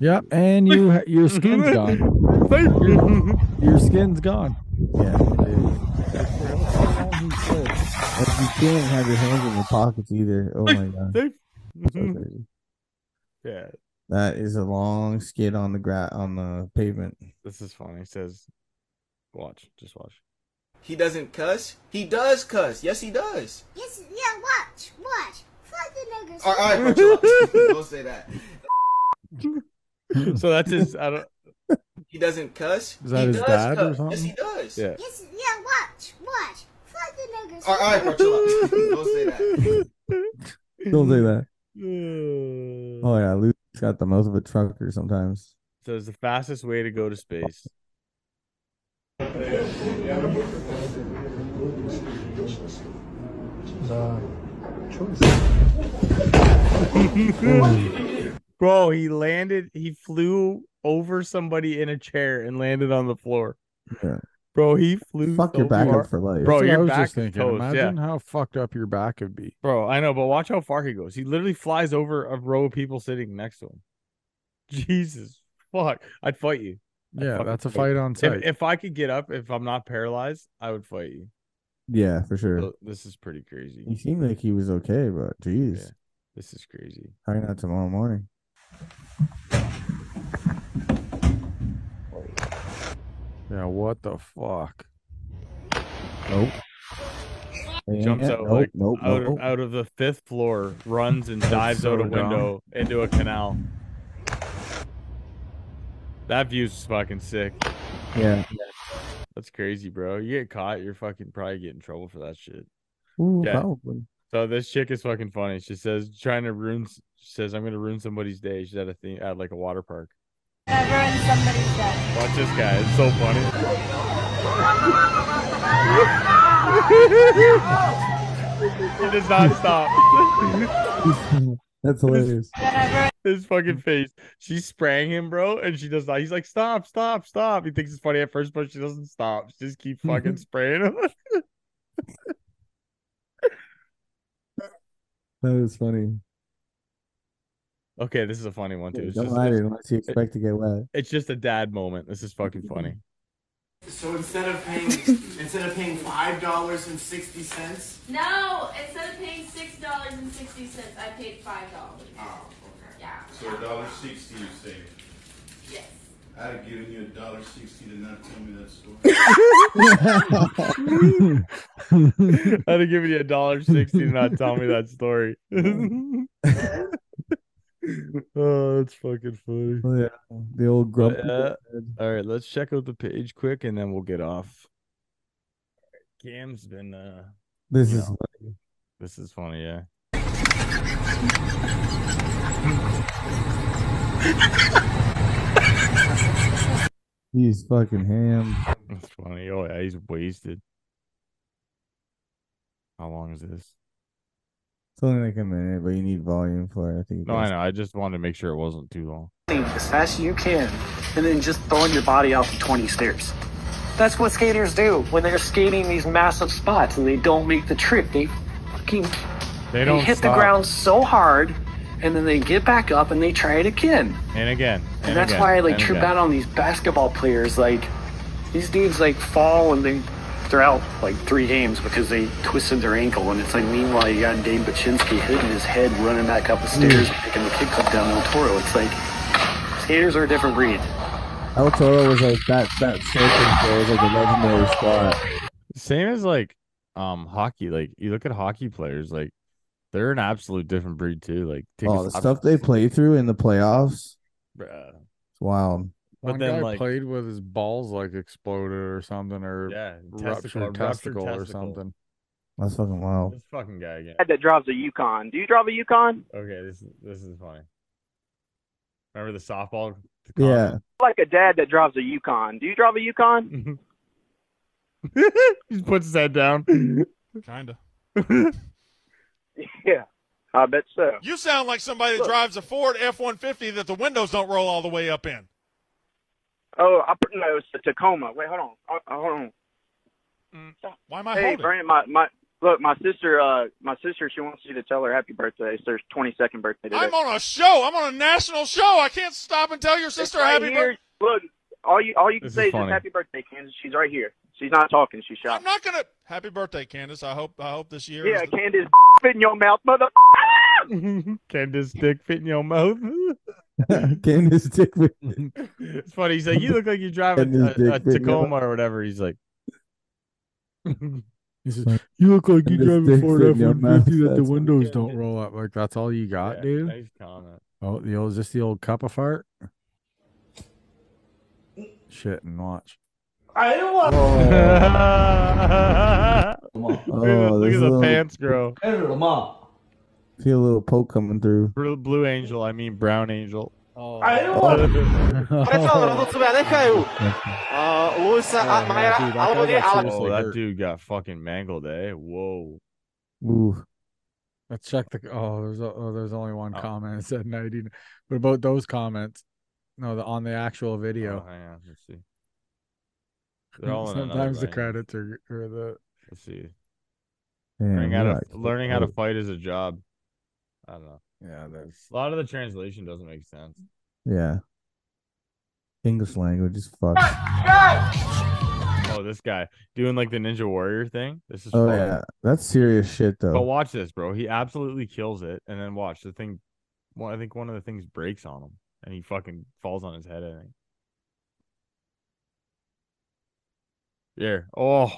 Speaker 1: Yep, and you ha- your skin's gone. Your, your skin's gone.
Speaker 2: Yeah. it is. Like, you can't have your hands in your pockets either. Oh my god. So crazy.
Speaker 3: Yeah,
Speaker 2: That is a long skid on the gra- on the pavement.
Speaker 3: this is funny. It says, watch, just watch.
Speaker 28: He doesn't cuss? He does cuss. Yes, he does.
Speaker 14: Yes, yeah, watch, watch. Fuck the niggas.
Speaker 28: All right, all right, don't say that.
Speaker 3: So that's his. I don't.
Speaker 28: He doesn't cuss?
Speaker 1: Is that
Speaker 28: he
Speaker 1: his
Speaker 28: does
Speaker 1: dad or
Speaker 28: cuss. Yes, he
Speaker 1: something?
Speaker 28: does.
Speaker 3: Yeah.
Speaker 14: Yes, yeah, watch, watch. Fuck the niggas.
Speaker 28: All right, all right, chill out. Don't say that.
Speaker 2: Don't say that.
Speaker 3: It
Speaker 2: Oh yeah, Luke's got the mouth of a trucker sometimes.
Speaker 3: says the fastest way to go to space. Bro, he landed. He flew over somebody in a chair and landed on the floor.
Speaker 2: Yeah.
Speaker 3: Bro, he flew.
Speaker 2: Fuck your
Speaker 3: so
Speaker 2: back
Speaker 3: far.
Speaker 2: up for life.
Speaker 3: Bro,
Speaker 1: That's what
Speaker 3: your
Speaker 1: I was
Speaker 3: back
Speaker 1: just
Speaker 3: is
Speaker 1: thinking.
Speaker 3: toast, yeah.
Speaker 1: Imagine how fucked up your back would be.
Speaker 3: Bro, I know, but watch how far he goes. He literally flies over a row of people sitting next to him. Jesus fuck. I'd fight you. I'd
Speaker 1: Yeah,
Speaker 3: fucking
Speaker 1: that's a
Speaker 3: you.
Speaker 1: fight on
Speaker 3: If-
Speaker 1: site.
Speaker 3: If, I could get up, if I'm not paralyzed, I would fight you.
Speaker 2: Yeah, for sure.
Speaker 3: So This is pretty crazy.
Speaker 2: He seemed like he was okay, but jeez,
Speaker 3: This is crazy.
Speaker 2: probably not tomorrow morning.
Speaker 1: Yeah, what the fuck?
Speaker 2: Nope.
Speaker 3: Jumps
Speaker 2: Yeah,
Speaker 3: out
Speaker 2: nope,
Speaker 3: like
Speaker 2: nope,
Speaker 3: out, of,
Speaker 2: nope.
Speaker 3: out of the fifth floor, runs and dives
Speaker 1: so
Speaker 3: out a
Speaker 1: dumb.
Speaker 3: window into a canal. That view's fucking sick.
Speaker 2: Yeah.
Speaker 3: That's crazy, bro. You get caught, you're fucking probably getting in trouble for that shit.
Speaker 2: Ooh,
Speaker 3: Yeah.
Speaker 2: probably.
Speaker 3: So this chick is fucking funny. She says trying to ruin. She says I'm gonna ruin somebody's day. She's at a thing at like a water park.
Speaker 14: somebody's dead.
Speaker 3: Watch this guy. It's so funny. It does not stop.
Speaker 2: That's hilarious.
Speaker 3: His fucking face. She sprang him, bro, and she does not. He's like, stop, stop, stop. He thinks it's funny at first, but she doesn't stop. She just keep fucking spraying him.
Speaker 4: That is funny.
Speaker 3: okay, this is a funny one too. It's
Speaker 4: Don't
Speaker 3: just,
Speaker 4: hide
Speaker 3: it's-
Speaker 4: it unless you expect to get wet.
Speaker 3: it's just a dad moment. This is fucking funny.
Speaker 29: So instead of paying instead of paying five dollars and sixty cents,
Speaker 17: No, instead of paying six dollars and sixty cents, I paid five dollars.
Speaker 29: Oh,
Speaker 17: okay. Yeah. So a dollar sixty you saved. Yes. I'd have given you a dollar sixty to not tell me that story.
Speaker 3: I'd have given you a dollar sixty to not tell me that story. oh, that's fucking funny.
Speaker 4: Oh, yeah. The old grump.
Speaker 3: Uh, all right, let's check out the page quick, and then we'll get off. Cam's been. uh
Speaker 4: This
Speaker 3: you
Speaker 4: is
Speaker 3: know, This is funny, yeah.
Speaker 4: He's fucking ham.
Speaker 3: That's funny. Oh yeah, he's wasted. How long is this?
Speaker 4: It's only like a minute, but you need volume for it. I think.
Speaker 3: No, I know. I just wanted to make sure it wasn't too long.
Speaker 9: Oh, as fast as you can, and then just throwing your body off of 20 stairs. That's what skaters do when they're skating these massive spots and they don't make the trick. They fucking
Speaker 3: They don't
Speaker 9: hit
Speaker 3: stop.
Speaker 9: the ground so hard, and then they get back up and they try it again.
Speaker 3: And again.
Speaker 9: And, that's why I like trip out on these basketball players. Like these dudes like fall and they they're out like three games because they twisted their ankle. And it's like meanwhile you got Dave Baczynski hitting his head, running back up the
Speaker 3: Mm.
Speaker 9: stairs, and picking the kick up down Del Toro. It's like skaters are a different breed.
Speaker 4: El Toro was like that. That circus there was like a legendary spot.
Speaker 3: Same as like um hockey. Like you look at hockey players, like they're an absolute different breed too. Like take a
Speaker 4: Oh, the
Speaker 3: stop- uh,
Speaker 4: stuff they play through in the playoffs.
Speaker 3: Bruh.
Speaker 4: It's wild.
Speaker 3: But
Speaker 1: One
Speaker 3: then,
Speaker 1: guy
Speaker 3: like-
Speaker 1: played with his balls like exploded or something, or
Speaker 3: Yeah,
Speaker 1: ruptured,
Speaker 3: testicle- ruptured
Speaker 1: testicle or
Speaker 3: testicle.
Speaker 1: something.
Speaker 4: That's fucking wild.
Speaker 3: This fucking guy again.
Speaker 15: That drives a Yukon. Do you drive a Yukon?
Speaker 3: Okay, this this is funny. Remember the softball?
Speaker 4: Yeah.
Speaker 15: Like a dad that drives a Yukon. Do you drive a Yukon?
Speaker 3: he puts his head down.
Speaker 30: Kinda.
Speaker 15: yeah, I bet so.
Speaker 30: You sound like somebody that drives a Ford F one fifty that the windows don't roll all the way up in.
Speaker 15: Oh, I put no, it's the Tacoma. Wait, hold on. Uh, uh, hold on.
Speaker 30: Why am I
Speaker 15: hey,
Speaker 30: holding?
Speaker 15: Brandon, my, my look, my sister, uh, my sister, she wants you to tell her happy birthday. It's her twenty second birthday today.
Speaker 30: I'm on a show. I'm on a national show. I can't stop and tell your sister
Speaker 15: right
Speaker 30: happy
Speaker 15: here.
Speaker 30: birthday.
Speaker 15: Look, all you all you can
Speaker 30: This
Speaker 15: say
Speaker 30: is
Speaker 15: is just
Speaker 30: funny.
Speaker 15: happy birthday, Kansas. She's right here. She's not talking. She's shot.
Speaker 30: I'm not gonna. Happy birthday, Candace. I hope. I hope this year.
Speaker 15: yeah,
Speaker 30: is the-
Speaker 15: Candace, in your mouth, mother.
Speaker 3: Can this dick fit in your mouth?
Speaker 4: Can this dick with
Speaker 3: it's funny. He's like, you look like you drive a,
Speaker 4: Can this
Speaker 3: a, a
Speaker 4: dick fit in your
Speaker 3: Tacoma or whatever. He's like,
Speaker 1: You look like you
Speaker 4: This
Speaker 1: drive a
Speaker 4: dick
Speaker 1: Ford
Speaker 4: fit
Speaker 1: F
Speaker 4: in your
Speaker 1: one fifty
Speaker 4: mouth,
Speaker 1: that the
Speaker 4: that's
Speaker 1: windows don't roll up. Like that's all you got, dude.
Speaker 3: nice comment.
Speaker 1: Oh, the old is this the old cup of fart? Shit and watch.
Speaker 22: I don't want.
Speaker 3: Look at the-
Speaker 4: Oh,
Speaker 3: look
Speaker 4: there's a
Speaker 3: at the
Speaker 4: little-
Speaker 3: pants grow.
Speaker 4: Feel a little poke coming through.
Speaker 3: Blue, blue angel, I mean brown angel. Oh. Oh, that dude got fucking mangled, eh? Whoa. Oh,
Speaker 4: Ooh.
Speaker 1: Let's check the. Oh, there's o- oh, there's only one comment. It said ninety. What about those comments? No, the on the actual video.
Speaker 3: Oh, hang on, let's see. They're all in another
Speaker 1: Sometimes the
Speaker 3: lane.
Speaker 1: credits are or the.
Speaker 3: Let's see.
Speaker 4: Damn,
Speaker 3: learning
Speaker 4: you're
Speaker 3: how to
Speaker 4: like-
Speaker 3: learning how to fight is a job. I don't know.
Speaker 1: Yeah, that's
Speaker 3: a lot of the translation doesn't make sense.
Speaker 4: Yeah. English language is fucked.
Speaker 3: Oh, this guy doing like the Ninja Warrior thing. This is
Speaker 4: Oh
Speaker 3: fun.
Speaker 4: yeah, that's serious shit
Speaker 3: But
Speaker 4: though.
Speaker 3: watch this, bro. He absolutely kills it, and then watch the thing. One, I think one of the things breaks on him, and he fucking falls on his head. I think. Yeah. Oh.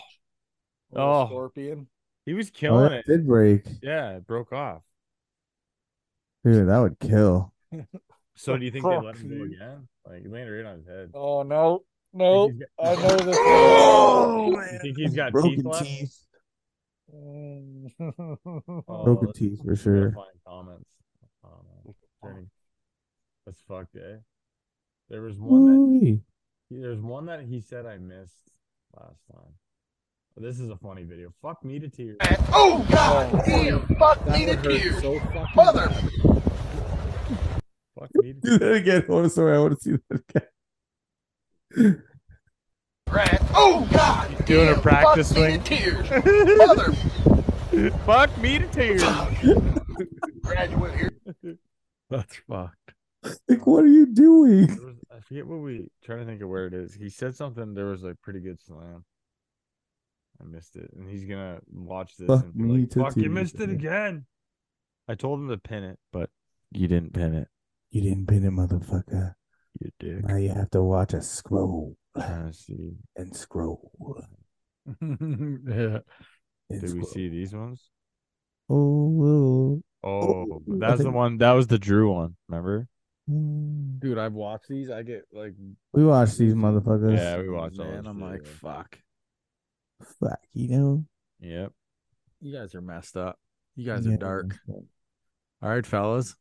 Speaker 3: Oh.
Speaker 1: Scorpion.
Speaker 3: He was
Speaker 4: Oh,
Speaker 3: killing
Speaker 4: that
Speaker 3: it.
Speaker 4: did break,
Speaker 3: Yeah, it broke off.
Speaker 4: dude. That would kill.
Speaker 3: So do you think they let
Speaker 1: fuck,
Speaker 3: him go
Speaker 1: dude?
Speaker 3: again? Like he landed right on his head.
Speaker 1: Oh no, no, I know this.
Speaker 3: You Oh, think he's got
Speaker 4: Broken
Speaker 3: teeth left?
Speaker 4: teeth.
Speaker 3: Oh,
Speaker 4: Broken
Speaker 3: let's-
Speaker 4: teeth for
Speaker 3: let's
Speaker 4: sure.
Speaker 3: find comments. Um, turning- That's fucked, eh? There was one that
Speaker 4: Woo-wee.
Speaker 3: there's one that he said I missed last time. This is a funny video. Fuck me to tears.
Speaker 22: Oh God! Damn! Fuck me to
Speaker 3: would hurt
Speaker 22: tears.
Speaker 3: so
Speaker 22: Mother.
Speaker 3: need.
Speaker 9: Do that again. I want to, sorry, I want to see that again.
Speaker 31: Right. Oh God!
Speaker 3: Doing a practice
Speaker 31: Fuck me
Speaker 3: swing.
Speaker 31: to tears. Mother
Speaker 3: Fuck me to tears.
Speaker 31: graduate here.
Speaker 1: That's fucked.
Speaker 9: Like, what are you doing?
Speaker 3: There was- I forget what we trying to think of where it is. He said something. There was a pretty good slam. I missed it, and he's gonna watch this.
Speaker 9: Fuck
Speaker 3: and be
Speaker 9: me
Speaker 3: like,
Speaker 9: to
Speaker 3: Fuck, you
Speaker 9: tears."
Speaker 3: missed it again. I told him to pin it, but you didn't pin it.
Speaker 9: You didn't pin it, motherfucker.
Speaker 3: You dick.
Speaker 9: Now you have to watch a scroll
Speaker 3: I see.
Speaker 9: and scroll.
Speaker 1: yeah.
Speaker 3: Did we see these ones?
Speaker 9: Oh,
Speaker 3: Oh,
Speaker 1: I
Speaker 3: that's the
Speaker 1: think-
Speaker 3: one. That was the Drew one. Remember?
Speaker 1: Dude, I've watched these. I get like,
Speaker 9: we watched these motherfuckers.
Speaker 3: Yeah, we watched all.
Speaker 1: man,
Speaker 3: those
Speaker 1: I'm
Speaker 3: shit,
Speaker 1: like,
Speaker 3: yeah.
Speaker 1: fuck.
Speaker 9: Fuck, you know.
Speaker 3: Yep.
Speaker 1: You guys are messed up. You guys
Speaker 9: Yeah,
Speaker 1: are dark. All right, fellas.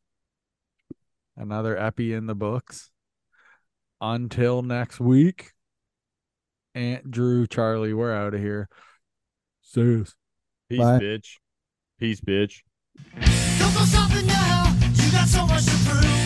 Speaker 1: Another epi in the books. Until next week. Aunt Drew, Charlie, we're out of here. Serious.
Speaker 3: Peace,
Speaker 1: Bye.
Speaker 3: bitch. Peace, bitch.
Speaker 14: Don't go stopping now. You got so much to prove.